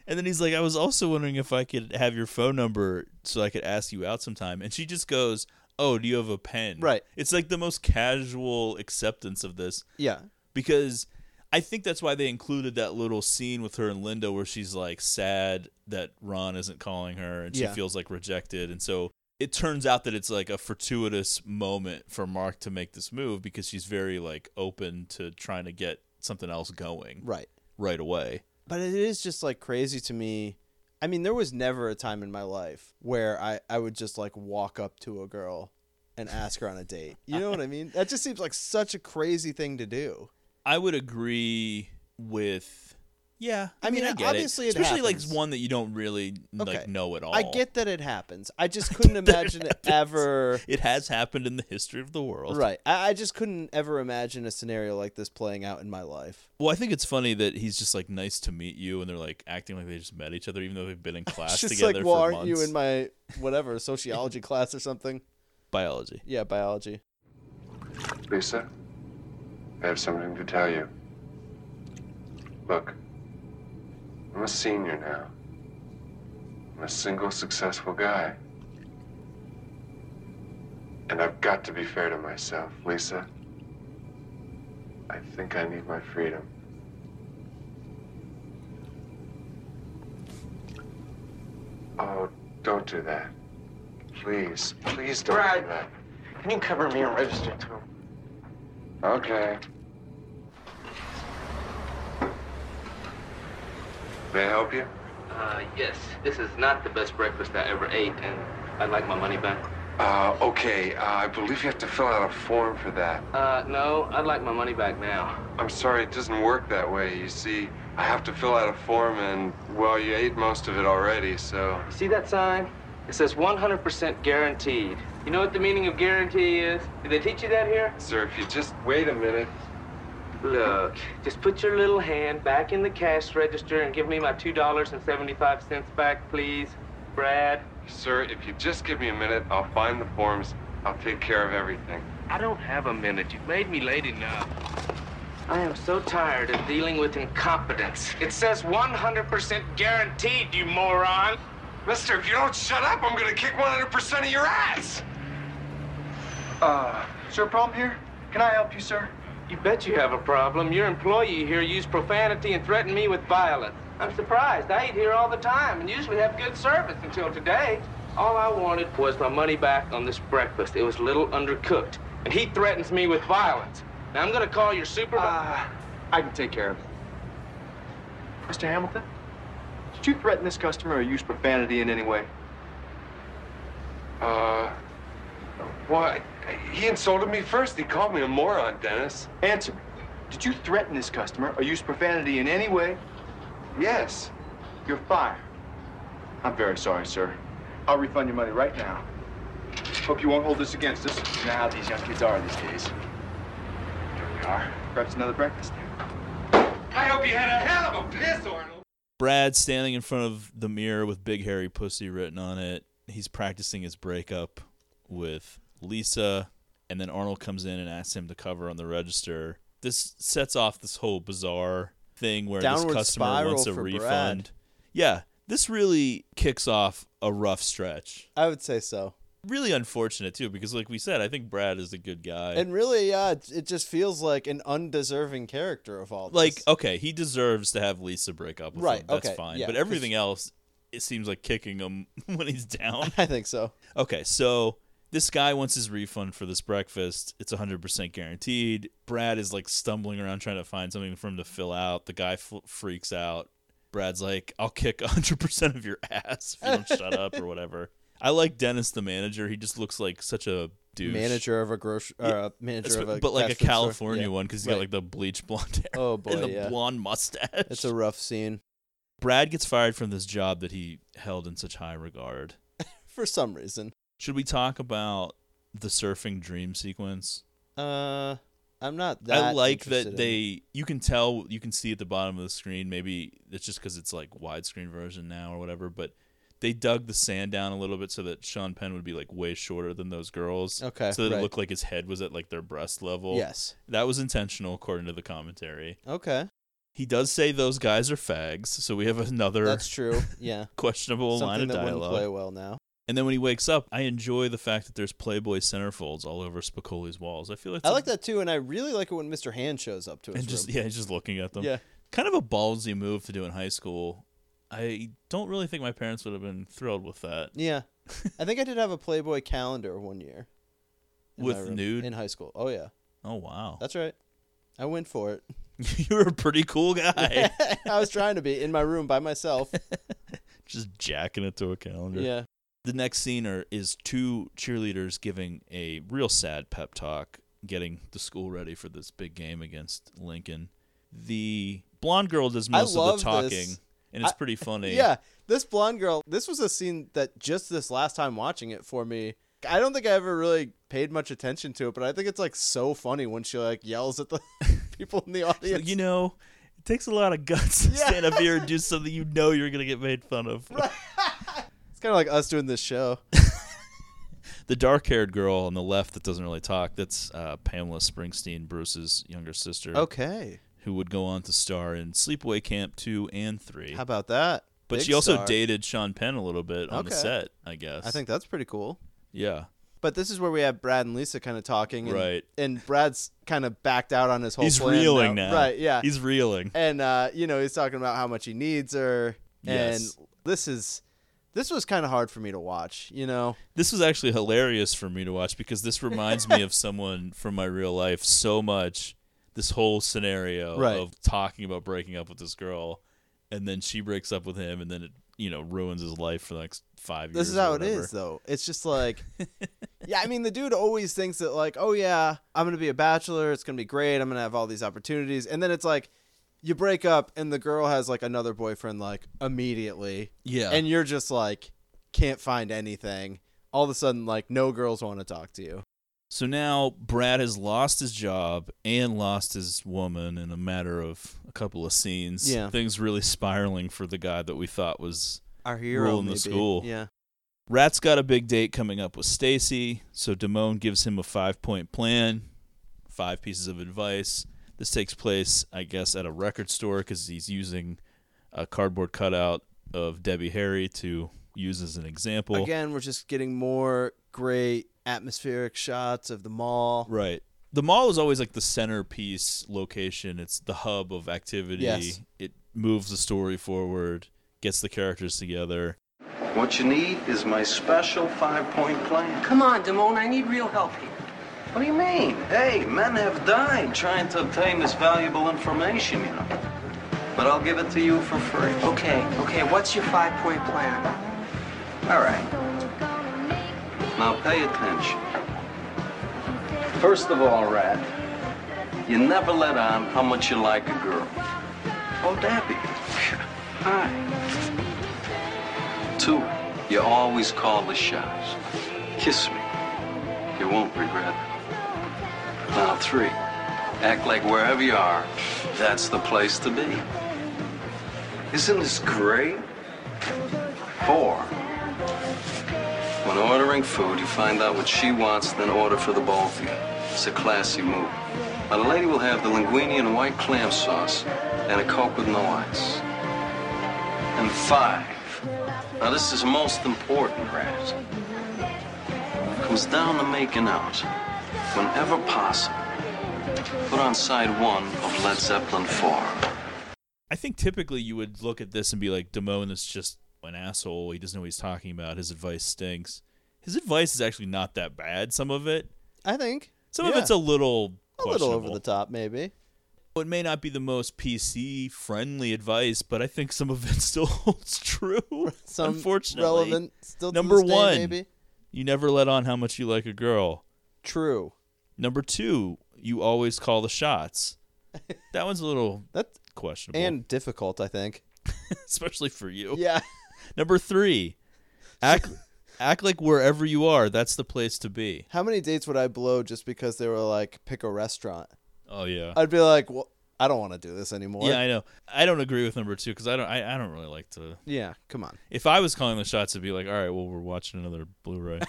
S8: And then he's like, I was also wondering if I could have your phone number so I could ask you out sometime. And she just goes, Oh, do you have a pen?
S9: Right.
S8: It's like the most casual acceptance of this.
S9: Yeah.
S8: Because I think that's why they included that little scene with her and Linda where she's like sad that Ron isn't calling her and she
S9: Yeah.
S8: feels like rejected. And so it turns out that it's like a fortuitous moment for Mark to make this move because she's very like open to trying to get something else going
S9: Right.
S8: right away.
S9: but it is just like crazy to me. I mean, there was never a time in my life where I, I would just like walk up to a girl and ask her on a date.
S8: Ah,
S9: You know what I mean? That just seems like such a crazy thing to do.
S8: I would agree with. Yeah, I,
S9: I
S8: mean,
S9: mean,
S8: I get
S9: obviously
S8: it.
S9: it
S8: Especially
S9: happens.
S8: like one that you don't really
S9: Okay.
S8: like know at all.
S9: I get that it happens. I just couldn't imagine it ever.
S8: It has happened in the history of the world.
S9: Right. I, I just couldn't ever imagine a scenario like this playing out in my life.
S8: Well, I think it's funny that he's just like nice to meet you, and they're like acting like they just met each other, even though they've been in class
S9: It's just
S8: together
S9: like, well,
S8: for
S9: aren't
S8: months.
S9: you in my whatever sociology class or something?
S8: Biology.
S9: Yeah, biology.
S4: Lisa, I have something to tell you. Look, I'm a senior now. I'm a single successful guy. And I've got to be fair to myself, Lisa. I think I need my freedom. Oh, don't do that. Please, please don't do that.
S11: Can you cover me and register too?
S4: Okay. May I help you?
S15: Uh, yes, this is not the best breakfast I ever ate, and I'd like my money back.
S4: Uh, okay, uh, I believe you have to fill out a form for that.
S15: Uh, no, I'd like my money back now.
S4: I'm sorry, it doesn't work that way. You see, I have to fill out a form, and, well, you ate most of it already, so.
S15: See that sign? It says 100% guaranteed. You know what the meaning of guarantee is? Did they teach you that here?
S4: Sir, if you just wait a minute.
S15: Look, just put your little hand back in the cash register and give me my $2.75 back, please, Brad.
S4: Sir, if you just give me a minute, I'll find the forms. I'll take care of everything.
S15: I don't have a minute. You've made me late enough. I am so tired of dealing with incompetence. It says 100% guaranteed, you moron.
S4: Mister, if you don't shut up, I'm gonna kick 100% of your ass!
S15: Uh, is there a problem here? Can I help you, sir? You bet you have a problem. Your employee here used profanity and threatened me with violence. I'm surprised. I eat here all the time and usually have good service until today. All I wanted was my money back on this breakfast. It was a little undercooked. And he threatens me with violence. Now I'm gonna call your supervisor.
S16: I can take care of it. Mr. Hamilton, did you threaten this customer or use profanity in any way?
S4: Uh, well, he insulted me first. He called me a moron, Dennis.
S16: Answer me. Did you threaten this customer or use profanity in any way?
S4: Yes.
S16: You're fired. I'm very sorry, sir. I'll refund your money right now. Hope you won't hold this against us. You know how these young kids are these days. Here we are. Perhaps another breakfast.
S4: I hope you had a hell of a piss, Arnold.
S8: Brad standing in front of the mirror with big hairy pussy written on it. He's practicing his breakup with Lisa, and then Arnold comes in and asks him to cover on the register. This sets off this whole bizarre thing where
S9: Downward
S8: this customer
S9: spiral
S8: wants a
S9: for Brad.
S8: refund. Yeah, this really kicks off a rough stretch.
S9: I would say so.
S8: Really unfortunate too, because like we said, I think Brad is a good guy.
S9: And really, yeah, it- it just feels like an undeserving character of all this.
S8: like okay, he deserves to have Lisa break up with
S9: Right,
S8: him. That's
S9: okay,
S8: fine.
S9: yeah,
S8: but
S9: 'cause-
S8: everything else, it seems like kicking him when he's down.
S9: I think so.
S8: Okay, so this guy wants his refund for this breakfast. It's 100% guaranteed. Brad is like stumbling around trying to find something for him to fill out. The guy f- freaks out. Brad's like, "I'll kick 100% of your ass if you don't shut up or whatever." I like Dennis the manager. He just looks like such a douche.
S9: Manager of a grocery,
S8: Yeah,
S9: uh, manager of a
S8: but like a
S9: fast food store.
S8: California
S9: Yeah,
S8: one because he's
S9: right.
S8: got like the bleach blonde hair
S9: Oh boy,
S8: and the
S9: yeah.
S8: blonde mustache.
S9: It's a rough scene
S8: Brad gets fired from this job that he held in such high regard.
S9: for some reason.
S8: Should we talk about the surfing dream sequence?
S9: Uh, I'm not that.
S8: I like
S9: interested
S8: that
S9: in-
S8: they you can tell you can see at the bottom of the screen maybe it's just cuz it's like widescreen version now or whatever but they dug the sand down a little bit so that Sean Penn would be like way shorter than those girls.
S9: Okay,
S8: So that it
S9: right.
S8: looked like his head was at like their breast level.
S9: Yes.
S8: That was intentional according to the commentary.
S9: Okay,
S8: He does say those guys are fags, so we have another
S9: that's true. Yeah,
S8: questionable
S9: something
S8: line of
S9: that
S8: dialogue.
S9: wouldn't play well now.
S8: And then when he wakes up, I enjoy the fact that there's Playboy centerfolds all over Spicoli's walls. I feel like
S9: I like that too, and I really like it when Mr. Hand shows up to his
S8: and just
S9: room.
S8: yeah, he's just looking at them.
S9: Yeah.
S8: kind of a ballsy move to do in high school. I don't really think my parents would have been thrilled with that.
S9: Yeah, I think I did have a Playboy calendar one year. in my
S8: With
S9: room
S8: nude?
S9: in high school. Oh yeah,
S8: Oh wow,
S9: that's right. I went for it.
S8: you were a pretty cool guy.
S9: I was trying to be in my room by myself.
S8: just jacking it to a calendar.
S9: Yeah.
S8: The next scene are, is two cheerleaders giving a real sad pep talk, getting the school ready for this big game against Lincoln. The blonde girl does
S9: I
S8: most of
S9: love
S8: the talking,
S9: this.
S8: and it's
S9: I-
S8: pretty funny.
S9: Yeah, this blonde girl. This was a scene that just this last time watching it for me. I don't think I ever really paid much attention to it, but I think it's like so funny when she like yells at the people in the
S8: She's
S9: audience.
S8: like, you know, it takes a lot of guts to stand up here and do something you know you're gonna get made fun of.
S9: It's kind of like us doing this show.
S8: the dark-haired girl on the left that doesn't really talk that's uh, pamela springsteen bruce's younger sister
S9: Okay.
S8: who would go on to star in sleepaway camp 2 and 3
S9: How about that?
S8: but
S9: Big
S8: she also
S9: star.
S8: dated sean penn a little bit on the
S9: Okay.
S8: set i guess
S9: I think that's pretty cool.
S8: yeah
S9: But this is where we have Brad and Lisa kind of talking, and,
S8: Right.
S9: And Brad's kind of backed out on his whole.
S8: He's
S9: plan
S8: reeling now.
S9: right? Yeah,
S8: He's reeling.
S9: and uh, you know he's talking about how much he needs her,
S8: Yes.
S9: and this is this was kind of hard for me to watch, you know.
S8: This was actually hilarious for me to watch because this reminds me of someone from my real life so much. This whole scenario
S9: Right.
S8: of talking about breaking up with this girl, and then she breaks up with him, and then it you know ruins his life for the next five years.
S9: This is
S8: or
S9: how it
S8: whatever.
S9: is, though. It's just like, yeah, I mean, the dude always thinks that, like, oh, yeah, I'm going to be a bachelor. It's going to be great. I'm going to have all these opportunities. And then it's like, you break up, and the girl has, like, another boyfriend, like, immediately.
S8: Yeah.
S9: And you're just like, can't find anything. All of a sudden, like, no girls want to talk to you.
S8: So now Brad has lost his job and lost his woman in a matter of a couple of scenes.
S9: Yeah.
S8: Things really spiraling for the guy that we thought was
S9: Our hero,
S8: ruling
S9: maybe.
S8: the school.
S9: Yeah.
S8: Rat's got a big date coming up with Stacy, so Damone gives him a five point plan, five pieces of advice. This takes place, I guess, at a record store because he's using a cardboard cutout of Debbie Harry to use as an example.
S9: Again, we're just getting more great atmospheric shots of the mall.
S8: Right. The mall is always like the centerpiece location. It's the hub of activity.
S9: Yes.
S8: It moves the story forward, gets the characters together.
S1: What you need is my special five point plan.
S14: Come on, Damone, I need real help here.
S1: What do you mean? Hey, men have died trying to obtain this valuable information, you know. But I'll give it to you for free.
S14: Okay, okay, what's your five point plan?
S1: All right. Now pay attention. First of all, Rat, you never let on how much you like a girl. Oh, Debbie. Hi. Two, you always call the shots. Kiss me. You won't regret it. Now, three, act like wherever you are, that's the place to be. Isn't this great? Four, when ordering food, you find out what she wants, then order for the both of you. It's a classy move. Now, the lady will have the linguine and white clam sauce and a Coke with no ice. And five. Now, this is most important, Raz. Comes down to making out. Whenever possible, put on side one of Led Zeppelin 4.
S8: I think typically you would look at this and be like, Damone is just an asshole. He doesn't know what he's talking about. His advice stinks. His advice is actually not that bad, some of it.
S9: I think.
S8: Some of
S9: Yeah.
S8: it's a little
S9: A little over
S8: questionable.
S9: the top, maybe.
S8: It may not be the most PC friendly advice, but I think some of it still holds true.
S9: Some
S8: unfortunately,
S9: relevant still to
S8: number
S9: this day,
S8: one,
S9: maybe.
S8: you never let on how much you like a girl.
S9: True.
S8: Number two, you always call the shots. That one's a little
S9: That's
S8: questionable,
S9: And difficult, I think.
S8: especially for you.
S9: Yeah.
S8: Number three, act act like wherever you are, that's the place to be.
S9: How many dates would I blow just because they were like, pick a restaurant?
S8: Oh yeah.
S9: I'd be like, well, I don't want to do this anymore.
S8: Yeah, I know. I don't agree with number two because I don't. I, I don't really like to.
S9: Yeah, come on.
S8: If I was calling the shots, it'd be like, all right, well, we're watching another Blu-ray.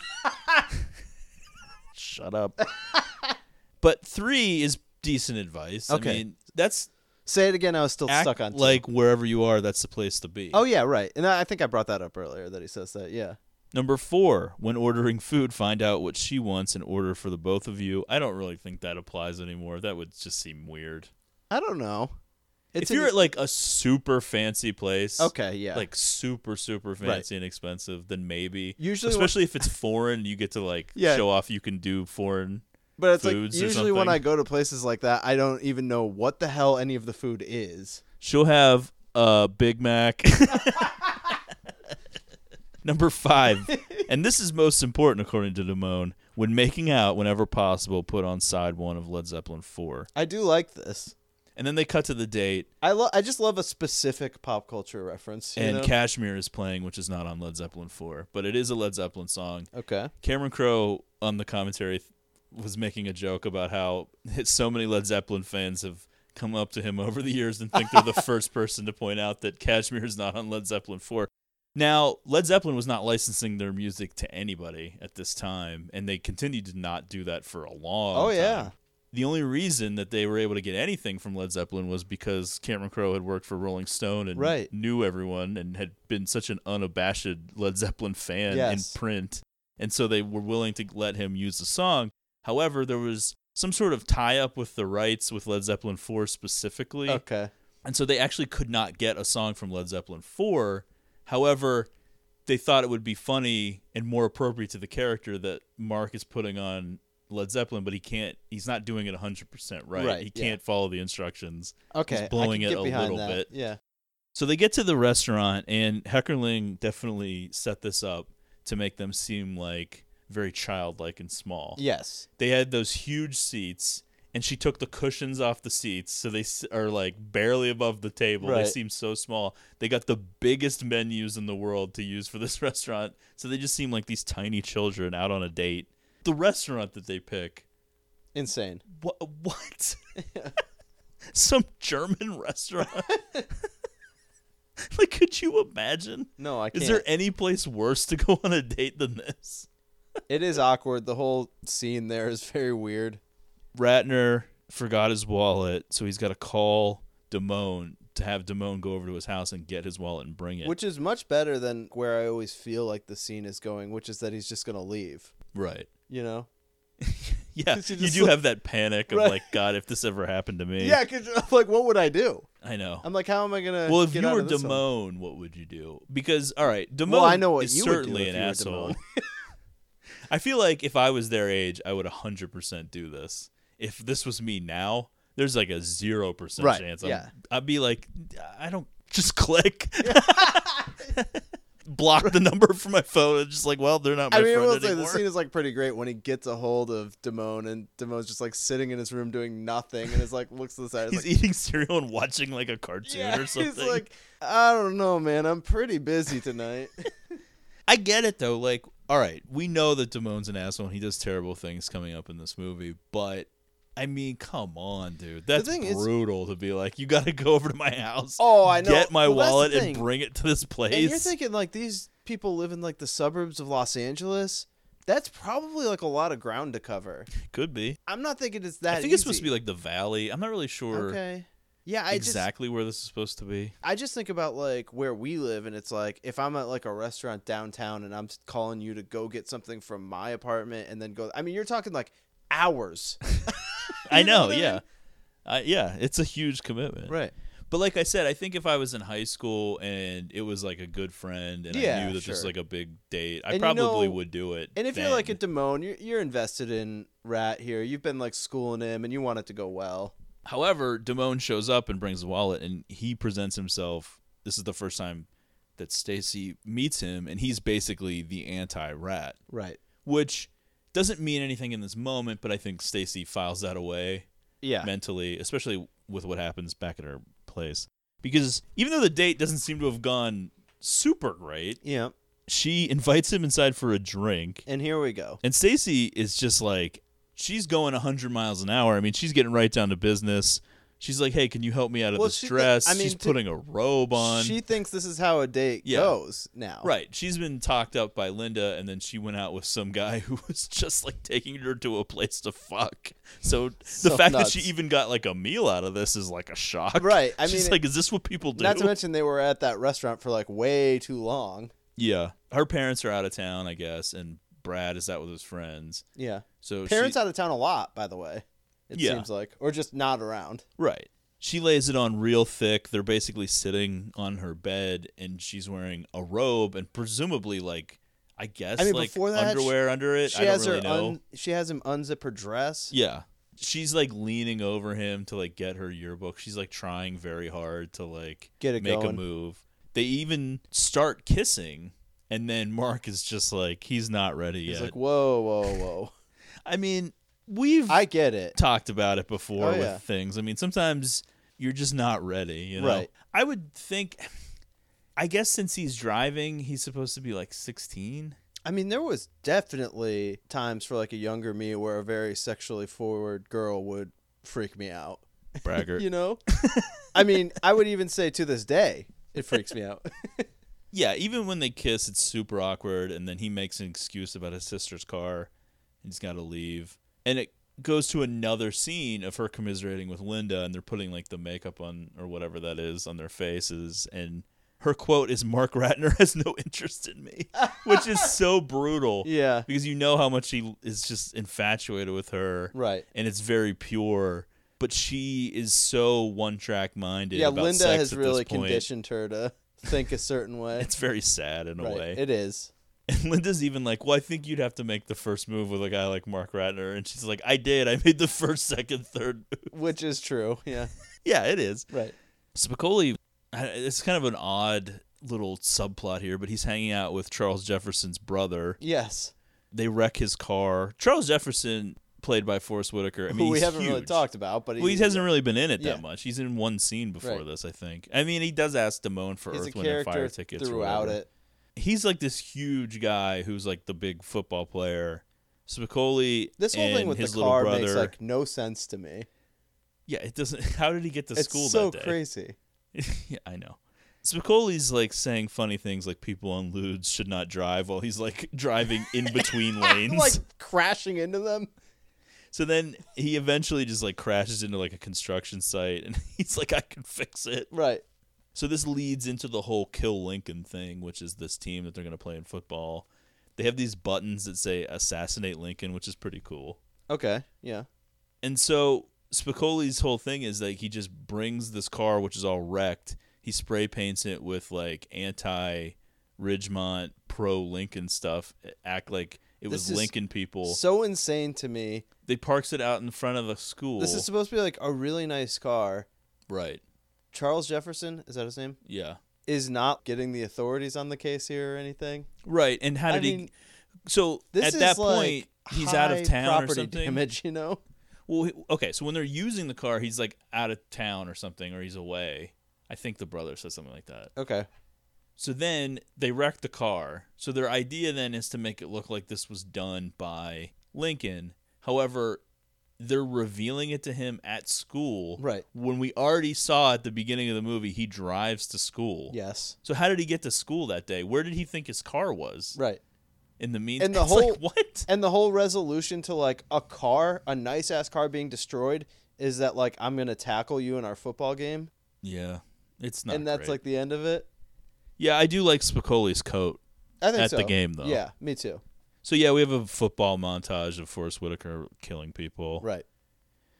S8: Shut up. but three is decent advice.
S9: Okay.
S8: I mean, that's
S9: Say it again. I was still
S8: act
S9: stuck on two.
S8: like wherever you are, that's the place to be.
S9: Oh, yeah, right. And I I think I brought that up earlier that he says that. Yeah.
S8: Number four, when ordering food, find out what she wants and order for the both of you. I don't really think that applies anymore. That would just seem weird.
S9: I don't know. It's
S8: if you're
S9: an-
S8: at like a super fancy place,
S9: Okay, yeah.
S8: like super super fancy and expensive, then maybe.
S9: Usually when-
S8: especially if it's foreign, you get to like
S9: Yeah.
S8: show off you can do foreign.
S9: But it's like
S8: foods or
S9: usually when
S8: something.
S9: I go to places like that, I don't even know what the hell any of the food is.
S8: She'll have a Big Mac. Number five, and this is most important according to Damone. When making out, whenever possible, put on side one of Led Zeppelin four.
S9: I do like this.
S8: And then they cut to the date,
S9: I lo- I just love a specific pop culture reference. you
S8: and
S9: know?
S8: Kashmir is playing, which is not on Led Zeppelin four, but it is a Led Zeppelin song.
S9: Okay.
S8: Cameron Crowe on the commentary th- was making a joke about how so many Led Zeppelin fans have come up to him over the years and think they're the first person to point out that Kashmir is not on Led Zeppelin 4. Now, Led Zeppelin was not licensing their music to anybody at this time, and they continued to not do that for a long
S9: Oh,
S8: time.
S9: yeah.
S8: The only reason that they were able to get anything from Led Zeppelin was because Cameron Crowe had worked for Rolling Stone and
S9: Right.
S8: knew everyone and had been such an unabashed Led Zeppelin fan
S9: Yes.
S8: in print. And so they were willing to let him use the song. However, there was some sort of tie up with the rights with Led Zeppelin 4 specifically.
S9: Okay.
S8: And so they actually could not get a song from Led Zeppelin 4. However, they thought it would be funny and more appropriate to the character that Mark is putting on Led Zeppelin, but he can't, he's not doing it 100% right.
S9: Right,
S8: he
S9: yeah.
S8: can't follow the instructions.
S9: Okay, I
S8: He's blowing
S9: can
S8: it
S9: get
S8: a
S9: behind
S8: little
S9: that,
S8: bit.
S9: yeah.
S8: So they get to the restaurant, and Heckerling definitely set this up to make them seem like very childlike and small.
S9: Yes.
S8: They had those huge seats, and she took the cushions off the seats, so they s- are like barely above the table.
S9: Right.
S8: They seem so small. They got the biggest menus in the world to use for this restaurant, so they just seem like these tiny children out on a date. The restaurant that they pick
S9: Insane.
S8: What? What? Some German restaurant. like, could you imagine?
S9: No, I
S8: Is there
S9: can't.
S8: any place worse to go on a date than this?
S9: It is awkward. The whole scene there is very weird.
S8: Ratner forgot his wallet, so he's got to call Damone to have Damone go over to his house and get his wallet and bring it.
S9: Which is much better than where I always feel like the scene is going, which is that he's just going to leave.
S8: Right.
S9: You know?
S8: yeah,
S9: It's
S8: you
S9: just
S8: do
S9: like-
S8: have that panic of
S9: Right.
S8: like, God, if this ever happened to me.
S9: Yeah, because I'm like, what would I do?
S8: I know.
S9: I'm like, how am I going to
S8: Well, if
S9: get
S8: you
S9: out
S8: were
S9: of this one?
S8: Damone, what would you do? Because all right, Damone
S9: Well, I know what
S8: is
S9: you would do
S8: certainly
S9: if
S8: an
S9: you were
S8: asshole. I feel like if I was their age, I would 100% do this. If this was me now, there's like a 0%
S9: Right,
S8: chance.
S9: yeah.
S8: I'd be like, I don't just click. Block the number from my phone. It's just like, well, they're not my
S9: I mean, I
S8: friend
S9: will say the
S8: anymore.
S9: scene is like pretty great when he gets a hold of Damone, and Damone's just like sitting in his room doing nothing, and is like looks to the side.
S8: He's
S9: like,
S8: eating cereal and watching like a cartoon
S9: yeah,
S8: or something.
S9: He's like, I don't know, man. I'm pretty busy tonight.
S8: I get it though. Like, all right, we know that Damone's an asshole and he does terrible things coming up in this movie, but I mean, come on, dude. That's
S9: thing is-
S8: brutal to be like, you got to go over to my house.
S9: Oh, I know.
S8: Get my
S9: Well, that's the
S8: wallet and
S9: thing.
S8: bring it to this place.
S9: And you're thinking like these people live in like the suburbs of Los Angeles. That's probably like a lot of ground to cover.
S8: Could be.
S9: I'm not thinking it's
S8: I
S9: that.
S8: think
S9: easy.
S8: it's supposed to be like the Valley. I'm not really sure
S9: okay. Yeah, I just
S8: exactly where this is supposed to be.
S9: I just think about like where we live, and it's like if I'm at like a restaurant downtown, and I'm calling you to go get something from my apartment, and then go. I mean, you're talking like hours.
S8: I know, yeah. I yeah, it's a huge commitment. Right. But like I said, I think if I was in high school and it was like a good friend and I
S9: Yeah,
S8: knew that this was
S9: sure.
S8: like a big date, I
S9: And you
S8: probably
S9: know-
S8: would do it.
S9: And if
S8: then.
S9: you're like a Damone, you're, you're invested in Rat here. You've been like schooling him, and you want it to go well.
S8: However, Damone shows up and brings the wallet, and he presents himself. This is the first time that Stacy meets him, and he's basically the anti-rat,
S9: Right.
S8: Which doesn't mean anything in this moment, but I think Stacy files that away,
S9: Yeah.
S8: mentally, especially with what happens back at her place, because even though the date doesn't seem to have gone super great,
S9: yeah,
S8: she invites him inside for a drink,
S9: And here we go.
S8: and Stacy is just like she's going 100 miles an hour. I mean, she's getting right down to business. She's like, "Hey, can you help me out of
S9: Well,
S8: this
S9: she thi-
S8: dress?"
S9: I mean,
S8: she's
S9: to-
S8: putting a robe on.
S9: She thinks this is how a date
S8: Yeah.
S9: goes now.
S8: Right. She's been talked up by Linda and then she went out with some guy who was just like taking her to a place to fuck. So the
S9: So
S8: fact
S9: nuts.
S8: that she even got like a meal out of this is like a shock.
S9: Right. I
S8: she's
S9: mean,
S8: like, "Is this what people do?"
S9: Not to mention they were at that restaurant for like way too long.
S8: yeah. Her parents are out of town, I guess, and Brad is out with his friends.
S9: Yeah.
S8: So she-
S9: Parents out of town a lot, by the way. It
S8: Yeah.
S9: seems like, or just not around.
S8: Right. She lays it on real thick. They're basically sitting on her bed, and she's wearing a robe and presumably, like, I guess,
S9: I mean,
S8: like
S9: before that,
S8: underwear
S9: she-
S8: under it.
S9: She
S8: I don't
S9: has
S8: really
S9: her
S8: know.
S9: un- she has him unzip her dress.
S8: yeah, she's like leaning over him to like get her yearbook. She's like trying very hard to like
S9: Get it
S8: make a
S9: going.
S8: move. They even start kissing, and then Mark is just like he's not ready
S9: He's
S8: yet.
S9: like, whoa, whoa, whoa.
S8: I mean, we've
S9: I get it.
S8: talked about it before
S9: Oh,
S8: with
S9: yeah.
S8: things. I mean, sometimes you're just not ready, you know.
S9: Right.
S8: I would think I guess since he's driving, he's supposed to be like 16.
S9: I mean, there was definitely times for like a younger me where a very sexually forward girl would freak me out.
S8: Braggart.
S9: you know? I mean, I would even say to this day, it freaks me out.
S8: Yeah, even when they kiss, it's super awkward and then he makes an excuse about his sister's car. He's got to leave. And it goes to another scene of her commiserating with Linda and they're putting like the makeup on or whatever that is on their faces and Her quote is Mark Ratner has no interest in me, which is so brutal.
S9: Yeah.
S8: Because you know how much he is just infatuated with her.
S9: Right.
S8: And it's very pure, but she is so one track minded.
S9: yeah,
S8: about
S9: Linda
S8: sex
S9: has
S8: at
S9: really
S8: this point.
S9: conditioned her to think a certain way.
S8: It's very sad in a
S9: Right,
S8: way.
S9: It is.
S8: And Linda's even like, "Well, I think you'd have to make the first move with a guy like Mark Ratner," and she's like, "I did. I made the first, second, third move."
S9: Which is true. Yeah.
S8: yeah, it is.
S9: Right.
S8: Spicoli, I- it's kind of an odd little subplot here, but he's hanging out with Charles Jefferson's brother.
S9: Yes.
S8: They wreck his car. Charles Jefferson, played by Forrest Whitaker. I mean,
S9: Who we
S8: he's
S9: haven't really
S8: huge.
S9: talked about, but
S8: well, he
S9: he's-
S8: hasn't really been in it that
S9: Yeah.
S8: much. He's in one scene before
S9: Right.
S8: this, I think. I mean, he does ask Damone for
S9: He's a
S8: Earth, Wind, and Fire
S9: character
S8: tickets or
S9: throughout
S8: whatever.
S9: it.
S8: He's like this huge guy who's like the big football player. Spicoli.
S9: This whole
S8: and
S9: thing with
S8: his
S9: the
S8: little
S9: car
S8: brother.
S9: makes like no sense to me.
S8: yeah, it doesn't. How did he get to
S9: It's
S8: school
S9: so
S8: that day?
S9: crazy.
S8: yeah, I know. Spicoli's like saying funny things like people on lewds should not drive while he's like driving in between lanes.
S9: like crashing into them.
S8: So then he eventually just like crashes into like a construction site and he's like, I can fix it.
S9: Right.
S8: So this leads into the whole kill Lincoln thing, which is this team that they're going to play in football. They have these buttons that say assassinate Lincoln, which is pretty cool.
S9: Okay. Yeah.
S8: And so Spicoli's whole thing is like he just brings this car, which is all wrecked. He spray paints it with like anti Ridgemont, pro Lincoln stuff. Act like it
S9: This
S8: was
S9: is
S8: Lincoln people.
S9: So insane to me.
S8: they parks it out in front of a school.
S9: This is supposed to be like a really nice car.
S8: right.
S9: Charles Jefferson, is that his name?
S8: Yeah.
S9: Is not getting the authorities on the case here or anything.
S8: Right. And how
S9: I
S8: did he?
S9: mean,
S8: so
S9: this
S8: at
S9: is
S8: that
S9: like
S8: point, he's out
S9: high
S8: of town
S9: property
S8: or something.
S9: damage, you know?
S8: Well, he- okay. So when they're using the car, he's like out of town or something, or he's away. I think the brother said something like that.
S9: Okay.
S8: So then they wreck the car. So their idea then is to make it look like this was done by Lincoln. However, they're revealing it to him at school.
S9: Right.
S8: When we already saw at the beginning of the movie, he drives to school.
S9: Yes.
S8: So how did he get to school that day? Where did he think his car was?
S9: Right.
S8: In the meantime,
S9: And the whole
S8: what?
S9: And the whole resolution to like a car, a nice ass car being destroyed is that like I'm gonna tackle you in our football game.
S8: yeah, it's not.
S9: and that's
S8: great.
S9: like the end of it.
S8: yeah, I do like Spicoli's coat.
S9: I think
S8: at
S9: so.
S8: the game though.
S9: Yeah, me too.
S8: So yeah, we have a football montage of Forrest Whitaker killing people.
S9: Right.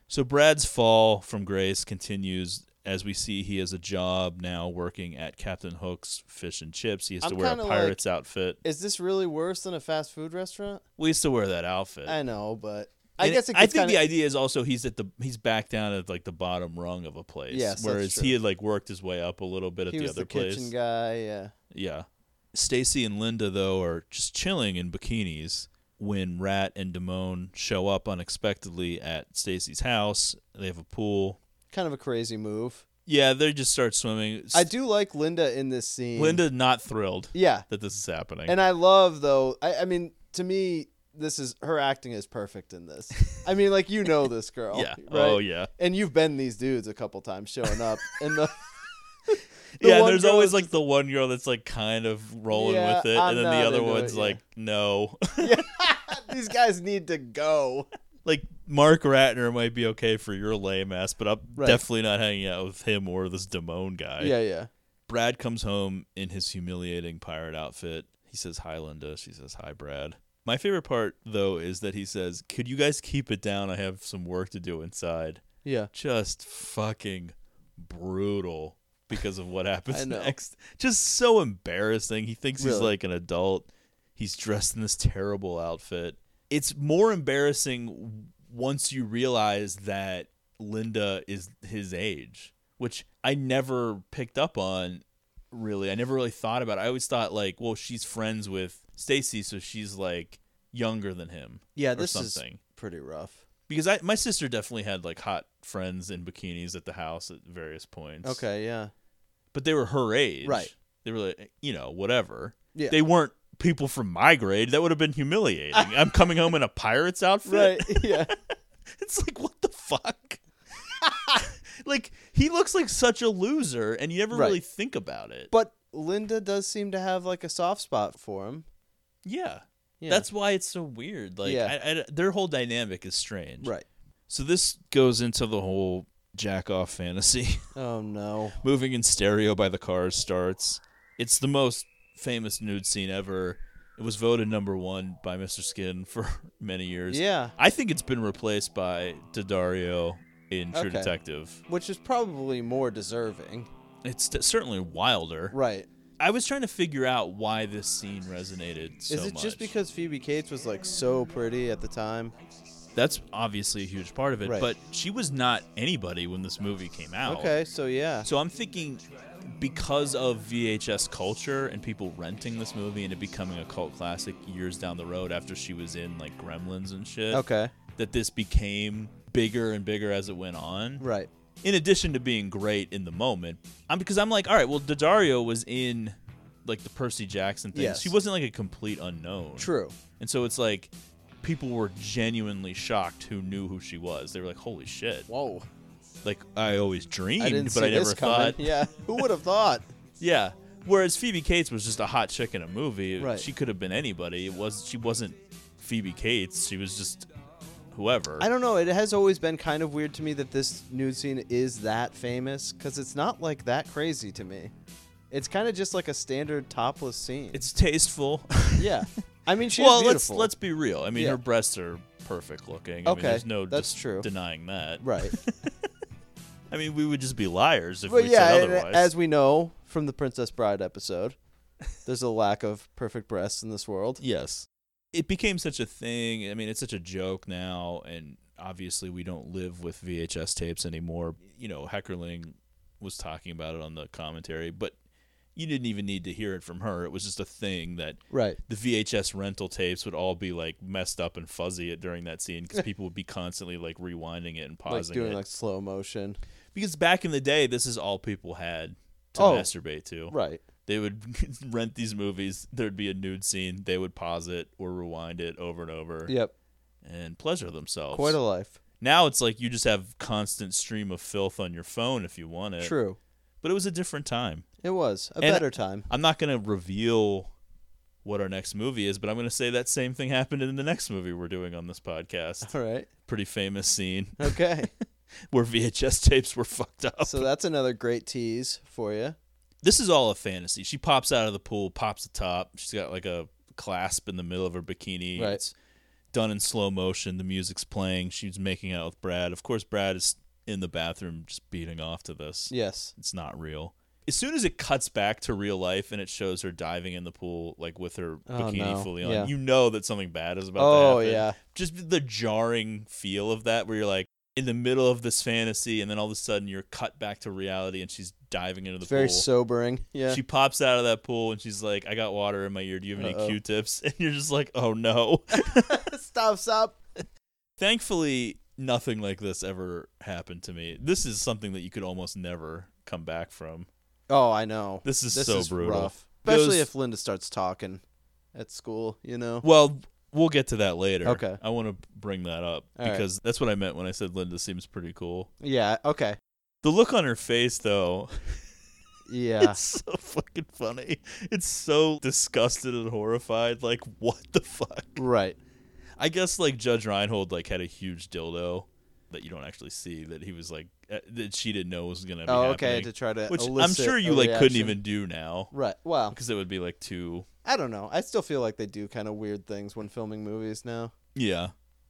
S8: So Brad's fall from grace continues as we see he has a job now working at Captain Hook's Fish and Chips. He has to
S9: I'm
S8: wear a
S9: kinda
S8: pirate's
S9: like-
S8: outfit.
S9: Is this really worse than a fast food restaurant?
S8: We used to wear that outfit.
S9: I know, but I
S8: And
S9: guess it
S8: I
S9: gets
S8: think the
S9: kinda-
S8: idea is also he's at the he's back down at like the bottom rung of a place.
S9: Yes, that's
S8: whereas
S9: true.
S8: he had like worked his way up a little bit at
S9: he
S8: the
S9: was
S8: other
S9: the
S8: place.
S9: kitchen guy. Yeah.
S8: Yeah. Stacy and Linda though are just chilling in bikinis when Rat and Damone show up unexpectedly at Stacy's house. They have a pool.
S9: Kind of a crazy move.
S8: Yeah, they just start swimming.
S9: I do like Linda in this scene.
S8: Linda not thrilled.
S9: Yeah.
S8: That this is happening.
S9: And I love though. I, I mean, to me, this is her acting is perfect in this. I mean, like you know this girl.
S8: Yeah.
S9: right?
S8: Oh, yeah.
S9: And you've been these dudes a couple times showing up, and the, the
S8: yeah,
S9: one
S8: there's
S9: girl
S8: always
S9: is
S8: like the one girl that's like kind of rolling
S9: Yeah,
S8: with it,
S9: I'm
S8: and then
S9: not
S8: the other
S9: into
S8: one's
S9: it, yeah.
S8: like, no.
S9: just, these guys need to go.
S8: like Mark Ratner might be okay for your lame ass, but I'm
S9: Right.
S8: definitely not hanging out with him or this Damone guy.
S9: Yeah, yeah.
S8: Brad comes home in his humiliating pirate outfit. He says hi, Linda. She says hi, Brad. My favorite part though is that he says, "Could you guys keep it down? I have some work to do inside."
S9: Yeah.
S8: just fucking brutal because of what
S9: I
S8: happens
S9: know.
S8: next. Just so embarrassing. He thinks he's
S9: Really.
S8: like an adult. He's dressed in this terrible outfit. It's more embarrassing w- once you realize that Linda is his age, which I never picked up on really. I never really thought about it. I always thought like, well, she's friends with Stacy, so she's like younger than him.
S9: Yeah,
S8: or
S9: this
S8: something
S9: is pretty rough.
S8: because I my sister definitely had like hot friends in bikinis at the house at various points.
S9: Okay, yeah.
S8: But they were her age.
S9: Right.
S8: They were like, you know, whatever.
S9: Yeah.
S8: They weren't people from my grade. That would have been humiliating. I'm coming home in a pirate's outfit.
S9: Right. Yeah.
S8: it's like what the fuck? like he looks like such a loser and you never
S9: Right.
S8: really think about it.
S9: But Linda does seem to have like a soft spot for him.
S8: Yeah.
S9: Yeah.
S8: That's why it's so weird. Like
S9: Yeah.
S8: I, I- their whole dynamic is strange.
S9: Right.
S8: So this goes into the whole jack off fantasy.
S9: Oh no.
S8: Moving in stereo by the cars starts. It's the most famous nude scene ever. It was voted number one by Mr. Skin for many years.
S9: Yeah.
S8: I think it's been replaced by Daddario in True
S9: Okay.
S8: Detective.
S9: Which is probably more deserving.
S8: It's t- certainly wilder.
S9: Right.
S8: I was trying to figure out why this scene resonated so
S9: is it
S8: much.
S9: just because Phoebe Cates was like so pretty at the time?
S8: That's obviously a huge part of it,
S9: Right.
S8: but she was not anybody when this movie came out.
S9: Okay, so yeah.
S8: So I'm thinking because of VHS culture and people renting this movie and it becoming a cult classic years down the road after she was in like Gremlins and shit.
S9: Okay.
S8: That this became bigger and bigger as it went on.
S9: Right.
S8: In addition to being great in the moment, I'm because I'm like, all right, well, Daddario was in like the Percy Jackson thing.
S9: Yes.
S8: She wasn't like a complete unknown.
S9: True.
S8: And so it's like people were genuinely shocked who knew who she was. They were like, holy shit.
S9: Whoa.
S8: Like I always dreamed,
S9: I didn't
S8: but I
S9: see
S8: never
S9: this coming.
S8: thought.
S9: Yeah. Who would have thought?
S8: Yeah. Whereas Phoebe Cates was just a hot chick in a movie.
S9: Right.
S8: She could have been anybody. It was she wasn't Phoebe Cates. She was just whoever.
S9: I don't know. It has always been kind of weird to me that this nude scene is that famous because it's not like that crazy to me. It's kind of just like a standard topless scene.
S8: It's tasteful.
S9: yeah. I mean, she's
S8: well, let's
S9: beautiful.
S8: let's be real. I mean,
S9: Yeah.
S8: her breasts are perfect looking. I
S9: Okay,
S8: mean, there's no
S9: that's
S8: dis-
S9: true.
S8: denying that.
S9: Right.
S8: I mean, we would just be liars if
S9: But
S8: we
S9: yeah,
S8: said
S9: and uh,
S8: otherwise.
S9: as we know from the Princess Bride episode, there's a lack of perfect breasts in this world.
S8: Yes. it became such a thing. I mean, it's such a joke now, and obviously we don't live with VHS tapes anymore. You know, Heckerling was talking about it on the commentary, but you didn't even need to hear it from her. It was just a thing that
S9: Right.
S8: the VHS rental tapes would all be like messed up and fuzzy at during that scene because people would be constantly like rewinding it and
S9: Like
S8: pausing
S9: doing
S8: it.
S9: like slow motion.
S8: because back in the day, this is all people had to
S9: Oh,
S8: masturbate to.
S9: right.
S8: They would rent these movies. There'd be a nude scene. They would pause it or rewind it over and over.
S9: Yep.
S8: And pleasure themselves.
S9: Quite a life.
S8: Now it's like you just have constant stream of filth on your phone if you want it.
S9: True.
S8: But it was a different time.
S9: It was a
S8: And
S9: better time.
S8: I'm not going to reveal what our next movie is, but I'm going to say that same thing happened in the next movie we're doing on this podcast.
S9: All right.
S8: Pretty famous scene.
S9: Okay.
S8: where VHS tapes were fucked up.
S9: So that's another great tease for you.
S8: this is all a fantasy. She pops out of the pool, pops the top. She's got like a clasp in the middle of her bikini.
S9: Right.
S8: It's done in slow motion. The music's playing. She's making out with Brad. Of course, Brad is in the bathroom just beating off to this.
S9: Yes.
S8: It's not real. As soon as it cuts back to real life and it shows her diving in the pool, like with her
S9: Oh,
S8: bikini
S9: no.
S8: fully on,
S9: Yeah.
S8: you know that something bad is about
S9: Oh,
S8: to happen.
S9: yeah.
S8: Just the jarring feel of that, where you're like in the middle of this fantasy, and then all of a sudden you're cut back to reality and she's diving into the
S9: It's very
S8: pool.
S9: sobering. Yeah.
S8: She pops out of that pool and she's like, I got water in my ear. Do you have any
S9: Uh-oh.
S8: Q tips? And you're just like, oh no.
S9: stop, stop.
S8: Thankfully, nothing like this ever happened to me. This is something that you could almost never come back from.
S9: Oh, I know.
S8: This is so brutal.
S9: Especially
S8: Those-
S9: if Linda starts talking at school, you know.
S8: Well, we'll get to that later.
S9: Okay.
S8: I want to bring that up
S9: All right.
S8: because that's what I meant when I said Linda seems pretty cool.
S9: Yeah, okay.
S8: The look on her face, though.
S9: Yeah.
S8: It's so fucking funny. It's so disgusted and horrified. Like, what the fuck?
S9: Right.
S8: I guess like Judge Reinhold like had a huge dildo that you don't actually see that he was like uh, that she didn't know was gonna be
S9: Oh, okay,
S8: happening,
S9: to try to
S8: which I'm
S9: elicit
S8: sure you
S9: a
S8: like couldn't
S9: reaction.
S8: even do now,
S9: Right, well.
S8: because it would be like too
S9: I don't know. I still feel like they do kind of weird things when filming movies now.
S8: yeah,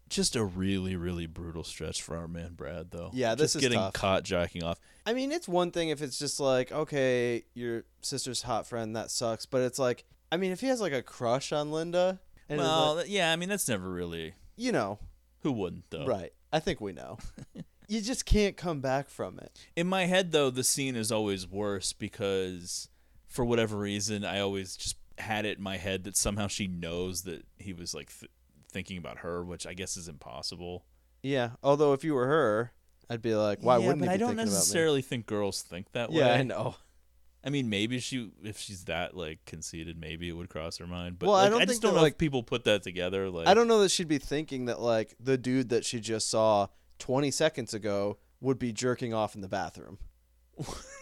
S8: just a really really brutal stretch for our man Brad though.
S9: Yeah, this
S8: just
S9: is
S8: getting
S9: tough.
S8: caught jacking off.
S9: I mean, it's one thing if it's just like, okay, your sister's hot friend, that sucks. But it's like, I mean, if he has like a crush on Linda, and it's
S8: well,
S9: like-
S8: th- yeah, I mean that's never really
S9: you know,
S8: who wouldn't though,
S9: right? I think we know. you just can't come back from it.
S8: In my head, though, the scene is always worse because, for whatever reason, I always just had it in my head that somehow she knows that he was like th- thinking about her, which I guess is impossible.
S9: Yeah. Although if you were her, I'd be like, why
S8: Yeah,
S9: wouldn't
S8: but
S9: he be
S8: I don't
S9: thinking
S8: necessarily think girls think that way.
S9: Yeah, I know.
S8: I mean, maybe she, if she's that like conceited, maybe it would cross her mind. But
S9: Well, I
S8: like, I
S9: don't
S8: just
S9: think
S8: don't
S9: that,
S8: know if
S9: like-
S8: people put that together.
S9: about
S8: Like,
S9: me? I don't know that she'd be thinking that like the dude that she just saw 20 seconds ago would be jerking off in the bathroom.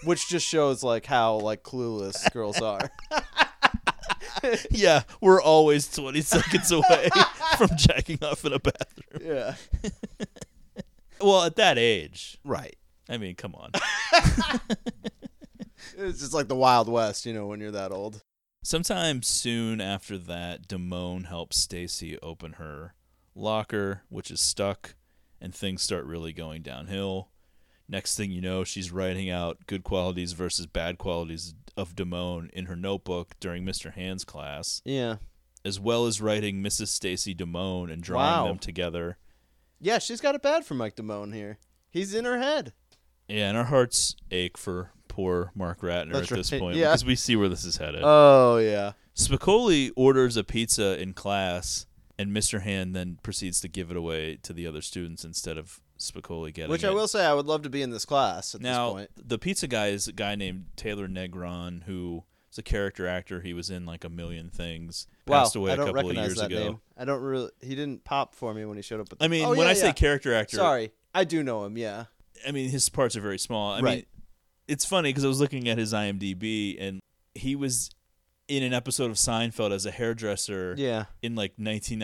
S9: Which just shows like how like clueless girls are.
S8: yeah, we're always twenty seconds away from jacking off in a bathroom.
S9: Yeah.
S8: Well, at that age,
S9: right?
S8: I mean, come on.
S9: It's just like the Wild West, you know, when you're that old.
S8: Sometime soon after that, Damone helps Stacy open her locker, which is stuck, and things start really going downhill. Next thing you know, she's writing out good qualities versus bad qualities of Damone in her notebook during Mr. Hand's class.
S9: Yeah.
S8: As well as writing Mrs. Stacy Damone and drawing
S9: Wow.
S8: them together.
S9: Yeah, she's got it bad for Mike Damone here. He's in her head.
S8: Yeah, and our hearts ache for poor Mark Ratner
S9: That's
S8: at this
S9: right,
S8: point
S9: yeah.
S8: because we see where this is headed.
S9: Oh, yeah.
S8: Spicoli orders a pizza in class, and Mr. Hand then proceeds to give it away to the other students instead of Spicoli getting
S9: Which
S8: it.
S9: I will say, I would love to be in this class at
S8: now,
S9: this point.
S8: the pizza guy is a guy named Taylor Negron, who is a character actor. He was in like a million things. Passed
S9: wow,
S8: away
S9: I
S8: a
S9: don't
S8: couple of
S9: recognize
S8: years
S9: that
S8: ago.
S9: name. I don't really. He didn't pop for me when he showed up. At the,
S8: I mean,
S9: Oh,
S8: when
S9: yeah,
S8: I say
S9: yeah.
S8: character actor-
S9: sorry, I do know him. Yeah,
S8: I mean, his parts are very small. I mean,
S9: Right.
S8: it's funny because I was looking at his IMDb and he was in an episode of Seinfeld as a hairdresser.
S9: Yeah.
S8: In like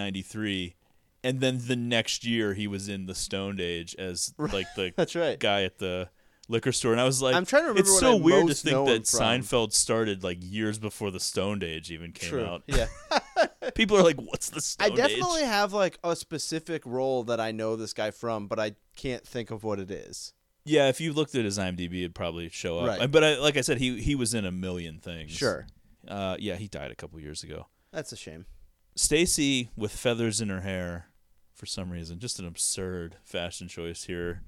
S8: 1993, and then the next year he was in the Stoned Age as like the
S9: that's right
S8: guy at the liquor store. And I was like,
S9: I'm trying to remember
S8: It's
S9: what
S8: so
S9: I
S8: weird to
S9: most know
S8: think
S9: him
S8: that
S9: from.
S8: Seinfeld started like years before the Stoned Age even came
S9: True.
S8: out.
S9: Yeah.
S8: People are like, what's the Stoned
S9: I
S8: Age?
S9: definitely have like a specific role that I know this guy from, but I can't think of what it is.
S8: Yeah, if you looked at his IMDb, it'd probably show up.
S9: Right.
S8: But I, like I said, he he was in a million things.
S9: Sure.
S8: Uh, yeah, he died a couple years ago.
S9: That's a shame.
S8: Stacy with feathers in her hair, for some reason, just an absurd fashion choice here,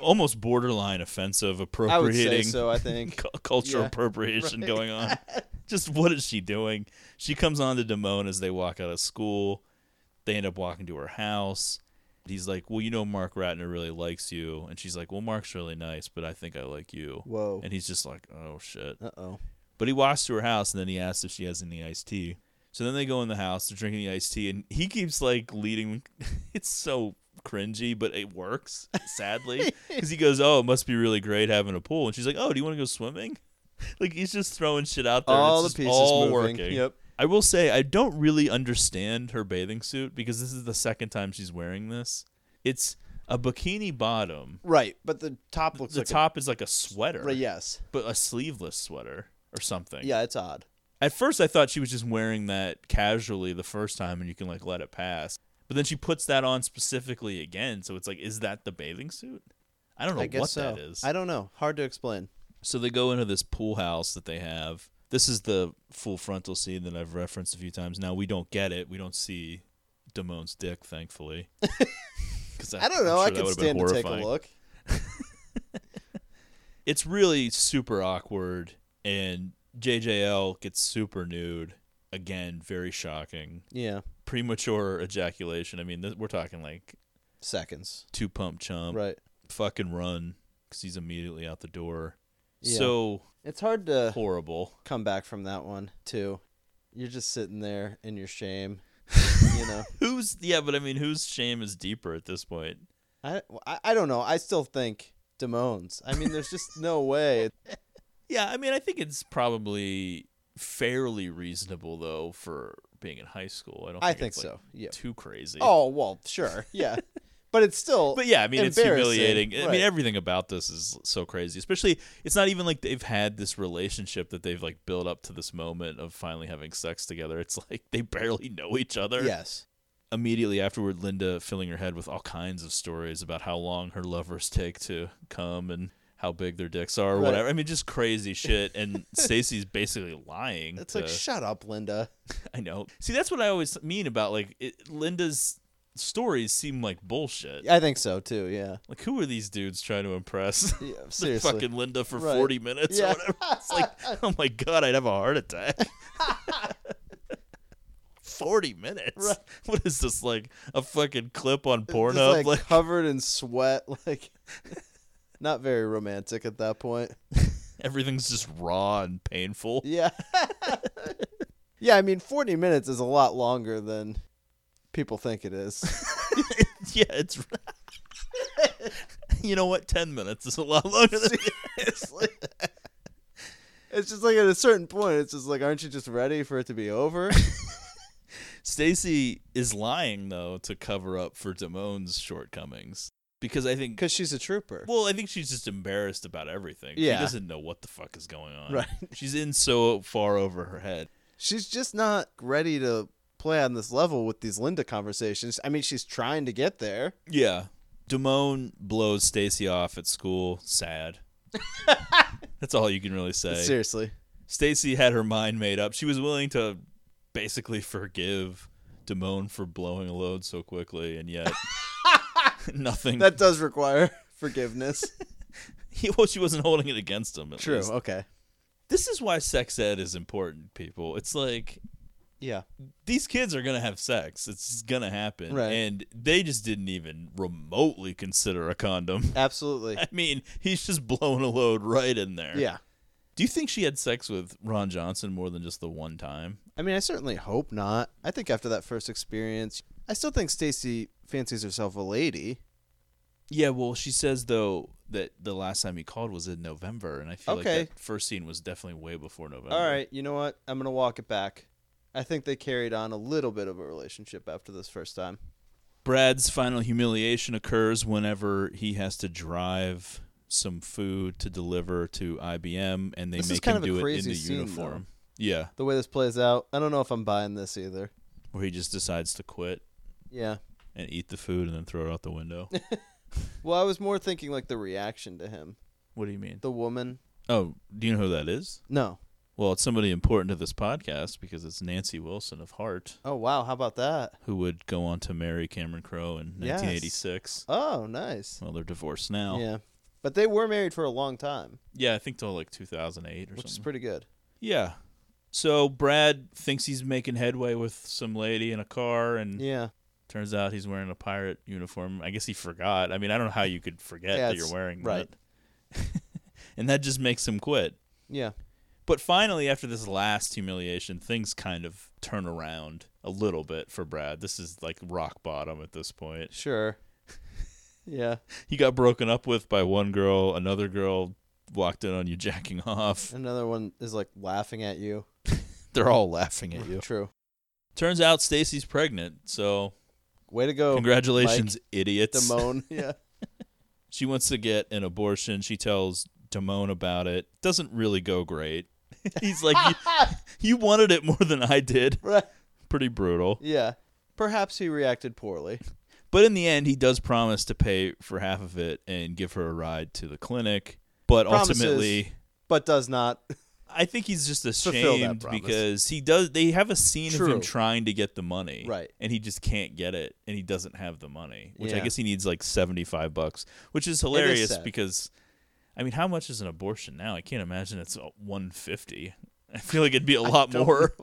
S8: almost borderline offensive,
S9: say
S8: appropriating.
S9: so, I think.
S8: cu- cultural
S9: Yeah.
S8: appropriation
S9: Right.
S8: going on. just what is she doing? She comes on to Damone as they walk out of school. They end up walking to her house. He's like, "Well, you know, Mark Ratner really likes you," and she's like, "Well, Mark's really nice, but I think I like you."
S9: Whoa.
S8: And he's just like, "Oh shit."
S9: Uh oh.
S8: But he walks to her house and then he asks if she has any iced tea. So then they go in the house, they're drinking the iced tea, and he keeps like leading. It's so cringy, but it works, sadly. Because he goes, Oh, it must be really great having a pool. And she's like, Oh, do you want to go swimming? Like he's just throwing shit out there. and
S9: All
S8: it's
S9: the
S8: just
S9: pieces
S8: all
S9: moving.
S8: working.
S9: Yep.
S8: I will say I don't really understand her bathing suit because this is the second time she's wearing this. It's a bikini bottom.
S9: Right, but the top looks
S8: The
S9: like a-
S8: top is like a sweater.
S9: Right, yes.
S8: But a sleeveless sweater or something.
S9: Yeah, it's odd.
S8: At first, I thought she was just wearing that casually the first time, and you can like let it pass. But then she puts that on specifically again, so it's like, is that the bathing suit? I don't know
S9: I guess
S8: what
S9: so.
S8: that is.
S9: I don't know. Hard to explain.
S8: So they go into this pool house that they have. This is the full frontal scene that I've referenced a few times. Now we don't get it. We don't see Damone's dick, thankfully. 'Cause
S9: I don't
S8: I'm
S9: know.
S8: sure
S9: I
S8: that
S9: could
S8: would've been
S9: stand to take a
S8: horrifying
S9: look.
S8: it's really super awkward and JJL gets super nude again very shocking
S9: Yeah.
S8: premature ejaculation i mean th- we're talking like
S9: seconds
S8: two pump chump
S9: Right.
S8: fucking run cuz he's immediately out the door
S9: Yeah.
S8: so
S9: it's hard to
S8: horrible
S9: come back from that one too. You're just sitting there in your shame. you know,
S8: who's yeah but i mean whose shame is deeper at this point
S9: I, I I don't know. I still think Damone's. I mean, there's just no way.
S8: Yeah, I mean, I think it's probably fairly reasonable though for being in high school. I don't.
S9: I
S8: Think it's,
S9: think
S8: like,
S9: so, yeah.
S8: Too crazy.
S9: Oh well, sure, yeah, but it's still.
S8: But yeah, I mean, it's
S9: embarrassing,
S8: humiliating. I
S9: right.
S8: mean, everything about this is so crazy. Especially, it's not even like they've had this relationship that they've like built up to this moment of finally having sex together. It's like they barely know each other.
S9: Yes.
S8: Immediately afterward, Linda filling her head with all kinds of stories about how long her lovers take to come and how big their dicks are or
S9: Right.
S8: whatever. I mean, just crazy shit. And Stacy's basically lying.
S9: It's like
S8: to-
S9: shut up, Linda.
S8: I know. See, that's what I always mean about like it, Linda's stories seem like bullshit.
S9: I think so too. Yeah.
S8: Like, who are these dudes trying to impress?
S9: Yeah,
S8: The
S9: seriously.
S8: fucking Linda for
S9: Right.
S8: 40 minutes
S9: Yeah.
S8: or whatever. It's like, oh my God, I'd have a heart attack. 40 minutes? What is this, like a fucking clip on
S9: Just,
S8: Pornhub?
S9: like,
S8: like,
S9: covered in sweat, like not very romantic at that point.
S8: everything's just raw and painful.
S9: Yeah. Yeah, I mean, 40 minutes is a lot longer than people think it is.
S8: yeah, it's. you know what? 10 minutes is a lot longer than Seriously.
S9: It's just like at a certain point, it's just like, aren't you just ready for it to be over?
S8: Stacy is lying though to cover up for Damone's shortcomings. because I think
S9: because she's a trooper.
S8: Well, I think she's just embarrassed about everything.
S9: Yeah.
S8: She doesn't know what the fuck is going on.
S9: Right.
S8: She's in so far over her head.
S9: She's just not ready to play on this level with these Linda conversations. I mean, she's trying to get there.
S8: Yeah. Damone blows Stacy off at school. Sad. That's all you can really say.
S9: Seriously.
S8: Stacy had her mind made up. She was willing to basically forgive Damone for blowing a load so quickly, and yet nothing.
S9: That does require forgiveness.
S8: well, she wasn't holding it against him. At
S9: True.
S8: least.
S9: Okay.
S8: This is why sex ed is important, people. It's like
S9: Yeah.
S8: these kids are gonna have sex. It's gonna happen,
S9: Right.
S8: and they just didn't even remotely consider a condom.
S9: Absolutely.
S8: I mean, he's just blowing a load right in there.
S9: Yeah.
S8: Do you think she had sex with Ron Johnson more than just the one time?
S9: I mean, I certainly hope not. I think after that first experience, I still think Stacy fancies herself a lady.
S8: Yeah, well, she says though that the last time he called was in November, and I feel
S9: Okay.
S8: like that first scene was definitely way before November.
S9: All right, you know what? I'm going to walk it back. I think they carried on a little bit of a relationship after this first time.
S8: Brad's final humiliation occurs whenever he has to drive some food to deliver to IBM, and they
S9: This is
S8: make
S9: kind
S8: him
S9: of a
S8: do it in
S9: crazy
S8: the
S9: scene, though.
S8: uniform. Yeah,
S9: The way this plays out, I don't know if I'm buying this either.
S8: where he just decides to quit.
S9: Yeah.
S8: and eat the food and then throw it out the window.
S9: Well, I was more thinking like the reaction to him.
S8: What do you mean?
S9: The woman.
S8: oh, do you know who that is?
S9: No.
S8: Well, it's somebody important to this podcast because it's Nancy Wilson of Heart,
S9: Oh, wow. How about that?
S8: who would go on to marry Cameron Crowe in
S9: Yes.
S8: 1986.
S9: Oh, nice.
S8: Well, they're divorced now.
S9: Yeah. But they were married for a long time,
S8: Yeah, I think till like 2008 or
S9: which is
S8: something.
S9: pretty good.
S8: yeah. So Brad thinks he's making headway with some lady in a car, and
S9: Yeah.
S8: turns out he's wearing a pirate uniform. I guess he forgot. I mean, I don't know how you could forget
S9: Yeah,
S8: that you're
S9: it's-
S8: wearing
S9: right.
S8: that. and that just makes him quit.
S9: Yeah.
S8: But finally, after this last humiliation, things kind of turn around a little bit for Brad. This is like rock bottom at this point.
S9: Sure. Yeah.
S8: He got broken up with by one girl, another girl walked in on you jacking off.
S9: Another one is like laughing at you.
S8: They're all laughing at you.
S9: True.
S8: Turns out Stacy's pregnant, so
S9: Way to go.
S8: congratulations,
S9: Mike
S8: idiots.
S9: Damone. Yeah.
S8: She wants to get an abortion. She tells Damone about it. Doesn't really go great. He's like, you, you wanted it more than I did.
S9: Right.
S8: Pretty brutal.
S9: Yeah. Perhaps he reacted poorly.
S8: But in the end, he does promise to pay for half of it and give her a ride to the clinic. But
S9: Promises,
S8: ultimately,
S9: but does not.
S8: I think he's just
S9: Fulfill that
S8: ashamed
S9: promise.
S8: because he does. They have a scene of
S9: True.
S8: him trying to get the money,
S9: Right.
S8: And he just can't get it, and he doesn't have the money, which I
S9: Yeah.
S8: guess he needs like seventy-five bucks, which is hilarious
S9: sad.
S8: because, I mean, how much is an abortion now? I can't imagine it's uh, one fifty. I feel like it'd be a lot
S9: don't
S8: more.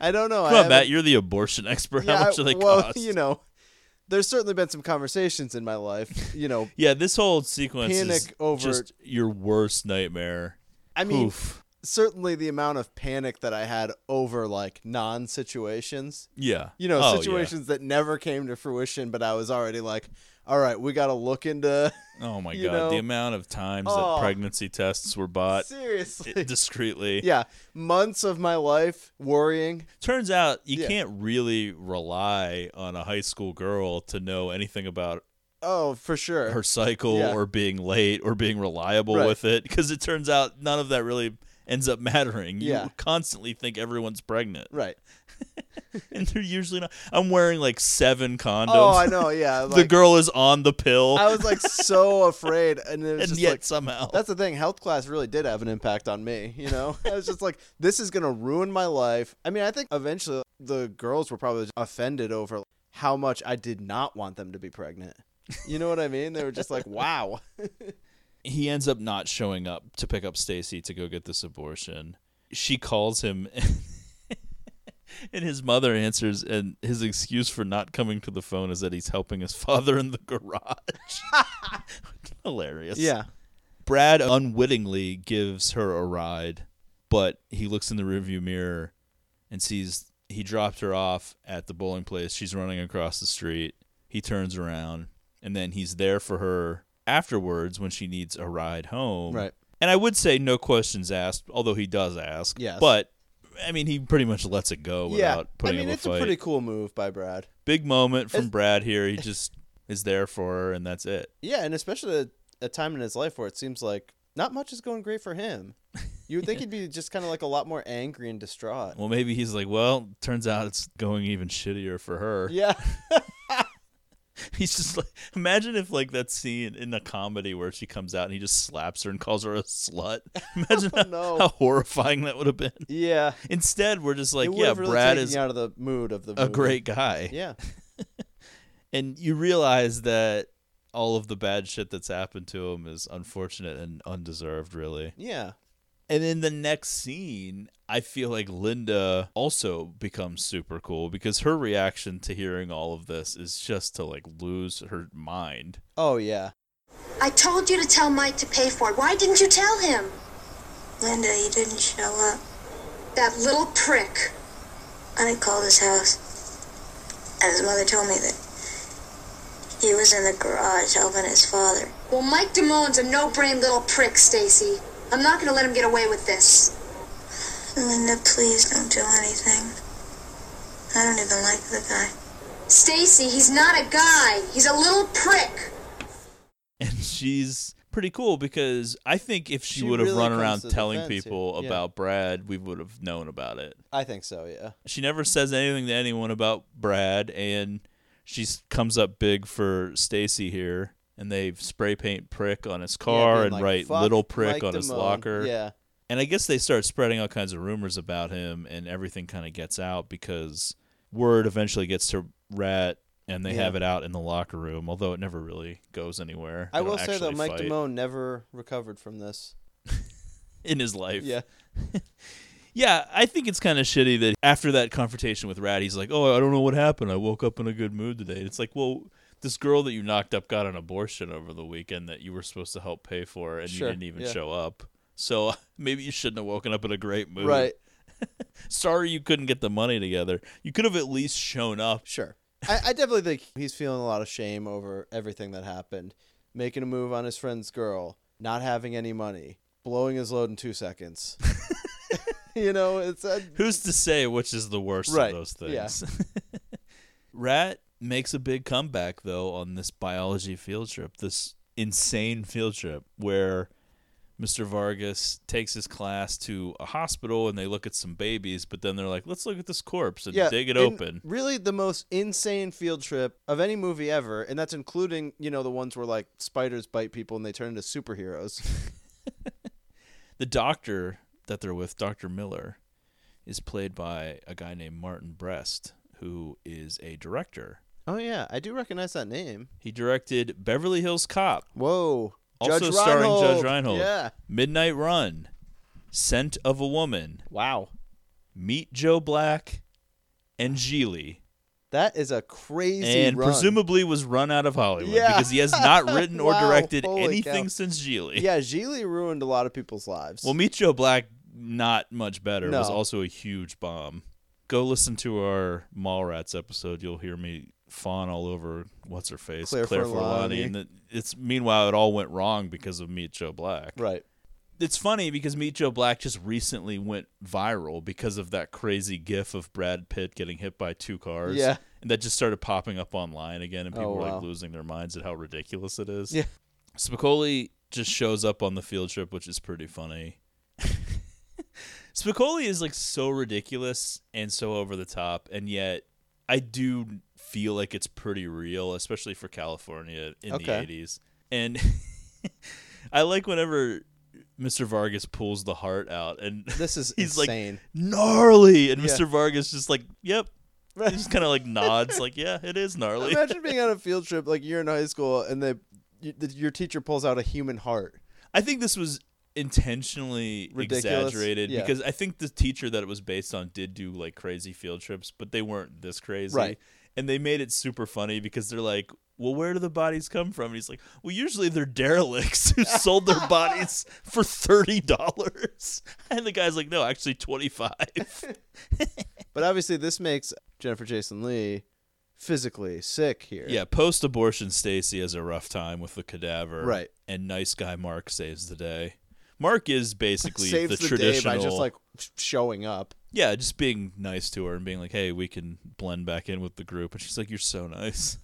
S9: I don't know.
S8: Come
S9: I
S8: on, Matt,
S9: haven't-
S8: you're the abortion expert.
S9: Yeah,
S8: how much do they
S9: well,
S8: cost?
S9: you know, there's certainly been some conversations in my life. You know,
S8: Yeah, this whole sequence is
S9: Panic over-
S8: just your worst nightmare.
S9: I mean,
S8: Oof.
S9: certainly the amount of panic that I had over like non situations.
S8: Yeah.
S9: You know,
S8: Oh, yeah.
S9: situations that never came to fruition, but I was already like, all right, we got to look into.
S8: Oh my
S9: you
S8: god,
S9: know,
S8: the amount of times
S9: Oh.
S8: that pregnancy tests were bought
S9: Seriously.
S8: discreetly.
S9: yeah. Months of my life worrying.
S8: Turns out you
S9: Yeah.
S8: can't really rely on a high school girl to know anything about
S9: Oh, for sure.
S8: her cycle
S9: Yeah.
S8: or being late or being reliable
S9: Right.
S8: with it because it turns out none of that really ends up mattering. You
S9: Yeah.
S8: constantly think everyone's pregnant.
S9: Right.
S8: And they're usually not. I'm wearing like seven condoms.
S9: Oh, I know, yeah,
S8: the
S9: like-
S8: girl is on the pill.
S9: I was like so afraid, and it was
S8: And
S9: just
S8: yet
S9: like,
S8: somehow.
S9: that's the thing. Health class really did have an impact on me. You know, I was just like, this is gonna ruin my life. I mean, I think eventually the girls were probably offended over how much I did not want them to be pregnant. You know what I mean? They were just like, wow.
S8: he ends up not showing up to pick up Stacy to go get this abortion. She calls him and his mother answers and his excuse for not coming to the phone is that he's helping his father in the garage. Hilarious.
S9: Yeah.
S8: Brad unwittingly gives her a ride, but he looks in the rearview mirror and sees he dropped her off at the bowling place. She's running across the street. He turns around and then he's there for her afterwards when she needs a ride home.
S9: Right.
S8: And I would say no questions asked, although he does ask.
S9: Yes.
S8: But I mean, he pretty much lets it go without
S9: yeah. I
S8: putting
S9: mean,
S8: up
S9: it's
S8: a
S9: a
S8: fight.
S9: pretty cool move by Brad.
S8: Big moment from Brad here. He just is there for her, and that's it.
S9: Yeah, and especially at a time in his life where it seems like not much is going great for him. You would think he'd be just kind of like a lot more angry and distraught.
S8: Well, maybe he's like, well, turns out it's going even shittier for her.
S9: Yeah.
S8: He's just like, imagine if like that scene in the comedy where she comes out and he just slaps her and calls her a slut. Imagine how, how horrifying that would have been.
S9: Oh, Yeah.
S8: Instead, we're just like,
S9: It would
S8: yeah,
S9: have really
S8: Brad
S9: taken
S8: is
S9: you out of the mood of the
S8: a
S9: movie.
S8: great guy.
S9: Yeah.
S8: and you realize that all of the bad shit that's happened to him is unfortunate and undeserved, really.
S9: Yeah.
S8: And in the next scene, I feel like Linda also becomes super cool because her reaction to hearing all of this is just to like lose her mind.
S9: Oh yeah.
S17: I told you to tell Mike to pay for it. Why didn't you tell him? Linda, you didn't show up. That little prick. I called his house. And his mother told me that he was in the garage helping his father. Well, Mike Damone's a no brain little prick, Stacy. I'm not going to let him get away with this. Linda, please don't do anything. I don't even like the guy. Stacy, he's not a guy. He's a little prick.
S8: And she's pretty cool because I think if she,
S9: She
S8: would have
S9: really
S8: run
S9: comes
S8: around
S9: to the
S8: telling
S9: defense here.
S8: people
S9: Yeah.
S8: about Brad, we would have known about it.
S9: I think so, yeah.
S8: She never says anything to anyone about Brad, and she comes up big for Stacy here, and they spray paint prick on his car
S9: being
S8: and
S9: like,
S8: write
S9: "Fuck
S8: little prick
S9: Mike
S8: on his
S9: Damone."
S8: locker.
S9: Yeah.
S8: And I guess they start spreading all kinds of rumors about him, and everything kind of gets out because word eventually gets to Rat, and they
S9: Yeah.
S8: have it out in the locker room, although it never really goes anywhere.
S9: I
S8: They don't
S9: will say though,
S8: actually
S9: Mike
S8: fight
S9: Damone never recovered from this.
S8: in his life.
S9: Yeah.
S8: Yeah, I think it's kind of shitty that after that confrontation with Rat, he's like, "Oh, I don't know what happened. I woke up in a good mood today." It's like, well, this girl that you knocked up got an abortion over the weekend that you were supposed to help pay for, and
S9: Sure,
S8: you didn't even
S9: yeah.
S8: show up. So maybe you shouldn't have woken up in a great mood.
S9: Right.
S8: Sorry you couldn't get the money together. You could have at least shown up.
S9: Sure. I, I definitely think he's feeling a lot of shame over everything that happened. Making a move on his friend's girl, not having any money, blowing his load in two seconds. you know, it's uh, a,
S8: Who's to say which is the worst
S9: Right,
S8: of those
S9: yeah.
S8: things? Rat makes a big comeback though on this biology field trip, this insane field trip where Mr. Vargas takes his class to a hospital and they look at some babies, but then they're like, "Let's look at this corpse and dig it
S9: and
S8: open."
S9: Really, the most insane field trip of any movie ever, and that's including you know the ones where like spiders bite people and they turn into superheroes.
S8: The doctor that they're with, Dr. Miller, is played by a guy named Martin Brest, who is a director.
S9: oh yeah, I do recognize that name.
S8: He directed Beverly Hills Cop.
S9: Whoa.
S8: Also
S9: Judge
S8: starring
S9: Reinhold.
S8: Judge Reinhold.
S9: Yeah.
S8: Midnight Run. Scent of a Woman.
S9: Wow.
S8: Meet Joe Black and Geely.
S9: That is a crazy
S8: And
S9: run.
S8: presumably was run out of Hollywood
S9: Yeah.
S8: because he has not written or
S9: Wow,
S8: directed
S9: holy
S8: anything
S9: cow.
S8: since Geely.
S9: Yeah, Geely ruined a lot of people's lives.
S8: Well, Meet Joe Black, not much better. Was
S9: No.
S8: also a huge bomb. Go listen to our Mallrats episode. You'll hear me fawn all over what's her face,
S9: Claire Forlani.
S8: And it- it's meanwhile it all went wrong because of Meet Joe Black.
S9: Right.
S8: It's funny because Meet Joe Black just recently went viral because of that crazy GIF of Brad Pitt getting hit by two cars.
S9: Yeah.
S8: And that just started popping up online again, and people
S9: Oh,
S8: were
S9: wow.
S8: like losing their minds at how ridiculous it is.
S9: Yeah.
S8: Spicoli just shows up on the field trip, which is pretty funny. Spicoli is like so ridiculous and so over the top, and yet I do feel like it's pretty real, especially for California in
S9: Okay.
S8: the 80s. And I like whenever Mr. Vargas pulls the heart out, and
S9: this is
S8: he's
S9: insane.
S8: like gnarly, and
S9: Yeah.
S8: Mr. Vargas just like, yep,
S9: Right.
S8: he just kind of like nods, like, yeah, it is gnarly.
S9: Imagine being on a field trip like you're in high school and they, you, the, your teacher pulls out a human heart.
S8: I think this was intentionally
S9: Ridiculous.
S8: exaggerated
S9: Yeah.
S8: because I think the teacher that it was based on did do like crazy field trips, but they weren't this crazy.
S9: Right.
S8: And they made it super funny because they're like, well, where do the bodies come from? And he's like, well, usually they're derelicts who sold their bodies for $30. And the guy's like, no, actually 25
S9: But obviously, this makes Jennifer Jason Lee physically sick here.
S8: Yeah, post abortion Stacy has a rough time with the cadaver.
S9: Right.
S8: And nice guy Mark saves the day. Mark is basically
S9: Saves
S8: the,
S9: the, day
S8: traditional
S9: by just like sh- showing up.
S8: Yeah, just being nice to her and being like, "Hey, we can blend back in with the group," and she's like, "You're so nice."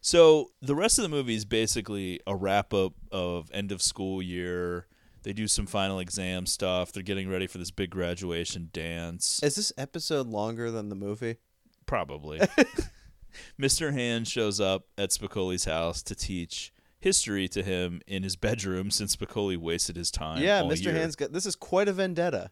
S8: So the rest of the movie is basically a wrap up of end of school year. They do some final exam stuff. They're getting ready for this big graduation dance.
S9: Is this episode longer than the movie?
S8: Probably. Mr. Hand shows up at Spicoli's house to teach history to him in his bedroom since Spicoli wasted his time.
S9: yeah,
S8: all
S9: Mr.
S8: year.
S9: Hand's got this is quite a vendetta.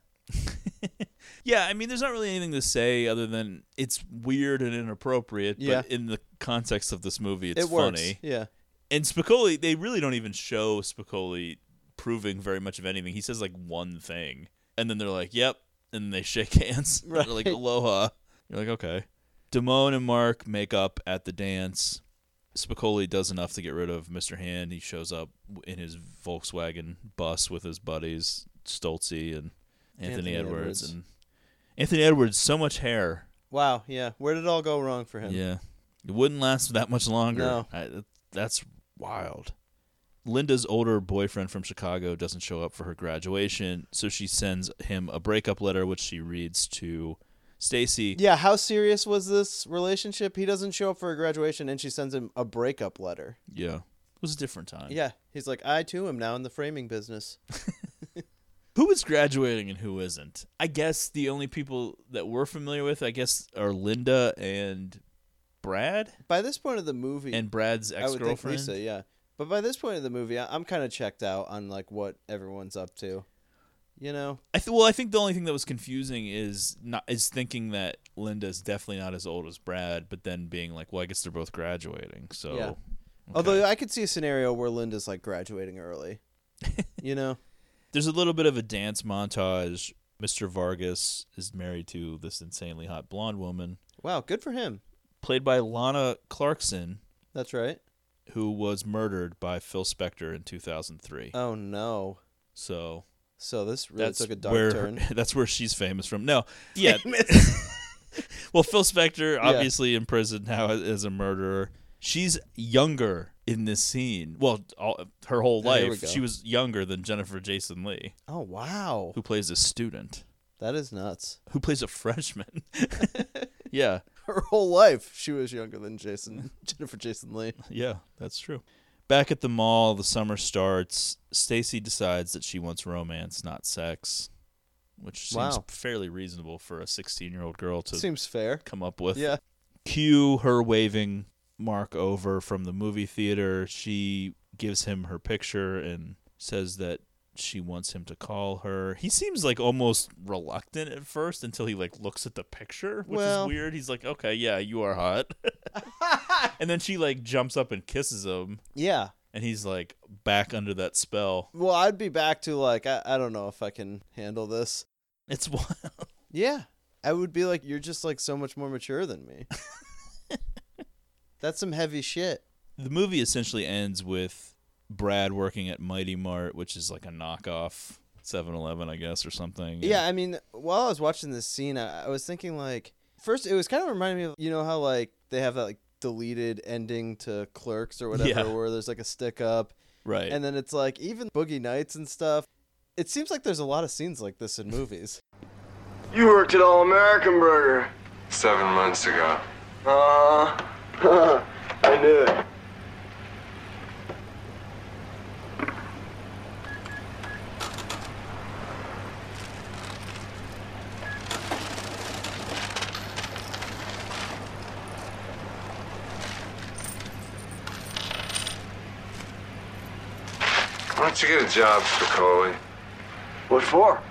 S8: Yeah, I mean, there's not really anything to say other than it's weird and inappropriate.
S9: Yeah.
S8: But in the context of this movie, it's
S9: It works,
S8: funny.
S9: yeah.
S8: And Spicoli, they really don't even show Spicoli proving very much of anything. He says like one thing, and then they're like, "Yep," and they shake hands. They're like,
S9: Right.
S8: "Aloha." You're like, "Okay." Damone and Mark make up at the dance. Spicoli does enough to get rid of Mr. Hand. He shows up in his Volkswagen bus with his buddies Stoltzy and Anthony,
S9: Anthony
S8: Edwards.
S9: Edwards.
S8: and Anthony Edwards. So much hair.
S9: Wow, yeah. Where did it all go wrong for him?
S8: Yeah, it wouldn't last that much longer.
S9: No.
S8: I, that's wild. Linda's older boyfriend from Chicago doesn't show up for her graduation, so she sends him a breakup letter, which she reads to Stacy.
S9: Yeah, how serious was this relationship? He doesn't show up for a graduation and she sends him a breakup letter.
S8: Yeah, it was a different time.
S9: Yeah, he's like, I too am now in the framing business.
S8: Who is graduating and who isn't? I guess the only people that we're familiar with, I guess, are Linda and Brad
S9: By this point of the movie,
S8: and Brad's
S9: I
S8: ex
S9: would think Lisa,
S8: girlfriend.
S9: yeah. But by this point of the movie, I- I'm kind of checked out on like what everyone's up to. You know,
S8: I th- well, I think the only thing that was confusing is not is thinking that Linda's definitely not as old as Brad, but then being like, well, I guess they're both graduating. So
S9: Yeah. Although I could see a scenario where Linda's like graduating early. you know,
S8: there's a little bit of a dance montage. Mr. Vargas is married to this insanely hot blonde woman,
S9: Wow, good for him.
S8: played by Lana Clarkson,
S9: That's right.
S8: who was murdered by Phil Spector in 2003.
S9: Oh no.
S8: So
S9: So this really
S8: that's
S9: took a dark
S8: where her-
S9: turn.
S8: that's where she's famous from. No, yeah. well, Phil Spector
S9: Yeah.
S8: obviously in prison now as- as a murderer. She's younger in this scene. Well, all, her whole
S9: Oh, here we
S8: life
S9: go.
S8: she was younger than Jennifer Jason Lee,
S9: Oh wow,
S8: who plays a student,
S9: that is nuts.
S8: who plays a freshman. yeah,
S9: Her whole life, she was younger than Jason Jennifer Jason Lee.
S8: yeah, that's true. Back at the mall, the summer starts. Stacy decides that she wants romance, not sex, which seems
S9: Wow.
S8: fairly reasonable for a 16-year-old girl to
S9: Seems fair.
S8: come up with.
S9: Yeah.
S8: Cue her waving Mark over from the movie theater. She gives him her picture and says that she wants him to call her. He seems like almost reluctant at first until he like looks at the picture, which
S9: Well-
S8: is weird. He's like, "Okay, yeah, you are hot." and then she like jumps up and kisses him.
S9: Yeah.
S8: And he's like back under that spell.
S9: Well, I'd be back to like I, I don't know if I can handle this.
S8: It's wild.
S9: Yeah. I would be like, You're just like so much more mature than me. That's some heavy shit.
S8: The movie essentially ends with Brad working at Mighty Mart, which is like a knockoff 7-Eleven, I guess, or something.
S9: Yeah, I mean, while I was watching this scene, I, I was thinking like, first it was kind of reminding me of you know how like they have that like deleted ending to Clerks or whatever,
S8: Yeah.
S9: where there's like a stick up,
S8: Right.
S9: And then it's like even Boogie Nights and stuff. It seems like there's a lot of scenes like this in movies.
S10: You worked at All American Burger.
S4: Seven months ago.
S10: Uh, I knew it.
S4: Why don't you get a job, Spicoli?
S10: What for?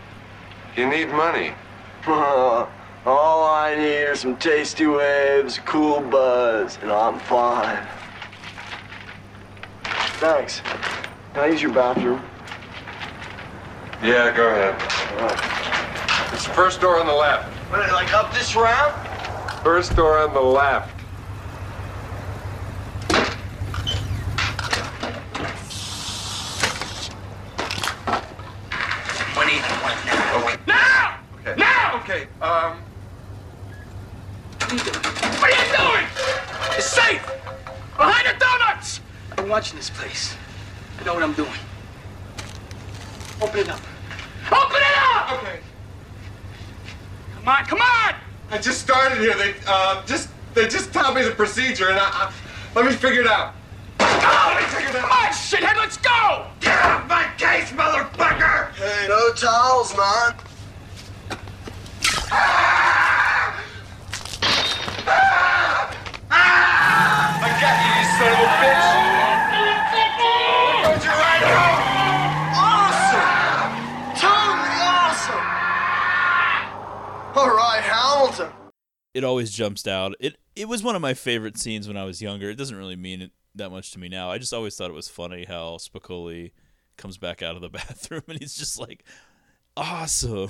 S4: You need money.
S10: all I need are some tasty waves, cool buzz, and I'm fine. Thanks. Can I use your bathroom?
S4: Yeah, go ahead. It's the first door on the left.
S10: What, like up this round?
S4: First door on the left.
S14: What do you want now? Okay.
S4: Now! Okay. Now! Okay, um.
S15: What are you doing? It's safe! Behind the donuts!
S14: I'm watching this place. I know what I'm doing. Open it up.
S15: Open it up!
S4: Okay.
S15: Come on, come on!
S4: I just started here. They, uh, just, they just taught me the procedure and I, I,
S16: Let me figure it out.
S14: Oh, let me figure that out. Come on, shithead, let's go! Get off my case, motherfucker!
S10: Hey, no towels, man.
S16: I got you, you son of a bitch! Don't you right
S10: Awesome! Totally awesome! All right, Hamilton.
S8: It always jumps out. It it was one of my favorite scenes when I was younger. It doesn't really mean it that much to me now. I just always thought it was funny how Spicoli comes back out of the bathroom and he's just like awesome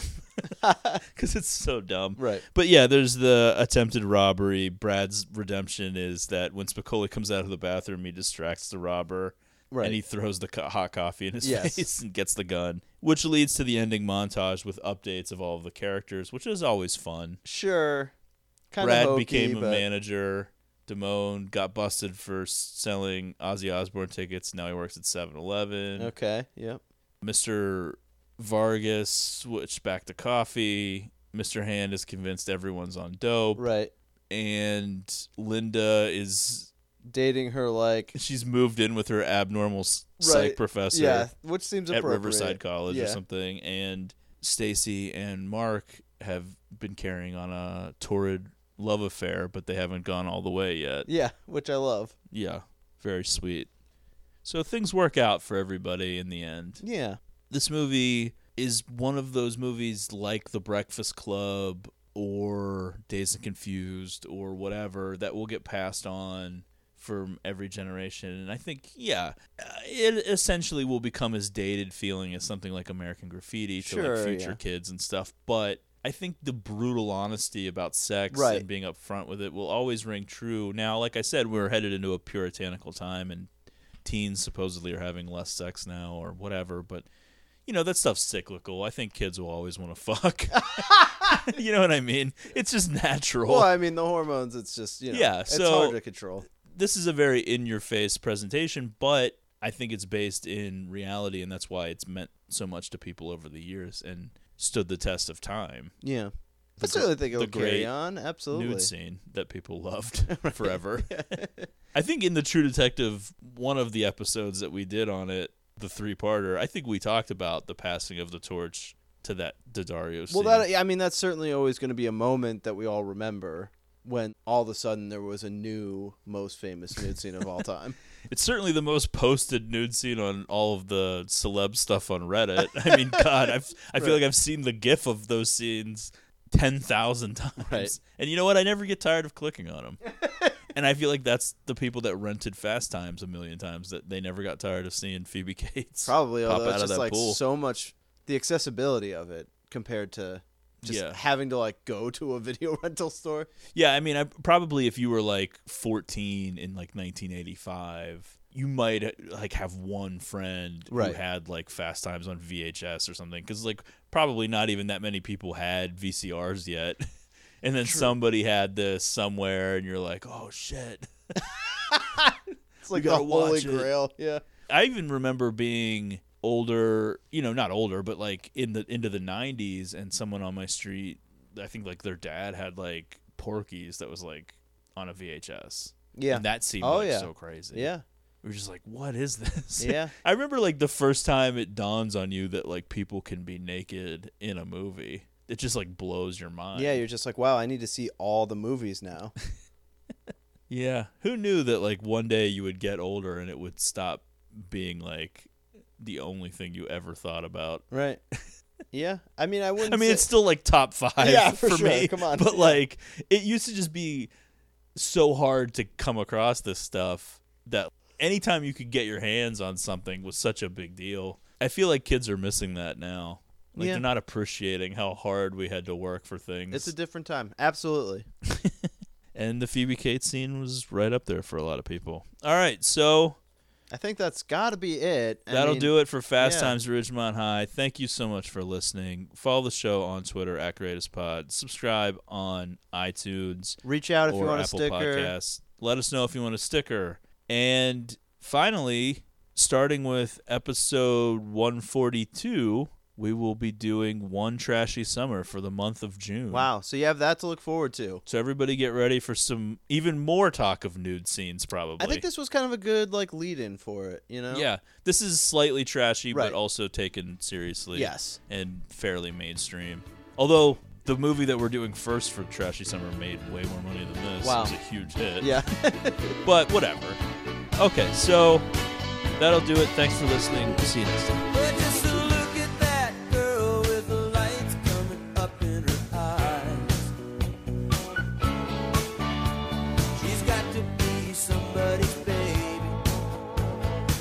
S8: because it's so dumb
S9: Right.
S8: but yeah there's the attempted robbery brad's redemption is that when spicoli comes out of the bathroom he distracts the robber
S9: Right.
S8: and he throws the co- hot coffee in his
S9: Yes.
S8: face and gets the gun which leads to the ending montage with updates of all of the characters which is always fun
S9: Sure. Kind
S8: Brad
S9: of hokey,
S8: became a
S9: but
S8: manager. Damone got busted for s- selling Ozzy Osbourne tickets. Now he works at 7-Eleven.
S9: Okay. Yep.
S8: Mr. Vargas switched back to coffee. Mr. Hand is convinced everyone's on dope.
S9: Right.
S8: And Linda is
S9: dating her like
S8: she's moved in with her abnormal s- psych
S9: Right,
S8: professor.
S9: yeah, which seems
S8: at
S9: appropriate.
S8: Riverside College or
S9: Yeah.
S8: something. And Stacy and Mark have been carrying on a torrid love affair, but they haven't gone all the way yet.
S9: Yeah, which I love.
S8: Yeah, very sweet. So things work out for everybody in the end.
S9: Yeah.
S8: This movie is one of those movies like The Breakfast Club or Days and Confused or whatever that will get passed on from every generation. And I think, yeah, uh, it essentially will become as dated feeling as something like American Graffiti to
S9: Sure,
S8: like future
S9: yeah.
S8: kids and stuff. But I think the brutal honesty about sex
S9: Right.
S8: and being upfront with it will always ring true. Now, like I said, we're headed into a puritanical time and teens supposedly are having less sex now or whatever, but you know, that stuff's cyclical. I think kids will always want to fuck. you know what I mean? It's just natural.
S9: Well, I mean, the hormones. It's just you know.
S8: Yeah,
S9: It's
S8: so-
S9: hard to control.
S8: this is a very in your face presentation, but I think it's based in reality and that's why it's meant so much to people over the years and stood the test of time.
S9: Yeah. I
S8: gr-
S9: certainly think it'll
S8: the
S9: carry
S8: great
S9: on. Absolutely.
S8: Nude scene that people loved forever. I think in the True Detective, one of the episodes that we did on it, the three parter, I think we talked about the passing of the torch to that Daddario scene.
S9: Well, that I mean, that's certainly always going to be a moment that we all remember when all of a sudden there was a new most famous nude scene of all time.
S8: It's certainly the most posted nude scene on all of the celeb stuff on Reddit. I mean, God, I've, I feel
S9: Right.
S8: like I've seen the GIF of those scenes 10,000 times.
S9: Right.
S8: And you know what? I never get tired of clicking on them. and I feel like that's the people that rented Fast Times a million times that they never got tired of seeing Phoebe Cates
S9: Probably,
S8: pop
S9: although
S8: out
S9: it's
S8: of
S9: just
S8: that
S9: like
S8: pool.
S9: so much the accessibility of it compared to just
S8: Yeah.
S9: having to like go to a video rental store.
S8: Yeah, I mean, I probably if you were like 14 in like 1985, you might like have one friend
S9: Right.
S8: who had like Fast Times on VHS or something cuz like probably not even that many people had VCRs yet. And then somebody had this somewhere and you're like, "Oh shit."
S9: It's like
S8: You
S9: the
S8: gotta
S9: holy
S8: watch it.
S9: grail. Yeah.
S8: I even remember being older, you know, not older, but like in the into the '90s, and someone on my street, I think like their dad had like Porky's that was like on a VHS.
S9: Yeah.
S8: and that seemed
S9: Oh,
S8: like
S9: yeah.
S8: so crazy.
S9: Yeah.
S8: we were just like, what is this?
S9: Yeah.
S8: I remember like the first time it dawns on you that like people can be naked in a movie. It just like blows your mind.
S9: Yeah, you're just like, wow, I need to see all the movies now.
S8: Yeah. Who knew that like one day you would get older and it would stop being like the only thing you ever thought about.
S9: right. Yeah. I mean, I wouldn't
S8: I mean,
S9: say-
S8: it's still like top five
S9: Yeah,
S8: for,
S9: for sure.
S8: me.
S9: Come on.
S8: But
S9: Yeah.
S8: like, it used to just be so hard to come across this stuff that anytime you could get your hands on something was such a big deal. I feel like kids are missing that now. Like
S9: Yeah.
S8: they're not appreciating how hard we had to work for things.
S9: It's a different time. Absolutely.
S8: and the Phoebe Cates scene was right up there for a lot of people. All right, so
S9: I think that's got to be it. I
S8: That'll
S9: mean,
S8: do it for Fast
S9: yeah.
S8: Times at Ridgemont High. Thank you so much for listening. Follow the show on Twitter at Greatest Pod. Subscribe on iTunes.
S9: Reach out if you
S8: or
S9: want a
S8: Apple
S9: sticker.
S8: Podcasts. Let us know if you want a sticker. And finally, starting with episode 142, we will be doing one trashy summer for the month of June.
S9: Wow. So you have that to look forward to.
S8: So everybody get ready for some even more talk of nude scenes probably.
S9: I think this was kind of a good like lead in for it, you know?
S8: Yeah. This is slightly trashy
S9: Right.
S8: but also taken seriously.
S9: Yes.
S8: And fairly mainstream. Although the movie that we're doing first for Trashy Summer made way more money than this.
S9: Wow.
S8: It was a huge hit.
S9: Yeah.
S8: but whatever. Okay, so that'll do it. Thanks for listening. See you next time.
S18: But just a look at that girl with the lights coming up in her eyes. She's got to be somebody's baby.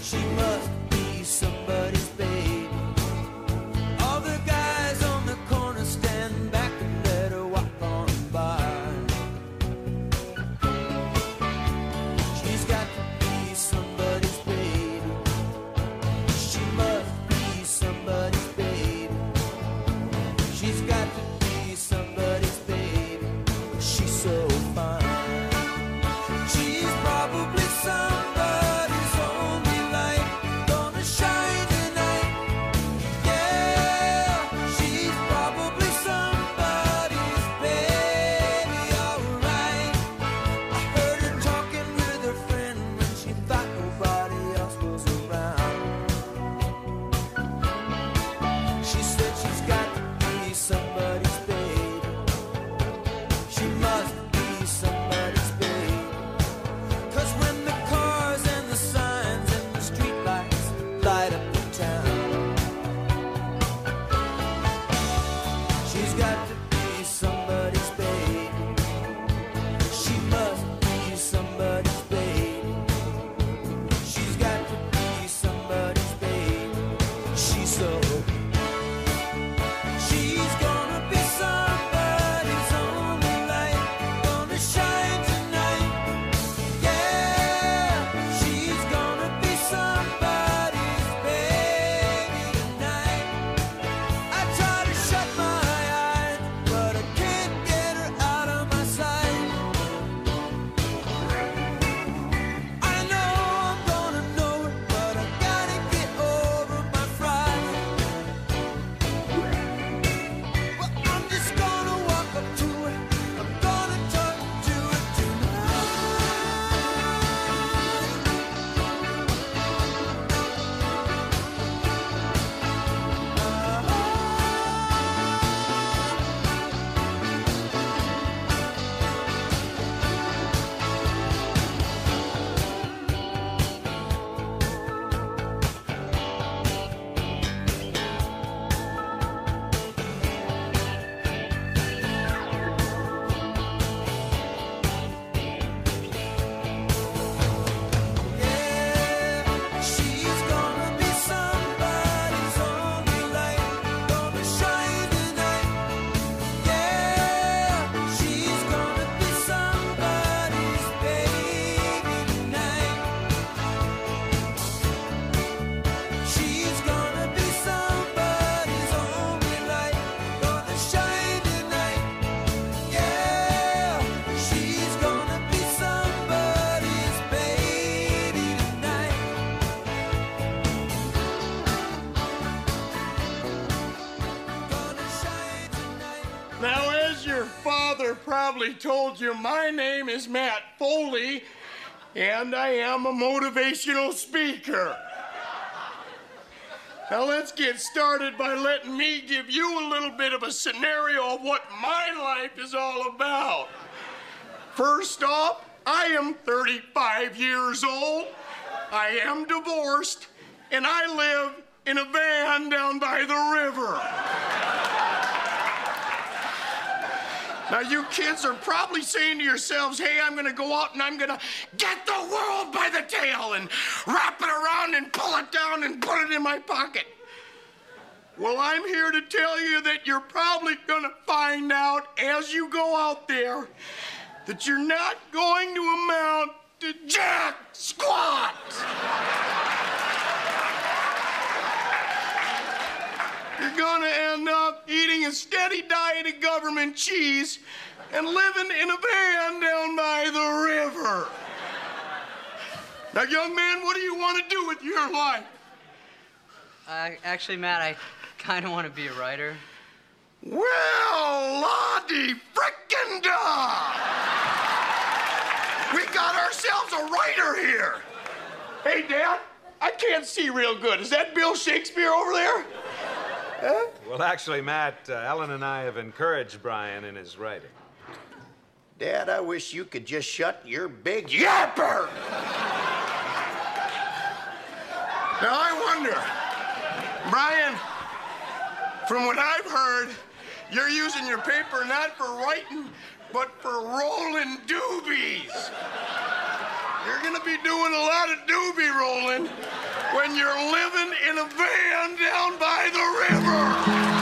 S18: She must be somebody's baby. All the guys on the corner stand back and let her walk on by. She's got to be somebody's baby. She must be somebody's baby. She's got to be somebody's baby. She's so fine. She's probably somebody's only light. Gonna shine tonight. Yeah, she's probably somebody's baby. Alright. I heard her talking with her friend when she thought nobody else was around. She said she's got to be somebody's baby. She must be somebody's baby. 'Cause when the cars and the signs and the streetlights light up the town, she's got to be somebody's baby. She must be somebody's baby. She's got to be somebody's baby. She's so. She's gonna be somebody's only light, gonna shine tonight. Yeah, she's gonna be somebody's baby tonight. I try to shut my eyes, but I can't get her out of my sight. I know I'm gonna know it, but I gotta get over my fright. I'm just gonna walk up to her. I'm gonna talk to her She's gonna be somebody's only light, gonna shine tonight. Yeah, she's gonna be somebody's baby tonight. She's gonna be somebody's only light, gonna shine tonight. Yeah, she's gonna be somebody's baby tonight.
S19: Now, as your father probably told you, my name is Matt Foley, and I am a motivational speaker. Now, let's get started by letting me give you a little bit of a scenario of what my life is all about. First off, I am 35 years old, I am divorced, and I live in a van down by the river. Now, you kids are probably saying to yourselves, hey, I'm gonna go out and I'm gonna get the world by the tail and wrap it around and pull it down and put it in my pocket. Well, I'm here to tell you that you're probably gonna find out as you go out there that you're not going to amount to jack squat. You're gonna end up eating a steady diet of government cheese and living in a van down by the river. Now, young man, what do you want to do with your life?
S2: Uh, actually, Matt, I,
S20: kind of want to be a writer.
S19: Well, Lottie frickin' da! We got ourselves a writer here. Hey, Dad, I can't see real good. Is that Bill Shakespeare over there?
S21: Well, actually, Matt, uh, Ellen and I have encouraged Brian in his writing.
S22: Dad, I wish you could just shut your big yapper.
S19: Now I wonder, Brian, from what I've heard, you're using your paper not for writing, but for rolling doobies. You're gonna be doing a lot of doobie rolling when you're living in a van down by the river.